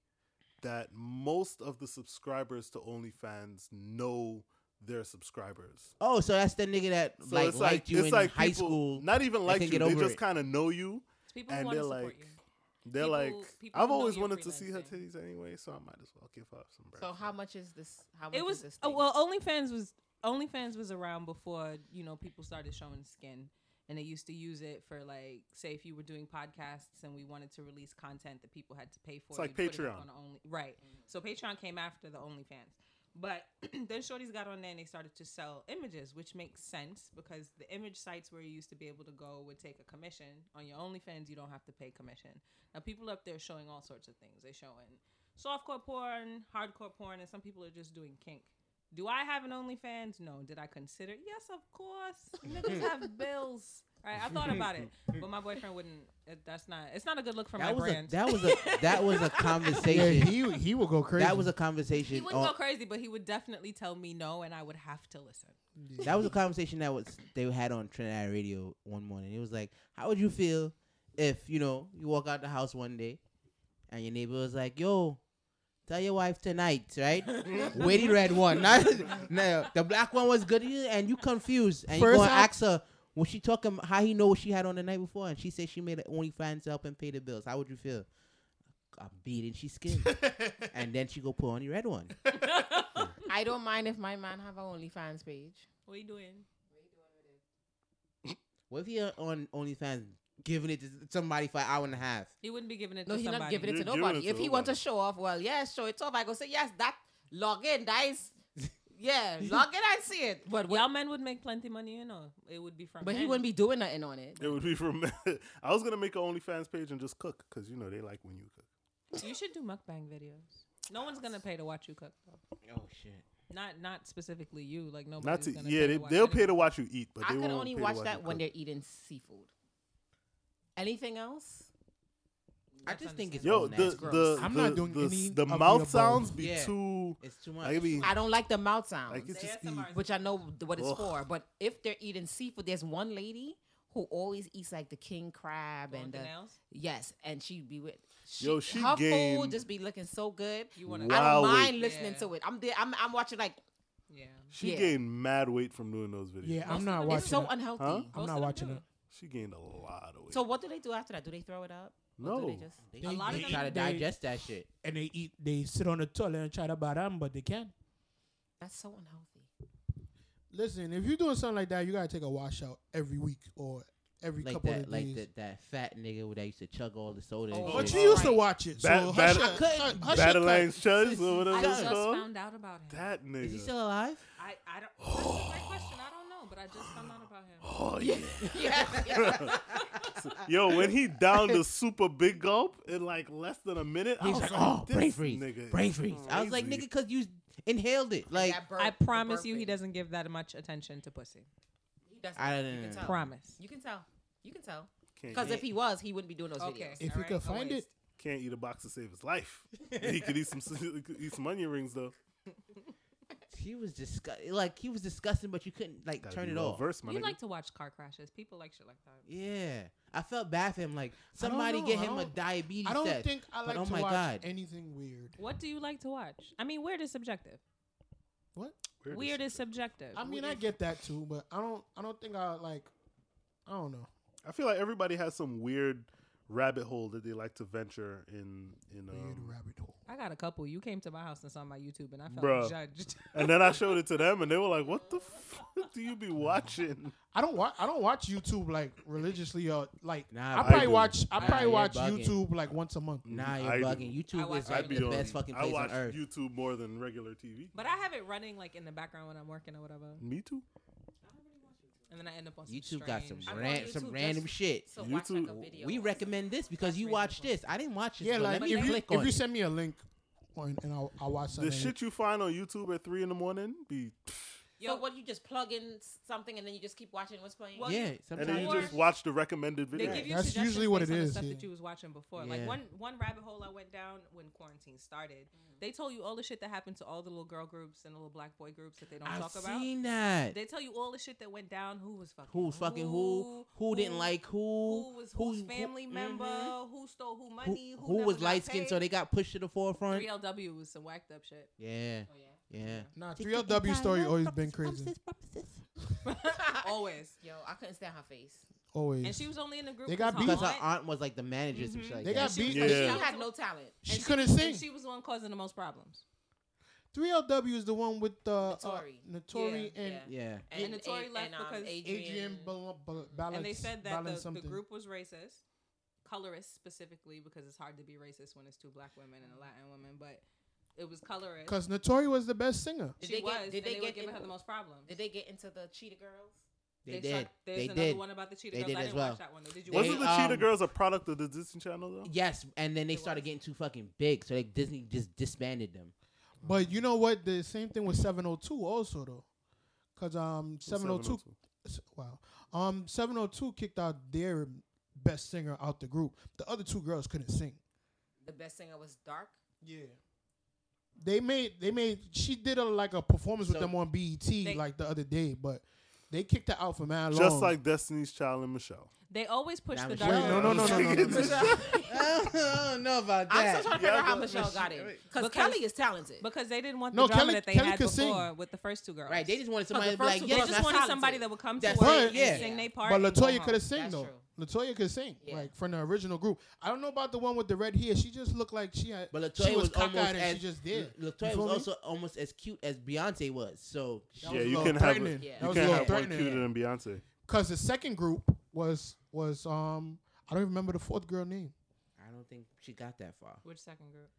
Speaker 5: that most of the subscribers to OnlyFans know their subscribers.
Speaker 8: Oh, so that's the nigga that
Speaker 5: So
Speaker 8: like
Speaker 5: it's
Speaker 8: liked
Speaker 5: like
Speaker 8: you
Speaker 5: it's
Speaker 8: in
Speaker 5: like
Speaker 8: high
Speaker 5: people,
Speaker 8: school.
Speaker 5: Not even like
Speaker 8: can
Speaker 5: you.
Speaker 8: get
Speaker 5: They
Speaker 8: over
Speaker 5: just
Speaker 8: it.
Speaker 5: kind of know you.
Speaker 6: It's people who
Speaker 5: And
Speaker 6: want to
Speaker 5: they're
Speaker 6: support
Speaker 5: like-
Speaker 6: you.
Speaker 5: They're
Speaker 6: People-
Speaker 5: like,
Speaker 6: people
Speaker 5: I've
Speaker 6: know
Speaker 5: always
Speaker 6: you're
Speaker 5: wanted to see her
Speaker 6: freelancing.
Speaker 5: titties anyway, so I might as well give her some bread.
Speaker 7: So how much is this? How much
Speaker 6: It was
Speaker 7: is this?
Speaker 6: oh,
Speaker 7: thing?
Speaker 6: well, OnlyFans was OnlyFans was around before you know people started showing skin, and they used to use it for like say if you were doing podcasts and we wanted to release content that people had to pay for.
Speaker 5: It's like
Speaker 6: you'd put it up
Speaker 5: Patreon.
Speaker 6: on Only right. So Patreon came after the OnlyFans, but then shorties got on there and they started to sell images, which makes sense because the image sites where you used to be able to go would take a commission on your OnlyFans. You don't have to pay commission. Now people up there showing all sorts of things. They showing softcore porn, hardcore porn, and some people are just doing kink. Do I have an OnlyFans? No. Did I consider? Yes, of course.
Speaker 5: Hmm.
Speaker 6: Niggas have bills. Right? I thought about it, but my boyfriend wouldn't. It- That's not. It's not a good look for my
Speaker 8: That was a,
Speaker 6: brand.
Speaker 8: that was a that was a
Speaker 10: Yeah,
Speaker 8: conversation.
Speaker 10: he he will go crazy.
Speaker 8: That was a conversation.
Speaker 6: he
Speaker 5: Oh.
Speaker 6: wouldn't go
Speaker 8: on-
Speaker 6: crazy, but he would definitely tell me no, and I would have to listen.
Speaker 8: that was a conversation that was they had on Trinidad Radio one morning. It was like, how would you feel if you know you walk out the house one day and your neighbor was like, "Yo, tell your wife tonight, right?" Wait, the red one, not, no, the black one was good, and you confused, and you
Speaker 10: First
Speaker 8: going to
Speaker 10: I-
Speaker 8: ask her. Was she talking how he know what she had on the night before, and she said she made only fans up and pay the bills. How would you feel? I'm beating she skin, and then she go put on the red one.
Speaker 7: I don't mind if my man have an OnlyFans page.
Speaker 6: What are you doing?
Speaker 8: What if you're on OnlyFans giving it to somebody for an hour and a half?
Speaker 6: He wouldn't be giving it
Speaker 7: No,
Speaker 6: to
Speaker 7: he's
Speaker 6: somebody.
Speaker 7: not giving it
Speaker 5: You're
Speaker 7: to
Speaker 5: giving
Speaker 7: nobody.
Speaker 5: it to
Speaker 7: if he wants to
Speaker 5: nobody.
Speaker 7: show off, well, yeah, show it off. I go say yes. That Log in. That is, yeah. Log in and see it. But
Speaker 6: Y'all men would make plenty money, you know. It would be from.
Speaker 7: but he
Speaker 6: men.
Speaker 7: wouldn't be doing nothing on it.
Speaker 5: It would be from. I was gonna make an OnlyFans page and just cook because you know they like when you cook.
Speaker 6: You should do mukbang videos. No one's gonna pay to watch you cook, though.
Speaker 8: Oh shit.
Speaker 6: Not not specifically you. Like nobody's
Speaker 5: Not to
Speaker 6: gonna
Speaker 5: yeah,
Speaker 6: pay
Speaker 5: they,
Speaker 6: to watch
Speaker 5: they'll
Speaker 6: anything.
Speaker 5: pay to watch you eat, but
Speaker 7: I
Speaker 5: they
Speaker 7: could
Speaker 5: won't
Speaker 7: only
Speaker 5: pay to
Speaker 7: watch
Speaker 5: watch
Speaker 7: that
Speaker 5: you
Speaker 7: when
Speaker 5: cook.
Speaker 7: they're eating seafood. Anything else?
Speaker 8: I just think it's
Speaker 5: Yo,
Speaker 8: old
Speaker 5: the
Speaker 8: ass
Speaker 5: the
Speaker 8: gross.
Speaker 10: I'm
Speaker 5: the,
Speaker 10: not doing
Speaker 5: the, the
Speaker 10: any of the
Speaker 5: mouth
Speaker 10: above.
Speaker 5: sounds be
Speaker 8: Yeah.
Speaker 5: too.
Speaker 8: it's too much.
Speaker 5: I mean,
Speaker 7: I don't like the mouth sounds.
Speaker 5: like it just be.
Speaker 7: which I know th- what it's
Speaker 5: Ugh.
Speaker 7: for. But if they're eating seafood, there's one lady who always eats like the king crab and the
Speaker 6: Nails?
Speaker 7: yes, and she'd be with she,
Speaker 5: Yo, she
Speaker 7: her
Speaker 5: game.
Speaker 7: food just be looking so good.
Speaker 6: You wanna?
Speaker 5: Wow.
Speaker 7: I don't
Speaker 5: wait.
Speaker 7: mind listening
Speaker 6: Yeah.
Speaker 7: to it. I'm there. I'm I'm watching like
Speaker 6: Yeah.
Speaker 5: She
Speaker 7: yeah.
Speaker 5: gained mad weight from doing those videos.
Speaker 10: Yeah, I'm
Speaker 6: of
Speaker 10: not
Speaker 6: them-
Speaker 10: watching.
Speaker 7: it's so
Speaker 10: it.
Speaker 7: unhealthy.
Speaker 5: Huh?
Speaker 10: I'm
Speaker 6: Most
Speaker 10: not
Speaker 6: of them
Speaker 10: watching
Speaker 6: do.
Speaker 10: it.
Speaker 5: she gained a lot of weight.
Speaker 7: So what do they do after that? Do they throw it out? Or do
Speaker 5: no,
Speaker 7: they just
Speaker 8: They,
Speaker 10: A lot
Speaker 8: they
Speaker 10: of
Speaker 8: try to
Speaker 10: them- they-
Speaker 8: digest that shit.
Speaker 10: And they eat. They sit on the toilet and try to bottom, but they can't.
Speaker 7: that's so unhealthy.
Speaker 10: Listen, if you're doing something like that, you gotta take a washout every week or every
Speaker 8: Like
Speaker 10: couple
Speaker 8: that,
Speaker 10: of
Speaker 8: like
Speaker 10: days.
Speaker 8: that, that fat nigga that used to chug all the soda.
Speaker 7: Oh,
Speaker 8: and
Speaker 10: But
Speaker 8: shit.
Speaker 10: you
Speaker 7: All
Speaker 10: used to
Speaker 7: right.
Speaker 10: watch it, so
Speaker 5: Bat-
Speaker 10: hush
Speaker 5: bat-
Speaker 10: your- hush- hush your
Speaker 5: Battlelands
Speaker 10: cunt.
Speaker 5: Chuz or whatever
Speaker 6: I
Speaker 5: it's
Speaker 6: just
Speaker 5: called.
Speaker 6: found out about him.
Speaker 5: That
Speaker 8: Is he
Speaker 5: nigga.
Speaker 8: still alive?
Speaker 6: I I don't. That's a great question. I don't know, but I just found out about him.
Speaker 5: Oh yeah. Yo, when he downed the super big gulp in like less than a minute, I
Speaker 8: He's
Speaker 5: was
Speaker 8: like, oh,
Speaker 5: this
Speaker 8: brain freeze,
Speaker 5: nigga is
Speaker 8: brain freeze. Oh, I was like,
Speaker 5: crazy.
Speaker 8: nigga, cause you inhaled it. Like,
Speaker 7: That burp-
Speaker 6: I
Speaker 7: the
Speaker 6: promise you, he
Speaker 7: burping.
Speaker 6: doesn't give that much attention to pussy.
Speaker 7: He doesn't.
Speaker 8: I
Speaker 7: you
Speaker 8: don't
Speaker 7: can
Speaker 8: know.
Speaker 7: tell.
Speaker 6: Promise.
Speaker 7: You can tell. You can tell.
Speaker 5: Can't
Speaker 7: Because
Speaker 5: eat-
Speaker 7: if he was, he wouldn't be doing those
Speaker 6: Okay.
Speaker 7: videos.
Speaker 10: If you
Speaker 6: Alright,
Speaker 10: can
Speaker 6: no
Speaker 10: find
Speaker 6: worries.
Speaker 10: it,
Speaker 5: can't eat a box to save his life. he could eat some he could eat some onion rings though.
Speaker 8: he was disgust. Like he was disgusting, but you couldn't like
Speaker 5: Gotta
Speaker 8: turn
Speaker 5: be
Speaker 8: it off.
Speaker 5: well-versed, my
Speaker 6: You
Speaker 5: nigga.
Speaker 6: like to watch car crashes. People like shit like that.
Speaker 8: Yeah, I felt bad for him. Like somebody
Speaker 10: know.
Speaker 8: get
Speaker 10: I
Speaker 8: him a
Speaker 10: don't-
Speaker 8: diabetes
Speaker 10: I don't
Speaker 8: test.
Speaker 10: think I
Speaker 8: but
Speaker 10: like
Speaker 8: oh
Speaker 10: to
Speaker 8: my
Speaker 10: watch
Speaker 8: god,
Speaker 10: anything weird.
Speaker 6: What do you like to watch? I mean, weird is subjective.
Speaker 10: What?
Speaker 5: Weird as-
Speaker 6: Weird is subjective.
Speaker 10: I mean, I get that too, but I don't. I don't think I like. I don't know.
Speaker 5: I feel like everybody has some weird rabbit hole that they like to venture in. In
Speaker 10: Weird
Speaker 5: um,
Speaker 10: rabbit hole.
Speaker 6: I got a couple. You came to my house and saw my YouTube, and I felt
Speaker 5: Bruh.
Speaker 6: judged.
Speaker 5: and then I showed it to them, and they were like, "What the fuck do you be watching?"
Speaker 10: I don't watch. I don't watch YouTube like religiously or like.
Speaker 8: Nah,
Speaker 10: I
Speaker 8: I
Speaker 10: probably
Speaker 5: do.
Speaker 10: watch. I
Speaker 8: Nah,
Speaker 10: probably
Speaker 8: you're
Speaker 10: watch
Speaker 8: bugging.
Speaker 10: YouTube like once a month.
Speaker 8: nah, you're
Speaker 5: I do.
Speaker 8: bugging.
Speaker 6: I
Speaker 8: YouTube
Speaker 6: watch
Speaker 8: is like
Speaker 6: everything.
Speaker 8: the best fucking
Speaker 5: I
Speaker 8: place
Speaker 5: watch
Speaker 8: on earth.
Speaker 5: YouTube more than regular TV.
Speaker 6: but I have it running like in the background when I'm working or whatever,
Speaker 5: Me too.
Speaker 6: and then I end up on some
Speaker 8: YouTube got some
Speaker 6: strange-
Speaker 7: I'm on
Speaker 8: ran-
Speaker 7: YouTube
Speaker 8: some
Speaker 7: just-
Speaker 8: random shit.
Speaker 7: So watch like a
Speaker 5: YouTube-
Speaker 7: video.
Speaker 8: We recommend this because you
Speaker 6: reasonable.
Speaker 8: watched this. I didn't watch this.
Speaker 10: Yeah,
Speaker 8: so
Speaker 10: like
Speaker 8: let
Speaker 10: if
Speaker 8: me
Speaker 10: you
Speaker 8: click on
Speaker 10: if you
Speaker 8: it.
Speaker 10: send me a link, on and I'll, I'll watch
Speaker 5: The
Speaker 10: something.
Speaker 5: shit you find on YouTube at three in the morning be,
Speaker 7: So what you just plug in something and then you just keep watching what's playing?
Speaker 6: Well,
Speaker 8: yeah,
Speaker 6: you-
Speaker 5: and then you
Speaker 8: sometimes
Speaker 6: Or-
Speaker 5: just watch the recommended
Speaker 6: They
Speaker 5: video.
Speaker 6: give you
Speaker 10: That's
Speaker 6: suggestions
Speaker 10: usually what
Speaker 6: based
Speaker 10: it
Speaker 6: on the
Speaker 10: is,
Speaker 6: Stuff
Speaker 10: yeah.
Speaker 6: that you was watching before. Like
Speaker 8: Yeah.
Speaker 6: one one rabbit hole I went down when quarantine started. They told you all the shit that happened to all the little girl groups and the little black boy groups that they don't
Speaker 8: I've
Speaker 6: talk about.
Speaker 8: seen that.
Speaker 6: They tell you all the shit that went down. Who was fucking
Speaker 8: Who's fucking who? Who didn't like who?
Speaker 6: Who was
Speaker 8: who-
Speaker 6: whose family
Speaker 8: mhm.
Speaker 6: member? Who stole who
Speaker 8: Who,
Speaker 6: money?
Speaker 8: who
Speaker 6: never
Speaker 8: was
Speaker 6: got
Speaker 8: light skinned so
Speaker 6: paid?
Speaker 8: they got pushed to the forefront?
Speaker 6: 3LW was some whacked up shit.
Speaker 8: Yeah,
Speaker 7: Oh,
Speaker 8: yeah.
Speaker 10: Nah, 3LW story always been crazy.
Speaker 6: Always.
Speaker 7: Yo, I couldn't stand her face.
Speaker 10: Always.
Speaker 6: And she was only in the group.
Speaker 10: They got
Speaker 6: with her
Speaker 10: beat.
Speaker 8: Because her
Speaker 6: aunt,
Speaker 8: aunt was like the manager. or some shit like
Speaker 10: They
Speaker 8: that.
Speaker 10: got beat.
Speaker 5: Yeah.
Speaker 7: She had no talent.
Speaker 10: She
Speaker 7: And
Speaker 10: couldn't
Speaker 6: and
Speaker 10: sing.
Speaker 6: she was the one causing the most problems.
Speaker 10: 3LW is the one with the uh,
Speaker 7: Notori.
Speaker 10: Notori
Speaker 7: Yeah,
Speaker 10: and
Speaker 7: yeah.
Speaker 8: Yeah.
Speaker 6: And the Tory left
Speaker 7: um,
Speaker 6: because-
Speaker 10: Adrian Bal- Bal- Balance.
Speaker 6: and they said that
Speaker 10: Balance
Speaker 6: the, the
Speaker 10: something.
Speaker 6: group was racist, colorist specifically, because it's hard to be racist when it's two black women and a Latin woman, but it was colorist.
Speaker 10: Because Notori was the best singer.
Speaker 7: Did
Speaker 6: she
Speaker 7: they
Speaker 6: was,
Speaker 7: get- did
Speaker 6: and
Speaker 7: they
Speaker 6: they, were
Speaker 7: get
Speaker 6: giving
Speaker 7: in-
Speaker 6: her the most problems.
Speaker 7: Did they get into the Cheetah Girls?
Speaker 8: They,
Speaker 6: tried-
Speaker 8: did.
Speaker 6: There's
Speaker 8: They
Speaker 6: another
Speaker 8: did.
Speaker 6: one about the Cheetah
Speaker 8: They
Speaker 6: Girls.
Speaker 8: did
Speaker 6: I
Speaker 8: as
Speaker 6: didn't
Speaker 8: well.
Speaker 6: watch that one. though. Did you
Speaker 8: They-
Speaker 6: watch
Speaker 5: Wasn't the
Speaker 6: it?
Speaker 8: um,
Speaker 5: Cheetah Girls a product of the Disney Channel though?
Speaker 8: Yes, and then they started getting too fucking big, so they Disney just disbanded them.
Speaker 10: But you know what? The same thing with 702 also, though. Because um, 702,
Speaker 5: 702.
Speaker 10: Wow. Um, 702 kicked out their best singer out the group. The other two girls couldn't sing.
Speaker 7: The best singer was Dark.
Speaker 10: Yeah. They made they made she did a like a performance
Speaker 8: So-
Speaker 10: with them on BET like the other day, but they kicked her out for mad long.
Speaker 5: Just like Destiny's Child and Michelle.
Speaker 6: They always push
Speaker 8: Nah,
Speaker 6: the
Speaker 8: Michelle-
Speaker 6: dark.
Speaker 10: Wait, no, no, no, no, no, no, no.
Speaker 8: I don't know about
Speaker 7: I'm still trying to figure
Speaker 5: Yeah,
Speaker 7: out how
Speaker 5: but-
Speaker 7: Michelle got in. Because
Speaker 6: Because-
Speaker 7: Kelly is talented.
Speaker 6: Because they didn't want the
Speaker 10: No,
Speaker 6: drama
Speaker 10: Kelly-
Speaker 6: that they
Speaker 10: Kelly
Speaker 6: had
Speaker 10: could
Speaker 6: before
Speaker 10: sing.
Speaker 6: with the first two girls.
Speaker 8: Right, they just wanted somebody to be
Speaker 7: first
Speaker 8: like,
Speaker 7: two
Speaker 8: yes,
Speaker 6: They
Speaker 7: girls
Speaker 8: that's
Speaker 6: just
Speaker 7: were
Speaker 6: wanted
Speaker 7: talented.
Speaker 6: somebody that would come to
Speaker 8: That's
Speaker 6: work
Speaker 10: right,
Speaker 6: and
Speaker 8: yeah.
Speaker 6: sing their part.
Speaker 10: but
Speaker 6: and go
Speaker 10: Latoya
Speaker 6: home.
Speaker 10: could have sing
Speaker 7: That's
Speaker 10: though.
Speaker 7: true.
Speaker 10: Latoya could sing
Speaker 7: Yeah.
Speaker 10: like from the original group. I don't know about the one with the red hair. She just looked like she had.
Speaker 8: But
Speaker 10: she
Speaker 8: Latoya was,
Speaker 10: cockeyed
Speaker 8: almost
Speaker 10: and
Speaker 8: as
Speaker 10: she just did.
Speaker 8: La-
Speaker 10: You
Speaker 8: Latoya
Speaker 10: feel
Speaker 8: was
Speaker 10: me?
Speaker 8: also almost as cute as Beyonce was. So
Speaker 10: That
Speaker 5: yeah,
Speaker 10: was a
Speaker 5: you
Speaker 10: little
Speaker 5: can have a,
Speaker 10: threatening.
Speaker 7: Yeah.
Speaker 5: you
Speaker 10: That was a
Speaker 5: can
Speaker 10: little
Speaker 5: have one
Speaker 10: threatening.
Speaker 5: cuter than Beyonce.
Speaker 10: Cause the second group was was um I don't even remember the fourth girl name.
Speaker 8: I don't think she got that far.
Speaker 6: Which second group?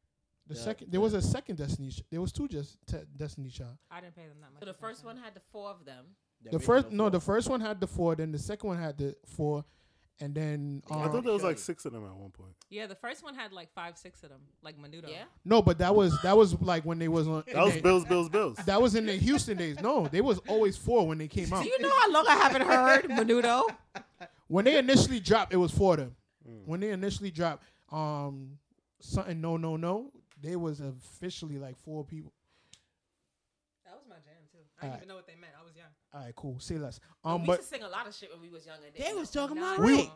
Speaker 10: The
Speaker 11: The-
Speaker 10: second there was a second Destiny. Ch- there was two just te- Destiny Child.
Speaker 6: I didn't pay them that much.
Speaker 7: So the first one had the four of them.
Speaker 10: The first no, the first one had the four. Then the second one had the four, and then um,
Speaker 5: I thought there was like six of them at one point.
Speaker 6: Yeah, the first one had like five, six of them, like Menudo. Yeah.
Speaker 10: No, but that was that was like when they was on.
Speaker 5: That was
Speaker 10: they-
Speaker 5: Bills, Bills, Bills.
Speaker 10: That was in the Houston days. No, they was always four when they came out.
Speaker 4: Do you know how long I haven't heard Menudo?
Speaker 10: When they initially dropped, it was four of them.
Speaker 9: Mm.
Speaker 10: When they initially dropped, um, something no no no, they was officially like four people.
Speaker 6: That was my jam too. I
Speaker 10: Alright.
Speaker 6: didn't even know what they meant. I was young.
Speaker 10: All right, cool. Say less.
Speaker 7: Um,
Speaker 10: Um,
Speaker 7: we
Speaker 10: but
Speaker 7: used to sing a lot of shit when we was younger.
Speaker 8: They was talking about
Speaker 10: We-
Speaker 8: rape.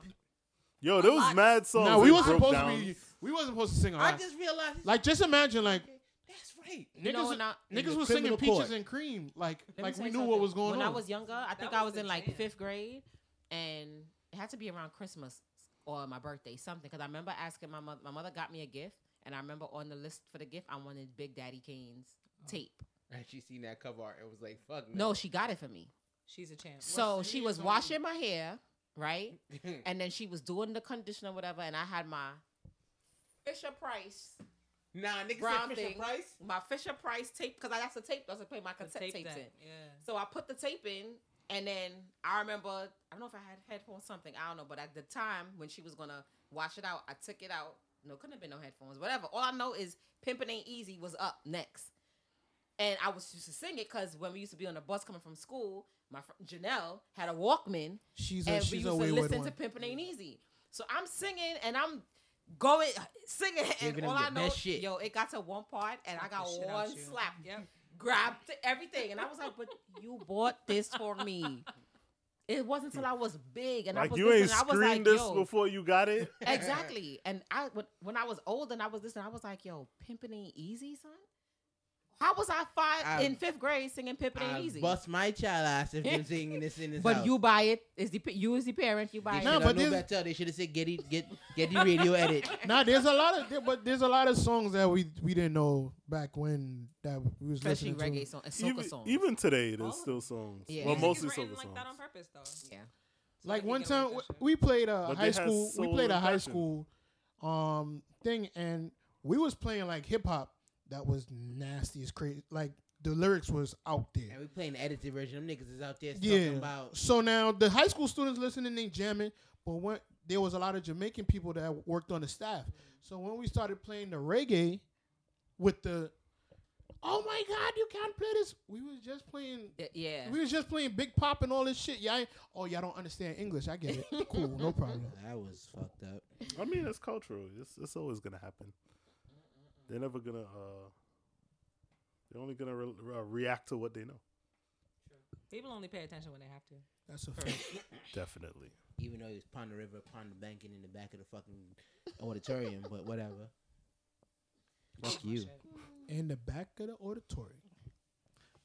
Speaker 5: Yo, there was mad songs.
Speaker 10: Nah, we
Speaker 5: that
Speaker 10: wasn't
Speaker 5: broke
Speaker 10: supposed
Speaker 5: down.
Speaker 10: to be. We wasn't supposed to sing.
Speaker 8: I
Speaker 10: alright?
Speaker 8: just realized.
Speaker 10: Like, just imagine, like
Speaker 8: That's right.
Speaker 10: niggas,
Speaker 7: know when I-
Speaker 10: niggas
Speaker 9: the
Speaker 10: was singing
Speaker 9: criminal
Speaker 10: peaches
Speaker 9: court.
Speaker 10: and cream. Like,
Speaker 7: Let me
Speaker 10: like
Speaker 7: say
Speaker 10: we knew
Speaker 7: something.
Speaker 10: what was going
Speaker 7: when
Speaker 10: on.
Speaker 7: I was younger, I think
Speaker 6: That
Speaker 7: I
Speaker 6: was
Speaker 7: was
Speaker 6: the
Speaker 7: in like
Speaker 6: jam.
Speaker 7: fifth grade, and it had to be around Christmas or my birthday, something. Because I remember asking my mother. My mother got me a gift, and I remember on the list for the gift, I wanted Big Daddy Kane's
Speaker 10: Oh,
Speaker 7: tape.
Speaker 8: And she seen that cover art and was like, "Fuck
Speaker 7: No, she got it for me.
Speaker 6: She's a champ.
Speaker 7: So
Speaker 6: What's-
Speaker 7: she was washing my hair, right? and then she was doing the conditioner, whatever. And I had my Fisher Price,
Speaker 8: nah, nigga
Speaker 7: Brown
Speaker 8: said Fisher
Speaker 7: thing.
Speaker 8: Price.
Speaker 7: my Fisher Price tape, because that's the tape. That's to play my
Speaker 6: the
Speaker 7: cassette
Speaker 6: tape
Speaker 7: tapes
Speaker 6: that-
Speaker 7: in.
Speaker 6: Yeah.
Speaker 7: So I put the tape in, and then I remember I don't know if I had headphones something I don't know, but at the time when she was gonna wash it out, I took it out. No, couldn't have been no headphones, whatever. All I know is "Pimpin' Ain't Easy" was up next, and I was used to sing it because when we used to be on the bus coming from school, my fr- Janelle had a Walkman,
Speaker 10: she's a
Speaker 7: and we
Speaker 10: she's
Speaker 7: used
Speaker 10: a
Speaker 7: to
Speaker 10: wayward
Speaker 7: listen to
Speaker 10: one.
Speaker 7: "Pimpin' Ain't Easy." So I'm singing and I'm going singing, and
Speaker 8: Giving 'em
Speaker 7: all
Speaker 8: your
Speaker 7: I know,
Speaker 8: best shit.
Speaker 7: yo, it got to one part, and I
Speaker 6: Slap
Speaker 7: got
Speaker 6: the shit out
Speaker 7: one
Speaker 6: you.
Speaker 7: slap
Speaker 6: Yep.
Speaker 7: grabbed everything, and I was like, "But you bought this for me." It wasn't until I was big and I
Speaker 5: Like
Speaker 7: was
Speaker 5: you ain't
Speaker 7: listening. I was
Speaker 5: screamed
Speaker 7: like,
Speaker 5: this
Speaker 7: "Yo,
Speaker 5: before you got it.
Speaker 7: exactly." And I when, when I was old and I was listening, I was like, "Yo, pimping ain't easy, son." How was I five
Speaker 8: I-
Speaker 7: in fifth grade singing pimping ain't
Speaker 8: I
Speaker 7: easy?
Speaker 8: bust my child ass if they're singing this in this
Speaker 7: but
Speaker 8: house.
Speaker 7: you buy it. Is the pa- you is the parent? You buy
Speaker 8: They
Speaker 7: it.
Speaker 10: No,
Speaker 8: shoulda
Speaker 10: but
Speaker 8: known
Speaker 10: this-
Speaker 8: better. They should have said, "Get it, get, get the radio edit."
Speaker 10: Nah, there's a lot of there- but there's a lot of songs that we we didn't know back when that we was
Speaker 7: Especially
Speaker 10: listening
Speaker 7: reggae
Speaker 10: to.
Speaker 7: songs, soca
Speaker 5: Even,
Speaker 7: songs.
Speaker 5: even today,
Speaker 6: All
Speaker 5: there's
Speaker 6: of
Speaker 5: still songs.
Speaker 7: Yeah.
Speaker 5: Well,
Speaker 7: Music is
Speaker 6: Music is
Speaker 5: mostly
Speaker 6: written
Speaker 5: sober
Speaker 6: like
Speaker 5: songs.
Speaker 6: that on purpose though. So
Speaker 7: Yeah.
Speaker 6: they
Speaker 10: Like
Speaker 6: can
Speaker 10: one
Speaker 6: get away
Speaker 10: time
Speaker 6: with that shit.
Speaker 10: we played a
Speaker 5: But they
Speaker 10: high
Speaker 5: had
Speaker 10: school we
Speaker 5: soul
Speaker 10: played a
Speaker 5: and
Speaker 10: high
Speaker 5: passion.
Speaker 10: school um thing and we was playing like hip hop that was nasty as crazy like the lyrics was out
Speaker 8: and
Speaker 10: there.
Speaker 8: we playing the edited version. Them niggas is out there
Speaker 10: Yeah.
Speaker 8: talking about.
Speaker 10: So now the high school students listening they jamming, but when there was a lot of Jamaican people that worked on the staff. So when we started playing the reggae with the Oh my god, you can't play this. We was just playing
Speaker 7: Y- Yeah.
Speaker 10: We was just playing Big Pop and all this shit. Yeah. I- Oh, y'all don't understand English. I get it. Cool, no problem.
Speaker 8: That was fucked up.
Speaker 5: I mean, it's cultural. It's, it's always gonna happen. They're never gonna. uh They're only gonna re- re- react to what they know.
Speaker 6: People only pay attention when they have to.
Speaker 10: That's a fact.
Speaker 5: Definitely.
Speaker 8: Even though he was upon the river, upon the bank, and in the back of the fucking auditorium, but whatever. Fuck you.
Speaker 10: In the back of the auditorium.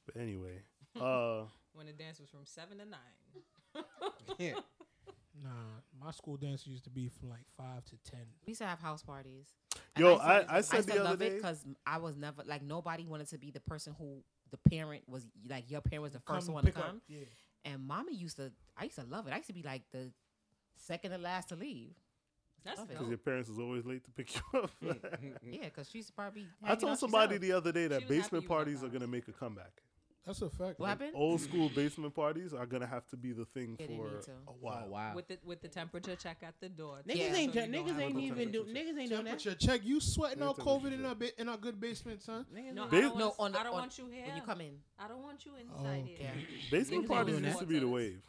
Speaker 5: But anyway, uh
Speaker 6: When the dance was from seven to nine.
Speaker 8: Yeah.
Speaker 10: Nah, my school dance used to be from like five to ten.
Speaker 7: We used to have house parties.
Speaker 5: Yo,
Speaker 7: used to-
Speaker 5: I- I said
Speaker 7: I used
Speaker 5: the
Speaker 7: to
Speaker 5: other
Speaker 7: love
Speaker 5: day-
Speaker 7: it because I was never like nobody wanted to be the person who the parent was like your parent was the first one to
Speaker 10: pick up,
Speaker 7: come.
Speaker 10: yeah.
Speaker 7: And mommy used to, I used to love it. I used to be like the second to last to leave.
Speaker 6: That's
Speaker 7: Love it.
Speaker 5: because
Speaker 6: dope.
Speaker 5: your parents was always late to pick you up.
Speaker 7: Yeah, because she used to probably.
Speaker 5: Mm. I told somebody
Speaker 7: to
Speaker 5: the other day
Speaker 6: She
Speaker 5: that
Speaker 6: was happy
Speaker 5: basement
Speaker 6: you were
Speaker 5: parties are
Speaker 6: gone.
Speaker 5: gonna make a comeback.
Speaker 10: That's a fact.
Speaker 7: what happened.
Speaker 5: Old school basement parties are gonna have to be the thing
Speaker 7: Yeah, they
Speaker 5: for
Speaker 7: need to.
Speaker 5: a
Speaker 8: Wow.
Speaker 5: while.
Speaker 8: wow.
Speaker 6: With the with the temperature check at the door.
Speaker 8: Niggas
Speaker 7: Yeah.
Speaker 8: ain't
Speaker 6: So
Speaker 8: dr-
Speaker 6: you don't
Speaker 8: niggas
Speaker 6: have
Speaker 8: ain't
Speaker 6: to-
Speaker 8: even do niggas ain't doing that.
Speaker 10: Temperature check. You sweating out
Speaker 5: Temperature
Speaker 10: COVID in
Speaker 5: check.
Speaker 10: our bi- in our good basement, son.
Speaker 8: Niggas
Speaker 6: No,
Speaker 8: ain't-
Speaker 6: I
Speaker 5: Big-
Speaker 6: don't,
Speaker 7: No,
Speaker 6: want,
Speaker 7: on the-
Speaker 6: I don't
Speaker 7: on-
Speaker 6: want you here.
Speaker 7: When you come in,
Speaker 6: I don't want you inside
Speaker 10: okay.
Speaker 6: here.
Speaker 5: Basement
Speaker 8: Niggas
Speaker 5: parties
Speaker 8: doing
Speaker 5: used
Speaker 8: that.
Speaker 5: to be the wave.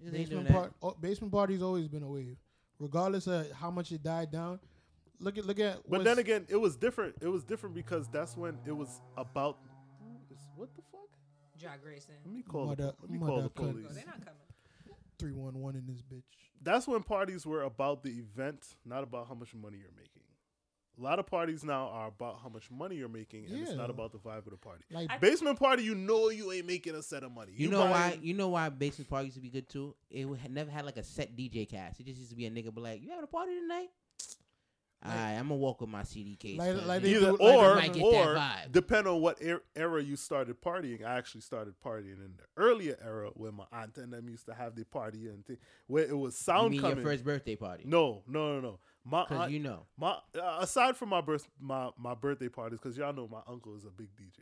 Speaker 8: niggas ain't doing
Speaker 10: Basement,
Speaker 8: that.
Speaker 10: part, oh, basement party's always been a wave, regardless of how much it died down. Look at look at.
Speaker 5: But
Speaker 10: what's-
Speaker 5: then again, it was different. It was different because that's when it was about. What the fuck?
Speaker 6: Ja Grayson.
Speaker 5: Let me call.
Speaker 10: Mother-
Speaker 5: the, let me call
Speaker 10: mother
Speaker 5: the
Speaker 10: cunt.
Speaker 5: police.
Speaker 6: Well, they're not coming.
Speaker 10: three one one in this bitch.
Speaker 5: That's when parties were about the event, not about how much money you're making. A lot of parties now are about how much money you're making, and it's
Speaker 10: Yeah.
Speaker 5: not about the vibe of the party.
Speaker 10: Like
Speaker 5: Basement party, you know you ain't making a set of money.
Speaker 8: You, know why?
Speaker 5: buying-
Speaker 8: You know why basement party used to be good too. It wa- had never had like a set DJ cast. It just used to be a nigga be like, "You having a party tonight?" right, I'm gonna walk with my CDK.
Speaker 10: Like-
Speaker 8: stuff,
Speaker 10: like
Speaker 8: man.
Speaker 10: they
Speaker 5: Either
Speaker 10: do-
Speaker 8: I
Speaker 5: or,
Speaker 8: might get
Speaker 5: or
Speaker 8: that vibe.
Speaker 5: depend on what er- era you started partying. I actually started partying in the earlier era where my aunt and them used to have the party and thing where it was
Speaker 8: you
Speaker 5: sound
Speaker 8: mean
Speaker 5: coming.
Speaker 8: your first birthday party?
Speaker 5: No, no, no, no. My
Speaker 8: because
Speaker 5: aunt,
Speaker 8: you know.
Speaker 5: my uh, aside from my birth my my birthday parties because y'all know my uncle is a big DJ,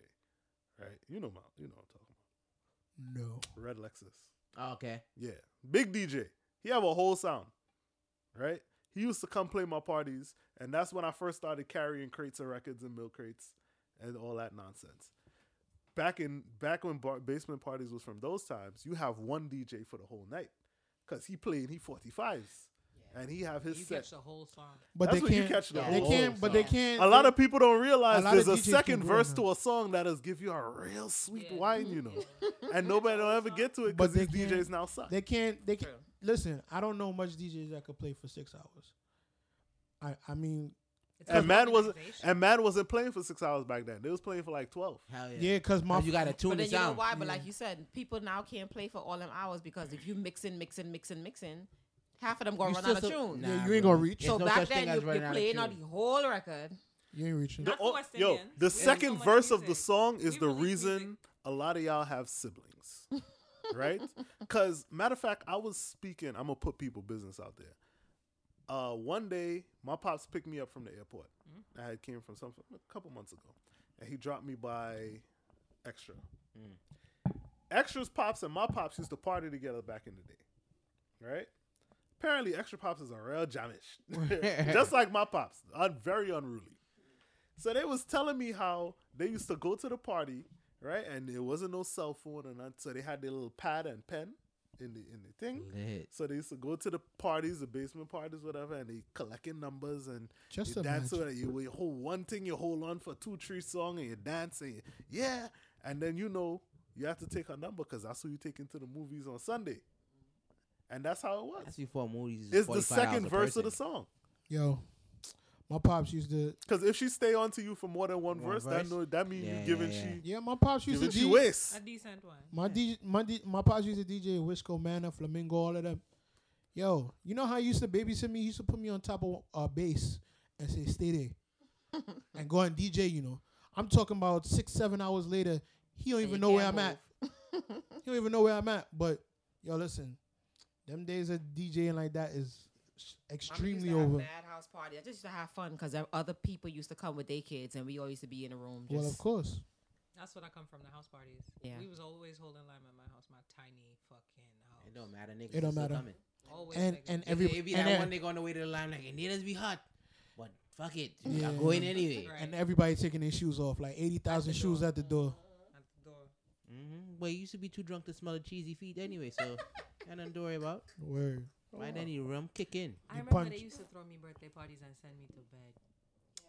Speaker 5: right? You know my you know what I'm talking
Speaker 10: No.
Speaker 5: about. Red Lexus.
Speaker 8: Oh, okay.
Speaker 5: Yeah, big DJ. He have a whole sound, right? He used to come play my parties, and that's when I first started carrying crates of records and milk crates and all that nonsense. Back in back when bar, basement parties was from those times, you have one DJ for the whole night, cause he playing he forty fives, and he have his
Speaker 6: You
Speaker 5: set.
Speaker 6: catch the whole song.
Speaker 10: But
Speaker 5: That's
Speaker 10: they
Speaker 5: what you
Speaker 10: can't.
Speaker 5: catch the
Speaker 10: they
Speaker 5: whole
Speaker 10: can't. But they
Speaker 8: song.
Speaker 10: can't.
Speaker 5: A lot of people don't realize
Speaker 10: A lot of
Speaker 5: there's a
Speaker 10: DJs can
Speaker 5: second
Speaker 10: do it
Speaker 5: verse
Speaker 10: now.
Speaker 5: to a song that'll give you a real sweet
Speaker 6: Yeah.
Speaker 5: wine, you know, and nobody will ever get to it
Speaker 10: But
Speaker 5: because
Speaker 10: they
Speaker 5: these
Speaker 10: can't-
Speaker 5: DJs now suck.
Speaker 10: They can't. They can't. Listen, I don't know much DJs that could play for six hours. I I mean,
Speaker 6: It's
Speaker 5: And
Speaker 6: a
Speaker 5: man wasn't
Speaker 6: organization.
Speaker 5: and man wasn't playing for six hours back then. They was playing for like twelve.
Speaker 8: Hell yeah.
Speaker 10: yeah, because my
Speaker 8: 'Cause you gotta tune
Speaker 7: But then
Speaker 8: this
Speaker 7: you know
Speaker 8: out.
Speaker 7: why? But like you said, people now can't play for all them hours because if you mixing, mixing, mixing, mixing, half of them gonna
Speaker 8: You
Speaker 7: run
Speaker 8: still
Speaker 7: out of
Speaker 8: so-
Speaker 7: tune.
Speaker 8: Nah,
Speaker 10: Yeah, you ain't gonna
Speaker 8: bro.
Speaker 10: reach.
Speaker 8: There's
Speaker 7: So
Speaker 8: no
Speaker 7: back
Speaker 8: such thing
Speaker 7: then,
Speaker 8: as
Speaker 7: you,
Speaker 8: running
Speaker 7: you're
Speaker 8: out of
Speaker 7: playing out
Speaker 8: tune.
Speaker 7: the whole record.
Speaker 10: you ain't reaching.
Speaker 5: The
Speaker 6: Not for
Speaker 5: o-
Speaker 6: West
Speaker 5: Oh, yo,
Speaker 6: Indians.
Speaker 5: the
Speaker 6: There's so
Speaker 5: second
Speaker 6: much
Speaker 5: verse of the
Speaker 6: music.
Speaker 5: song is
Speaker 6: We
Speaker 5: the
Speaker 6: release
Speaker 5: reason
Speaker 6: music.
Speaker 5: a lot of y'all have siblings, right? Because matter of fact, I was speaking. I'm gonna put people business out there. Uh, one day, my pops picked me up from the airport.
Speaker 6: Mm-hmm.
Speaker 5: I had came from something a couple months ago, and he dropped me by Extra. Extra's pops and my pops used to party together back in the day, right? Apparently, Extra pops is a real jamish, just like my pops, un- very unruly. So they was telling me how they used to go to the party, right? And there wasn't no cell phone and none, so they had their little pad and pen in the in the thing.
Speaker 8: Lit.
Speaker 5: So they used to go to the parties, the basement parties, whatever, and they collecting numbers and
Speaker 10: Just
Speaker 5: you dance
Speaker 10: imagine.
Speaker 5: with it. You, you hold one thing, you hold on for two, three song, and you dance and you, yeah, and then you know you have to take a number because that's who you take into the movies on Sunday, and that's how it was.
Speaker 8: That's before movies.
Speaker 5: it's the second verse of the song.
Speaker 10: Yo, my pops used to.
Speaker 5: Because if she stay on to you for more than one,
Speaker 8: One
Speaker 5: verse, that
Speaker 8: verse?
Speaker 5: no, that means
Speaker 8: Yeah,
Speaker 5: you giving
Speaker 8: yeah,
Speaker 5: she
Speaker 10: Yeah, my pops used
Speaker 5: giving
Speaker 10: to.
Speaker 5: she
Speaker 10: DJ
Speaker 5: waste.
Speaker 6: A decent one.
Speaker 10: My DJ, my D, my pops used to DJ in Wisco Manor, Flamingo, all of them. Yo, you know how he used to babysit me? He used to put me on top of a bass and say, "Stay there," and go and DJ. You know, I'm talking about six, seven hours later. He don't
Speaker 7: And
Speaker 10: even
Speaker 7: you
Speaker 10: know where
Speaker 7: can't
Speaker 10: I'm at. he don't even know where I'm at. But yo, listen, them days of DJing like that is s- extremely
Speaker 7: I
Speaker 10: over.
Speaker 7: Mad house party. I just used to have fun because other people used to come with their kids and we all used to be in the room. Just,
Speaker 10: Well, of course.
Speaker 6: That's what I come from the house parties.
Speaker 7: Yeah.
Speaker 6: We was always holding line at my house, my tiny fucking house.
Speaker 8: It don't matter, niggas.
Speaker 10: It don't
Speaker 8: is still
Speaker 10: matter.
Speaker 8: Coming.
Speaker 6: Always
Speaker 10: And
Speaker 6: niggas.
Speaker 10: and
Speaker 8: Every,
Speaker 10: every
Speaker 8: it be
Speaker 10: and,
Speaker 8: that
Speaker 10: e-
Speaker 8: one nigga on the way to the line like it need us be hot, but fuck it,
Speaker 10: Yeah.
Speaker 8: I'm going anyway.
Speaker 6: Right.
Speaker 10: and everybody taking their shoes off, like eighty thousand shoes at the door.
Speaker 6: at the door.
Speaker 8: Mm-hmm. Well, you used to be too drunk to smell the cheesy feet anyway, so I don't worry about.
Speaker 10: Word.
Speaker 8: Why then you rum kick in?
Speaker 6: I remember
Speaker 10: punch.
Speaker 6: they used to throw me birthday parties and send me to bed.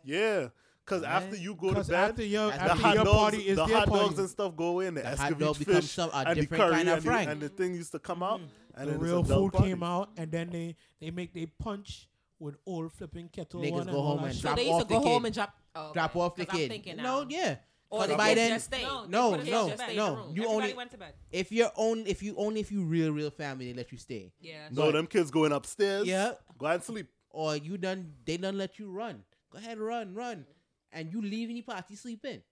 Speaker 5: Yeah, because after
Speaker 8: Right.
Speaker 5: you go to
Speaker 10: Because
Speaker 5: bed,
Speaker 10: after your,
Speaker 8: That's
Speaker 5: the
Speaker 10: after
Speaker 5: hot
Speaker 10: your
Speaker 5: dogs,
Speaker 10: party is
Speaker 5: the
Speaker 10: their
Speaker 5: hot
Speaker 10: party.
Speaker 5: dogs and stuff go in, the,
Speaker 8: The hot dog
Speaker 5: escovitch
Speaker 8: becomes
Speaker 5: fish,
Speaker 8: some- a
Speaker 5: and the
Speaker 8: different
Speaker 5: curry,
Speaker 8: kind of
Speaker 5: and, the,
Speaker 8: frank.
Speaker 5: and the thing used to come out, and
Speaker 10: Mm. the
Speaker 5: then it's
Speaker 10: real
Speaker 5: adult
Speaker 10: food
Speaker 5: parties.
Speaker 10: came out, and then they they make they punch with old flipping kettle.
Speaker 8: Niggas
Speaker 10: on
Speaker 8: go home
Speaker 10: all that
Speaker 8: and
Speaker 10: shit.
Speaker 7: so
Speaker 8: drop
Speaker 7: they used
Speaker 8: off
Speaker 7: to
Speaker 8: the
Speaker 7: go home
Speaker 8: kid.
Speaker 7: and drop oh,
Speaker 8: Drop
Speaker 7: okay.
Speaker 8: off the
Speaker 7: 'Cause I'm
Speaker 8: kid.
Speaker 7: thinking
Speaker 8: no,
Speaker 7: now.
Speaker 8: yeah.
Speaker 7: Or the
Speaker 8: But by
Speaker 7: kids
Speaker 8: then,
Speaker 7: just stay.
Speaker 6: they
Speaker 8: no,
Speaker 6: put us
Speaker 8: no,
Speaker 6: in bed.
Speaker 8: no.
Speaker 6: Everybody
Speaker 8: You only-
Speaker 6: went to bed.
Speaker 8: if you're own, if you only if you real real family, they let you stay.
Speaker 6: Yeah. that's
Speaker 5: No, them kids going upstairs.
Speaker 8: Yeah.
Speaker 5: go and sleep.
Speaker 8: Or you done, they done let you run. Go ahead, run, run, and you leave any party sleeping.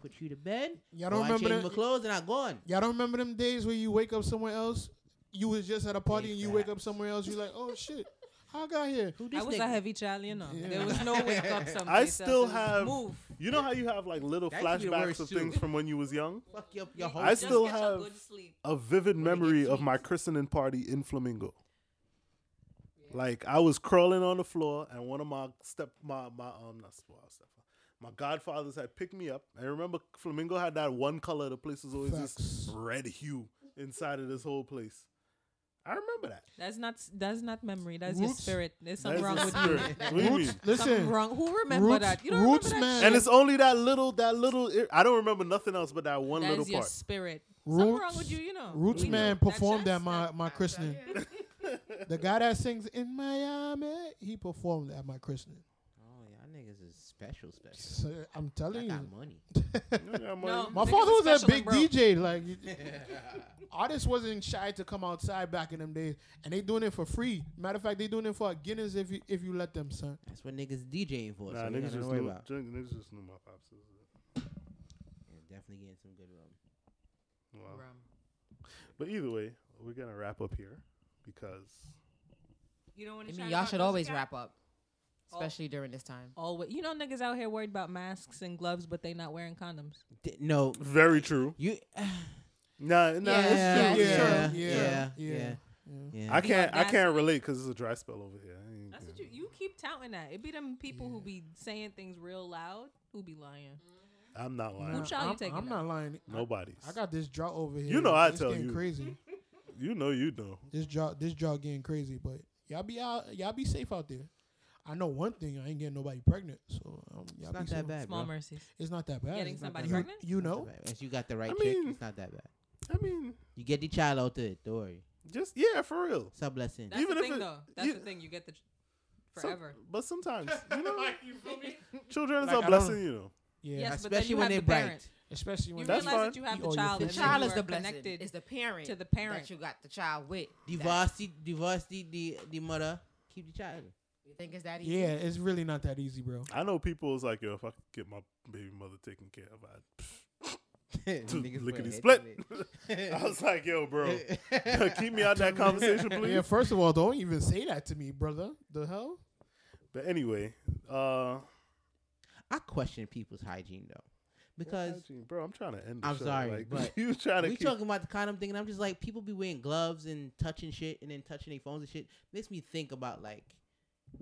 Speaker 8: Put you to bed.
Speaker 10: Y'all
Speaker 8: go
Speaker 10: don't
Speaker 8: and
Speaker 10: remember
Speaker 8: change
Speaker 10: that-
Speaker 8: my clothes, and I gone.
Speaker 10: Y'all don't remember them days where you wake up somewhere else? You was just at a party and you wake up
Speaker 8: Exact.
Speaker 10: somewhere else. You like, oh shit, how I got here?
Speaker 8: Who
Speaker 6: I
Speaker 8: this
Speaker 6: was
Speaker 8: nigga?
Speaker 6: a heavy child, you know.
Speaker 10: Yeah.
Speaker 6: There was no wake up someplace.
Speaker 5: I
Speaker 6: else. It
Speaker 5: still
Speaker 6: was
Speaker 5: have.
Speaker 6: move.
Speaker 5: You know how you have like little
Speaker 8: That used to be the
Speaker 5: flashbacks
Speaker 8: worst
Speaker 5: of
Speaker 8: too.
Speaker 5: things from when you was young.
Speaker 8: Fuck you up your whole.
Speaker 5: I
Speaker 6: Just
Speaker 5: still
Speaker 6: get your
Speaker 5: have
Speaker 6: good sleep.
Speaker 5: a vivid memory of
Speaker 8: tweets.
Speaker 5: my christening party in Flamingo. Like I was crawling on the floor, and one of my step, my my um, not step, step, my godfathers had picked me up. I remember Flamingo had that one color. The place was always
Speaker 10: Facts.
Speaker 5: this red hue inside of this whole place. I remember that.
Speaker 6: That's not that's not memory. That's your
Speaker 10: Roots.
Speaker 6: spirit. There's
Speaker 5: That
Speaker 6: something
Speaker 5: is
Speaker 6: wrong
Speaker 5: the
Speaker 6: with you.
Speaker 5: spirit. What do you mean?
Speaker 6: Something
Speaker 10: Listen,
Speaker 6: wrong. Who remember
Speaker 10: Roots-
Speaker 6: that? You don't
Speaker 10: Roots
Speaker 6: remember that
Speaker 10: man.
Speaker 5: And it's only that little, that little. I don't remember nothing else but that one
Speaker 6: That
Speaker 5: little
Speaker 6: is your
Speaker 5: part.
Speaker 6: spirit. Something wrong
Speaker 10: Roots,
Speaker 6: with you, you know.
Speaker 10: Roots
Speaker 8: Lino.
Speaker 10: man
Speaker 8: That
Speaker 10: performed at
Speaker 6: chestnut
Speaker 10: my my
Speaker 6: back
Speaker 10: christening. the guy that sings in Miami, he performed at my christening.
Speaker 8: Oh, y'all niggas is special, special.
Speaker 10: So, I'm telling
Speaker 8: I
Speaker 10: you.
Speaker 8: got money.
Speaker 6: No,
Speaker 10: My
Speaker 6: niggas
Speaker 10: father
Speaker 6: is
Speaker 10: was a
Speaker 6: special
Speaker 10: big
Speaker 6: and broke.
Speaker 10: DJ. Like, artists wasn't shy to come outside back in them days, and they doing it for free. Matter of fact, they doing it for a Guinness if you if you let them, son.
Speaker 8: That's what niggas DJing for.
Speaker 5: Nah,
Speaker 8: so niggas
Speaker 5: niggas
Speaker 8: gotta
Speaker 5: just,
Speaker 8: worry
Speaker 5: knew,
Speaker 8: about.
Speaker 5: drink, niggas just knew my pops. is it.
Speaker 8: Yeah, definitely getting some good rum.
Speaker 5: Wow.
Speaker 6: Rum.
Speaker 5: But either way, we're gonna wrap up here because
Speaker 6: You know when
Speaker 7: I mean, y'all should always wrap up,
Speaker 6: Oh.
Speaker 7: especially during this time.
Speaker 6: Always, you know niggas out here worried about masks and gloves, but they not wearing condoms.
Speaker 8: D- no,
Speaker 5: very true.
Speaker 8: you.
Speaker 5: Nah, nah,
Speaker 8: yeah, yeah,
Speaker 5: it's true.
Speaker 8: yeah, yeah,
Speaker 10: Yeah,
Speaker 8: yeah,
Speaker 10: yeah, yeah.
Speaker 5: I can't, I
Speaker 6: audacity.
Speaker 5: can't relate because it's a dry spell over here. I ain't-
Speaker 6: That's what you you keep touting that. It be them people who be saying things real loud who be lying.
Speaker 5: I'm not lying.
Speaker 6: Who shall you
Speaker 10: I'm,
Speaker 6: taking?
Speaker 10: I'm
Speaker 6: that?
Speaker 10: not lying.
Speaker 5: Nobody's.
Speaker 10: I got this drought over here.
Speaker 5: You know I
Speaker 10: It's
Speaker 5: tell
Speaker 10: getting
Speaker 5: you.
Speaker 10: crazy.
Speaker 5: you know, you know.
Speaker 10: This drought, this drought getting crazy. But y'all be out, y'all be safe out there. I know one thing. I ain't getting nobody pregnant, so um, y'all
Speaker 8: It's not
Speaker 10: be
Speaker 8: that
Speaker 10: safe.
Speaker 8: bad,
Speaker 6: Small
Speaker 8: bro.
Speaker 6: mercies.
Speaker 10: It's not that bad.
Speaker 6: Getting
Speaker 10: It's not
Speaker 6: somebody
Speaker 10: that bad.
Speaker 6: pregnant?
Speaker 10: You, you know,
Speaker 8: If you got the right
Speaker 5: I
Speaker 8: chick,
Speaker 5: mean-
Speaker 8: it's not that bad.
Speaker 5: I mean,
Speaker 8: You get the child out there. Don't worry.
Speaker 5: just yeah, for real.
Speaker 8: It's a blessing.
Speaker 6: That's
Speaker 5: Even
Speaker 6: the
Speaker 5: if
Speaker 6: thing,
Speaker 5: it-
Speaker 6: though. That's
Speaker 5: you-
Speaker 6: the thing. You get the tr-
Speaker 5: Some-
Speaker 6: forever.
Speaker 5: but sometimes, you know, children is
Speaker 10: Like,
Speaker 5: a
Speaker 10: I don't-
Speaker 5: blessing. You know,
Speaker 10: yeah,
Speaker 6: Yes, but then
Speaker 8: Especially
Speaker 6: you
Speaker 8: when
Speaker 6: have
Speaker 8: they're
Speaker 6: the parent.
Speaker 8: bright.
Speaker 10: especially
Speaker 6: You
Speaker 10: when
Speaker 5: That's
Speaker 6: realize
Speaker 5: fine.
Speaker 6: that you have
Speaker 10: Oh,
Speaker 6: the
Speaker 10: you
Speaker 6: child.
Speaker 10: feel
Speaker 6: and
Speaker 7: The
Speaker 10: free.
Speaker 6: then
Speaker 7: child
Speaker 6: you
Speaker 7: is
Speaker 6: are
Speaker 7: the blessing.
Speaker 6: connected.
Speaker 7: It's the parent
Speaker 6: to the
Speaker 7: that
Speaker 6: parent.
Speaker 7: you got the child with. that-
Speaker 8: Divorce, the, divorce the, the the mother. Keep the child.
Speaker 7: You think it's that easy?
Speaker 10: yeah, it's really not that easy, bro.
Speaker 5: I know people is like, yo, if I could get my baby mother taken care of, I'd,
Speaker 8: Niggas
Speaker 5: lickety
Speaker 8: put a
Speaker 5: split.
Speaker 8: head
Speaker 5: I was like, yo, bro, keep me out that conversation, please.
Speaker 10: Yeah, first of all, don't even say that to me, brother. The hell?
Speaker 5: But anyway, uh,
Speaker 8: I question people's hygiene though, because
Speaker 5: hygiene, bro, I'm trying to end. The
Speaker 8: I'm
Speaker 5: show.
Speaker 8: sorry,
Speaker 5: like,
Speaker 8: but
Speaker 5: you trying to
Speaker 8: we
Speaker 5: keep.
Speaker 8: talking about the condom thing, and I'm just like, people be wearing gloves and touching shit, and then touching their phones and shit. Makes me think about like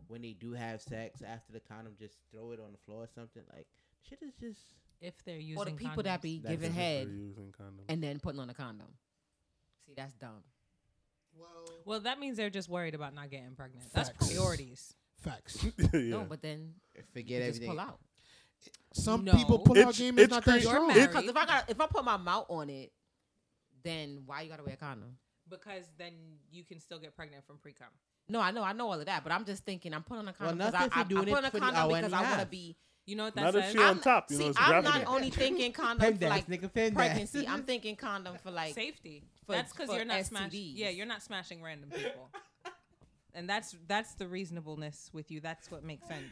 Speaker 8: when they do have sex after the condom, just throw it on the floor or something. Like shit is just
Speaker 6: If they're using
Speaker 7: Or the people that be
Speaker 8: That's
Speaker 7: giving
Speaker 8: what
Speaker 7: head
Speaker 5: using condoms.
Speaker 7: and then putting on a condom. See, that's dumb.
Speaker 6: Well, that means they're just worried about not getting pregnant.
Speaker 10: Facts.
Speaker 6: That's priorities.
Speaker 10: Facts.
Speaker 5: yeah.
Speaker 7: No, but then
Speaker 8: forget
Speaker 7: you just
Speaker 8: everything.
Speaker 7: pull out.
Speaker 10: Some
Speaker 6: No.
Speaker 10: people pull out
Speaker 5: It's-
Speaker 10: game is
Speaker 5: it's
Speaker 10: not that
Speaker 5: crazy.
Speaker 10: strong.
Speaker 6: You're
Speaker 7: Because
Speaker 6: married
Speaker 7: if I got if I put my mouth on it, then why you gotta wear a condom?
Speaker 6: because then you can still get pregnant from pre cum.
Speaker 7: No, I know, I know all of that, but I'm just thinking I'm putting on a condom
Speaker 8: not
Speaker 7: because I,
Speaker 8: if
Speaker 7: I,
Speaker 8: you're
Speaker 7: I'm
Speaker 8: doing
Speaker 7: putting
Speaker 8: it
Speaker 7: on a
Speaker 8: for the
Speaker 7: condom
Speaker 8: hour and
Speaker 7: because
Speaker 8: a
Speaker 7: I want to
Speaker 8: half.
Speaker 7: be.
Speaker 6: You know what that
Speaker 5: Not if
Speaker 6: says?
Speaker 5: she on top, you
Speaker 7: see,
Speaker 5: know, it's
Speaker 7: I'm not
Speaker 5: gravity.
Speaker 7: only thinking condom
Speaker 8: Pen
Speaker 7: for
Speaker 8: dance,
Speaker 7: like
Speaker 8: nigga, pen dance.
Speaker 7: pregnancy. I'm thinking condom for like
Speaker 6: safety.
Speaker 7: For-
Speaker 6: that's because
Speaker 7: for
Speaker 6: you're not smashing.
Speaker 7: STDs.
Speaker 6: Yeah, you're not smashing random people. and that's that's the reasonableness with you. That's what makes sense.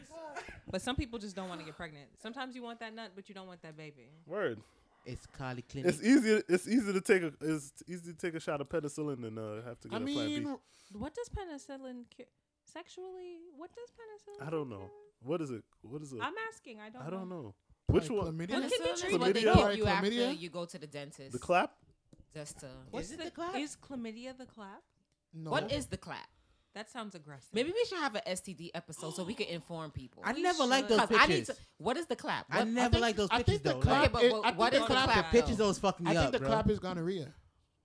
Speaker 6: But some people just don't want to get pregnant. Sometimes you want that nut, but you don't want that baby.
Speaker 5: Word.
Speaker 8: It's Carly Clinic.
Speaker 5: It's e- easy. It's easy to take a. It's easy to take a shot of penicillin and uh, have to
Speaker 10: I
Speaker 5: get a
Speaker 10: mean,
Speaker 5: plan
Speaker 6: What does penicillin cure? Sexually, what does penicillin?
Speaker 5: B. I don't
Speaker 6: cure?
Speaker 5: know. What is it? What is it?
Speaker 6: I'm asking. I don't.
Speaker 5: I don't know.
Speaker 10: like
Speaker 5: Which one?
Speaker 10: chlamydia?
Speaker 7: Penicillin
Speaker 6: Look at the
Speaker 7: is
Speaker 6: tree.
Speaker 7: what they
Speaker 5: Chlamydia?
Speaker 7: give you
Speaker 10: Right,
Speaker 7: after
Speaker 10: chlamydia?
Speaker 7: you go to the dentist.
Speaker 5: The clap.
Speaker 7: Just to.
Speaker 6: What's
Speaker 8: it
Speaker 6: the,
Speaker 8: the clap?
Speaker 6: Is chlamydia the clap?
Speaker 10: No.
Speaker 7: What is the clap?
Speaker 6: That sounds aggressive.
Speaker 7: Maybe we should have an STD episode so we can inform people.
Speaker 8: I never like those
Speaker 7: 'Cause
Speaker 8: pictures.
Speaker 7: I
Speaker 8: I,
Speaker 7: need to. What is the clap? What,
Speaker 8: never like those
Speaker 10: I
Speaker 8: pictures
Speaker 10: think the
Speaker 8: though.
Speaker 10: clap.
Speaker 8: like,
Speaker 7: but
Speaker 10: is,
Speaker 7: what-
Speaker 10: I think
Speaker 7: what
Speaker 10: the
Speaker 7: is the
Speaker 10: clap?
Speaker 7: clap?
Speaker 8: the pictures always fuck me
Speaker 10: I think
Speaker 8: up,
Speaker 10: the
Speaker 8: bro.
Speaker 10: clap is gonorrhea.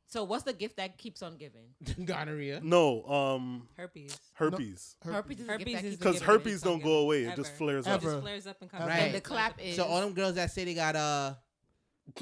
Speaker 7: So what's the gift that keeps on giving?
Speaker 8: Gonorrhea.
Speaker 5: No. Um.
Speaker 6: herpes.
Speaker 5: herpes.
Speaker 7: Herpes is a gift
Speaker 6: Herpes
Speaker 7: that
Speaker 6: is
Speaker 7: keeps
Speaker 6: the
Speaker 7: on
Speaker 5: Because
Speaker 6: gift
Speaker 7: giving.
Speaker 6: that
Speaker 5: herpes
Speaker 6: keeps
Speaker 5: don't
Speaker 6: on
Speaker 5: go
Speaker 6: giving.
Speaker 5: away, it just
Speaker 6: Ever.
Speaker 5: flares
Speaker 6: It
Speaker 5: up.
Speaker 10: Ever.
Speaker 6: just flares up and comes
Speaker 10: Ever.
Speaker 6: back.
Speaker 7: And the clap is.
Speaker 8: So all them girls that say they got uh,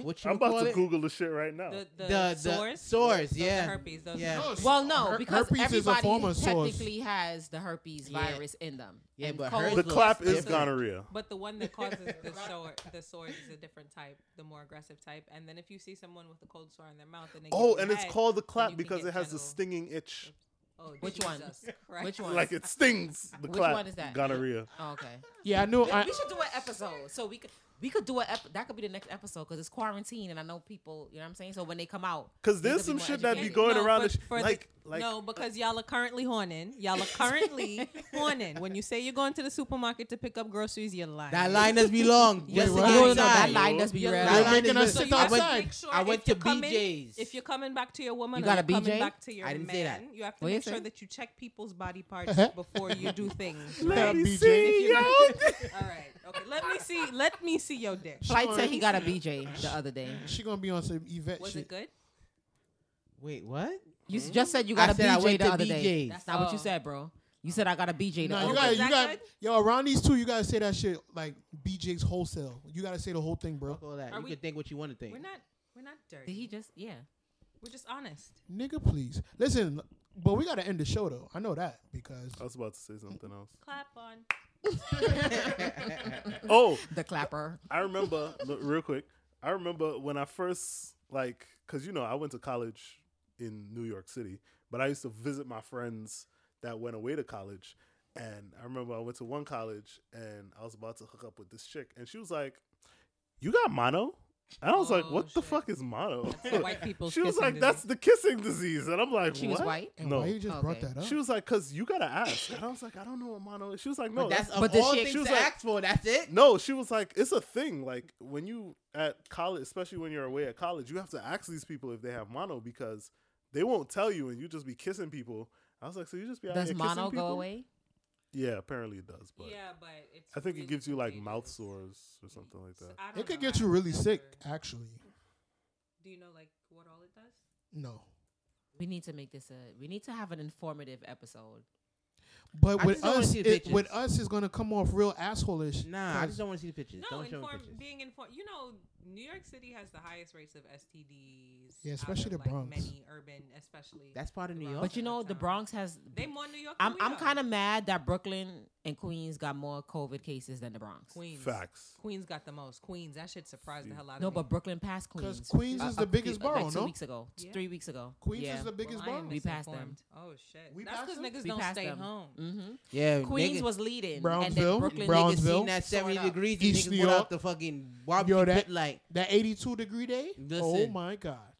Speaker 8: what you
Speaker 5: I'm about
Speaker 8: call
Speaker 5: to
Speaker 8: it?
Speaker 5: Google the shit right now.
Speaker 6: The, the,
Speaker 8: the, the
Speaker 6: sores.
Speaker 8: sores,
Speaker 6: Those are
Speaker 8: yeah,
Speaker 6: herpes. Those are
Speaker 8: yeah.
Speaker 5: Oh,
Speaker 6: herpes.
Speaker 7: well, no,
Speaker 10: Her-
Speaker 7: because
Speaker 10: herpes is a
Speaker 7: everybody
Speaker 10: form of sores.
Speaker 7: technically has the herpes
Speaker 8: Yeah.
Speaker 7: virus in them.
Speaker 8: Yeah,
Speaker 7: And
Speaker 8: but
Speaker 7: colds
Speaker 8: hers
Speaker 5: The
Speaker 7: will-
Speaker 8: looks
Speaker 5: clap is
Speaker 8: different.
Speaker 5: gonorrhea.
Speaker 6: But the one that causes the sore, the sores is a different type, the more aggressive type. And then if you see someone with a cold sore in their mouth, and they give
Speaker 5: Oh,
Speaker 6: you
Speaker 5: and it's
Speaker 6: head,
Speaker 5: called the
Speaker 6: then
Speaker 5: clap
Speaker 6: you can
Speaker 5: because
Speaker 6: get
Speaker 5: it has a
Speaker 6: genital.
Speaker 5: stinging itch.
Speaker 6: Oh,
Speaker 7: Which one?
Speaker 6: Jesus Christ.
Speaker 7: Which one?
Speaker 5: Like it stings. The
Speaker 7: Which
Speaker 5: clap.
Speaker 7: one is that?
Speaker 5: Gonorrhea.
Speaker 7: Oh, okay.
Speaker 10: Yeah, I knew. I,
Speaker 7: we should do an episode so we could we could do an ep- that could be the next episode because it's quarantine and I know people. You know what I'm saying? So when they come out,
Speaker 5: Because
Speaker 7: these
Speaker 5: there's
Speaker 7: will
Speaker 5: some
Speaker 7: more
Speaker 5: shit that be
Speaker 7: educated.
Speaker 5: going
Speaker 6: No,
Speaker 5: around.
Speaker 6: but
Speaker 5: The sh-
Speaker 6: for the-
Speaker 5: like, like,
Speaker 6: no, because y'all are currently horning. Y'all are currently horning. When you say you're going to the supermarket to pick up groceries, you're lying.
Speaker 8: That line does be long. Just
Speaker 7: No,
Speaker 8: to
Speaker 7: no,
Speaker 8: get
Speaker 7: no, that
Speaker 8: inside.
Speaker 7: line does be
Speaker 6: You're
Speaker 7: real.
Speaker 8: That
Speaker 10: You're
Speaker 8: line
Speaker 10: making
Speaker 8: is
Speaker 10: us
Speaker 8: good.
Speaker 10: sit
Speaker 6: you
Speaker 8: I
Speaker 6: have to
Speaker 8: went,
Speaker 10: outside.
Speaker 6: make sure
Speaker 8: I
Speaker 6: if
Speaker 8: went to
Speaker 6: you're coming-
Speaker 8: BJ's.
Speaker 6: if you're coming back to your woman,
Speaker 7: You
Speaker 6: you
Speaker 7: got
Speaker 6: got
Speaker 7: a
Speaker 6: you're
Speaker 7: BJ?
Speaker 6: coming back to your
Speaker 8: I didn't
Speaker 6: man,
Speaker 8: say that.
Speaker 6: you have to
Speaker 7: What you
Speaker 6: make sure
Speaker 7: say?
Speaker 6: that you check people's body parts before you do things.
Speaker 5: let me
Speaker 10: BJ.
Speaker 5: see yo.
Speaker 6: All right. Okay. Let me see. Let me see your dick.
Speaker 7: Flight said he got a BJ the other day.
Speaker 10: she gonna be on some Yvette
Speaker 6: Was
Speaker 10: shit.
Speaker 6: it good?
Speaker 8: Wait, what?
Speaker 7: You s- just said you got a
Speaker 8: I said I
Speaker 7: BJ
Speaker 8: went
Speaker 7: the
Speaker 8: to
Speaker 7: other day.
Speaker 8: BJ's.
Speaker 7: That's not what you
Speaker 6: Oh.
Speaker 7: said, bro. You said I got a BJ the
Speaker 10: Nah,
Speaker 7: other day.
Speaker 10: you got,
Speaker 6: was
Speaker 10: you
Speaker 6: that
Speaker 10: got,
Speaker 6: good?
Speaker 10: yo, around these two, you gotta say that shit like BJ's wholesale. You gotta say the whole thing, bro.
Speaker 8: Fuck all that.
Speaker 6: Are
Speaker 8: you
Speaker 6: we-
Speaker 8: can think what you want to think.
Speaker 6: We're not. We're not
Speaker 7: Did
Speaker 6: dirty.
Speaker 7: he just yeah?
Speaker 6: We're just honest.
Speaker 10: Nigga, please listen. But we gotta end the show though. I know that because
Speaker 5: I was about to say something else.
Speaker 6: Clap on.
Speaker 5: Oh,
Speaker 7: The clapper.
Speaker 5: I remember look, real quick. I remember when I first like because you know I went to college in New York City, but I used to visit my friends that went away to college, and I remember I went to one college and I was about to hook up with this chick, and she was like, "You got mono." And I was like,
Speaker 6: Oh,
Speaker 5: "What the
Speaker 6: shit.
Speaker 5: fuck is mono?"
Speaker 6: the white people's
Speaker 5: she was
Speaker 6: kissing
Speaker 5: like, "That's the kissing disease," and I'm like,
Speaker 7: She
Speaker 5: "What?"
Speaker 7: was white.
Speaker 10: And
Speaker 5: No.
Speaker 10: why you just brought
Speaker 7: Okay.
Speaker 10: that up?
Speaker 5: She was like, "Cause you gotta ask," and I was like, "I don't know what mono is." She was like, "No,
Speaker 8: But that's of
Speaker 7: But did
Speaker 8: all
Speaker 7: she-
Speaker 8: things
Speaker 5: she
Speaker 8: to
Speaker 5: was like-
Speaker 8: ask for. That's it.
Speaker 5: No, she was like, it's a thing. Like when you at college, especially when you're away at college, you have to ask these people if they have mono because they won't tell you, and you just be kissing people. I was like, so you just be out
Speaker 7: Does
Speaker 5: here kissing
Speaker 7: mono go
Speaker 5: people?
Speaker 7: away?
Speaker 5: Yeah, apparently it does, but
Speaker 6: Yeah, but it's.
Speaker 5: I think
Speaker 6: really
Speaker 5: it gives you like mouth
Speaker 6: contagious.
Speaker 5: sores or something like that.
Speaker 6: I don't
Speaker 10: it could
Speaker 6: know.
Speaker 10: get
Speaker 6: I
Speaker 10: you
Speaker 6: don't
Speaker 10: really sick,
Speaker 6: remember.
Speaker 10: actually.
Speaker 6: Do you know like what all it does?
Speaker 10: No.
Speaker 7: We need to make this a. We need to have an informative episode.
Speaker 10: But
Speaker 8: I
Speaker 10: with
Speaker 8: just don't wanna
Speaker 10: us,
Speaker 8: see
Speaker 10: it,
Speaker 8: bitches.
Speaker 10: with us, it's gonna come off real assholeish.
Speaker 8: Nah, I
Speaker 10: 'cause-
Speaker 8: just don't want to see the pictures.
Speaker 6: No,
Speaker 8: don't show me
Speaker 6: inform,
Speaker 8: pictures.
Speaker 6: being informed. You know, New York City has the highest rates of STDs.
Speaker 10: Yeah,
Speaker 6: out
Speaker 10: especially
Speaker 6: of,
Speaker 10: the Bronx.
Speaker 6: Like many urban, especially.
Speaker 8: That's part of New York.
Speaker 7: But you know, the Bronx has.
Speaker 6: They more New York.
Speaker 7: I'm I'm kind
Speaker 6: of
Speaker 7: of mad that Brooklyn and Queens got more COVID cases than the Bronx.
Speaker 6: Queens.
Speaker 5: Facts.
Speaker 6: Queens got the most. Queens. That shit surprised the hell out of
Speaker 7: No,
Speaker 6: me.
Speaker 7: but Brooklyn passed Queens.
Speaker 10: 'Cause Queens is the biggest
Speaker 7: like
Speaker 10: borough,
Speaker 7: Two
Speaker 10: no?
Speaker 7: weeks ago,
Speaker 6: Yeah.
Speaker 7: three weeks ago.
Speaker 10: Queens
Speaker 7: yeah.
Speaker 10: is the biggest
Speaker 6: Well, I
Speaker 10: bar.
Speaker 6: am
Speaker 7: We passed them.
Speaker 6: misinformed. Oh shit.
Speaker 10: We
Speaker 6: That's
Speaker 10: passed
Speaker 6: because
Speaker 10: them?
Speaker 6: niggas
Speaker 7: We
Speaker 6: don't
Speaker 7: passed
Speaker 6: stay
Speaker 7: them.
Speaker 6: home.
Speaker 7: Mm-hmm.
Speaker 8: yeah,
Speaker 7: Queens
Speaker 8: niggas-
Speaker 7: was leading, and
Speaker 10: Brownsville,
Speaker 7: then Brooklyn.
Speaker 10: Brown-
Speaker 8: Niggas
Speaker 10: Brownsville,
Speaker 8: seen that
Speaker 7: sewing
Speaker 8: 70
Speaker 7: up.
Speaker 8: degrees. and
Speaker 10: East
Speaker 8: niggas
Speaker 10: New
Speaker 8: went
Speaker 10: York.
Speaker 8: out the fucking barbecue
Speaker 10: Yo, that-
Speaker 8: pit like
Speaker 10: That 82 degree day. Oh
Speaker 8: Listen.
Speaker 10: my god.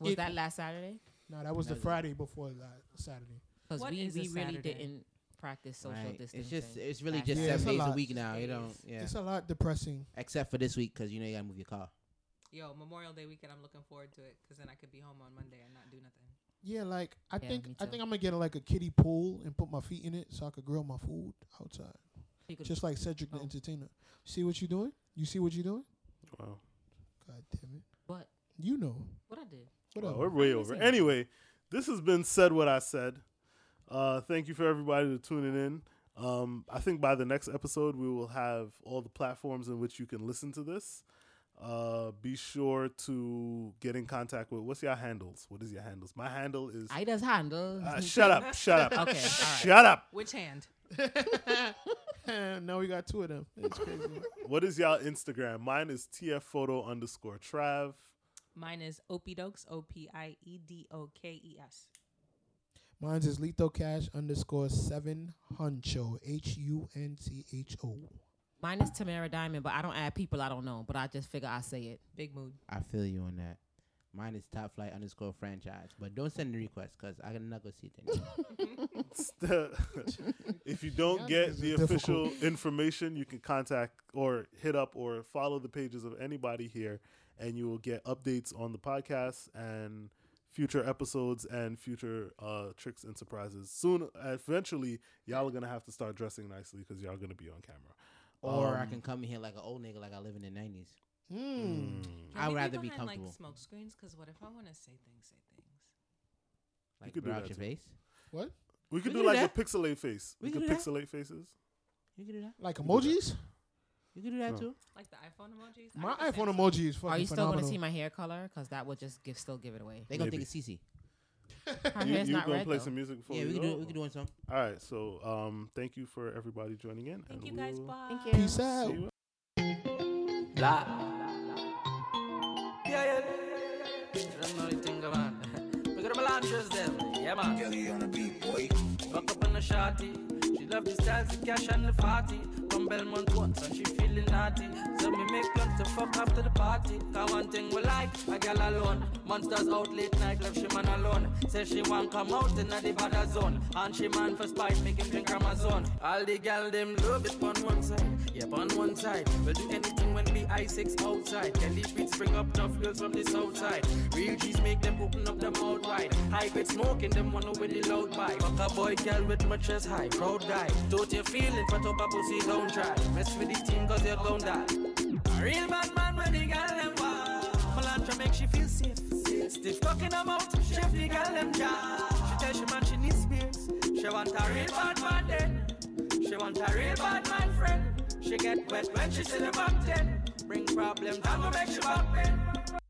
Speaker 7: was
Speaker 10: It-
Speaker 7: that last Saturday?
Speaker 10: No, that was the
Speaker 8: No.
Speaker 10: Friday before that Saturday.
Speaker 7: Because
Speaker 6: What
Speaker 7: we,
Speaker 6: is a
Speaker 7: we really
Speaker 6: Saturday?
Speaker 7: didn't practice social
Speaker 8: Right.
Speaker 7: distancing.
Speaker 8: It's just it's really
Speaker 7: back
Speaker 8: just
Speaker 10: then. Yeah,
Speaker 8: seven
Speaker 10: it's a
Speaker 8: days a
Speaker 10: lot.
Speaker 8: week now. You
Speaker 7: Days.
Speaker 8: don't yeah.
Speaker 10: It's a lot depressing.
Speaker 8: Except for this week because you know you gotta move your car.
Speaker 6: Yo, Memorial Day weekend. I'm looking forward to it because then I could be home on Monday and not do nothing.
Speaker 10: Yeah, like I
Speaker 7: Yeah,
Speaker 10: think
Speaker 7: me
Speaker 10: I
Speaker 7: too.
Speaker 10: think I'm gonna get like a kiddie pool and put my feet in it so I could grill my food outside,
Speaker 7: You could-
Speaker 10: just like Cedric
Speaker 7: Oh.
Speaker 10: the Entertainer. See what you're doing? You see what you're doing?
Speaker 5: Wow,
Speaker 10: God damn it!
Speaker 7: what
Speaker 10: You know
Speaker 7: what I did.
Speaker 10: what
Speaker 5: Wow,
Speaker 10: up?
Speaker 5: Oh, we're way
Speaker 7: I'm
Speaker 5: over.
Speaker 7: missing-
Speaker 5: Anyway, this has been said what I said. Uh, thank you for everybody to tuning in. Um, I think by the next episode we will have all the platforms in which you can listen to this. Uh, be sure to get in contact with what's your handles? What is your handles? My handle is
Speaker 7: I does handle.
Speaker 5: uh, shut up, shut up,
Speaker 7: Okay, all right.
Speaker 5: shut up.
Speaker 6: Which hand?
Speaker 10: now we got two of them. It's crazy.
Speaker 5: What is y'all Instagram? Mine is tfphoto underscore trav.
Speaker 6: Mine is Opie Dokes. O P I E D O K E S.
Speaker 10: Mine's is Letho Cash underscore seven huncho h u n t h o.
Speaker 7: Mine is Tamara Diamond, but I don't add people I don't know. But I just figure I say it.
Speaker 6: Big mood.
Speaker 8: I feel you on that. Mine is top flight underscore franchise, but don't send the request because I'm not gonna see it. anymore.
Speaker 5: if you don't
Speaker 10: niggas
Speaker 5: get
Speaker 10: is
Speaker 5: the official information, you can contact or hit up or follow the pages of anybody here, and you will get updates on the podcast and future episodes and future uh, tricks and surprises. Soon, eventually, y'all are gonna have to start dressing nicely because y'all gonna be on camera.
Speaker 8: or I
Speaker 5: Um,
Speaker 8: can come in here like an old nigga, like I live in the '90s.
Speaker 7: Hmm.
Speaker 10: Mm.
Speaker 8: I'd
Speaker 6: Can we
Speaker 8: rather
Speaker 6: go
Speaker 8: be
Speaker 6: behind,
Speaker 8: comfortable.
Speaker 6: Like smoke screens, because what if I want to say things, say things.
Speaker 8: Like
Speaker 5: could do
Speaker 8: without
Speaker 5: that
Speaker 8: your
Speaker 5: too.
Speaker 8: face.
Speaker 10: What?
Speaker 5: We could do
Speaker 8: We can
Speaker 5: like
Speaker 8: do
Speaker 5: a pixelate face. We,
Speaker 8: We
Speaker 5: could
Speaker 8: can do that.
Speaker 5: pixelate faces.
Speaker 8: You could do that.
Speaker 10: Like
Speaker 5: do that.
Speaker 10: emojis?
Speaker 8: You could do that
Speaker 5: No.
Speaker 8: too.
Speaker 6: Like the iPhone emojis. I
Speaker 10: My
Speaker 6: could say
Speaker 10: iPhone
Speaker 6: something.
Speaker 10: emoji is fucking
Speaker 7: Are you still
Speaker 10: phenomenal.
Speaker 7: gonna see my hair color? Cause that would just give still give it away.
Speaker 8: They gonna
Speaker 5: Maybe.
Speaker 8: think it's CC.
Speaker 7: Her
Speaker 5: You,
Speaker 7: hair's
Speaker 5: you
Speaker 7: not
Speaker 5: gonna
Speaker 7: red
Speaker 5: play
Speaker 7: though.
Speaker 5: some music for
Speaker 8: Yeah, we could do. We could do one song.
Speaker 5: All right, so um, thank you for everybody joining in.
Speaker 6: Thank
Speaker 5: and
Speaker 6: you
Speaker 5: we
Speaker 6: guys.
Speaker 5: will
Speaker 6: Bye.
Speaker 7: Thank you.
Speaker 10: Peace
Speaker 5: see
Speaker 10: out.
Speaker 5: you
Speaker 2: Lot. Yeah, yeah, yeah. That's not the thing about Look at them launchers them. Yeah, man. Kelly on the beat, boy. Buck up on the shotty. She love the style, the cash and the party. From Belmont once and she feeling naughty. So me make plans to fuck after the party. Cause one thing we like, a gal alone. Monsters out late night, left she man alone. Say she want come out in the bada zone. And she man for spite, make him drink Amazon. All the gal them love it on one side. Yeah, on one side. We'll do anything when we I-6 outside. Kelly Beats bring up tough girls from the south side. Real G's make them open up their mouth wide. High grade smoking them wanna with the loud bite. Fuck a boy girl with my chest high. Proud guy. Don't you feel it? Fat up a pussy, don't try. Mess with the team cause you're gon' die. A real bad man when the girl them wild. Melantra make she feel safe. Stiff cock in her mouth, chef the girl them jar. She tell she man she needs beers. She want a real bad man then. She want a real bad man friend. She get wet when she see the back then. Bring problems, I'ma make she back then.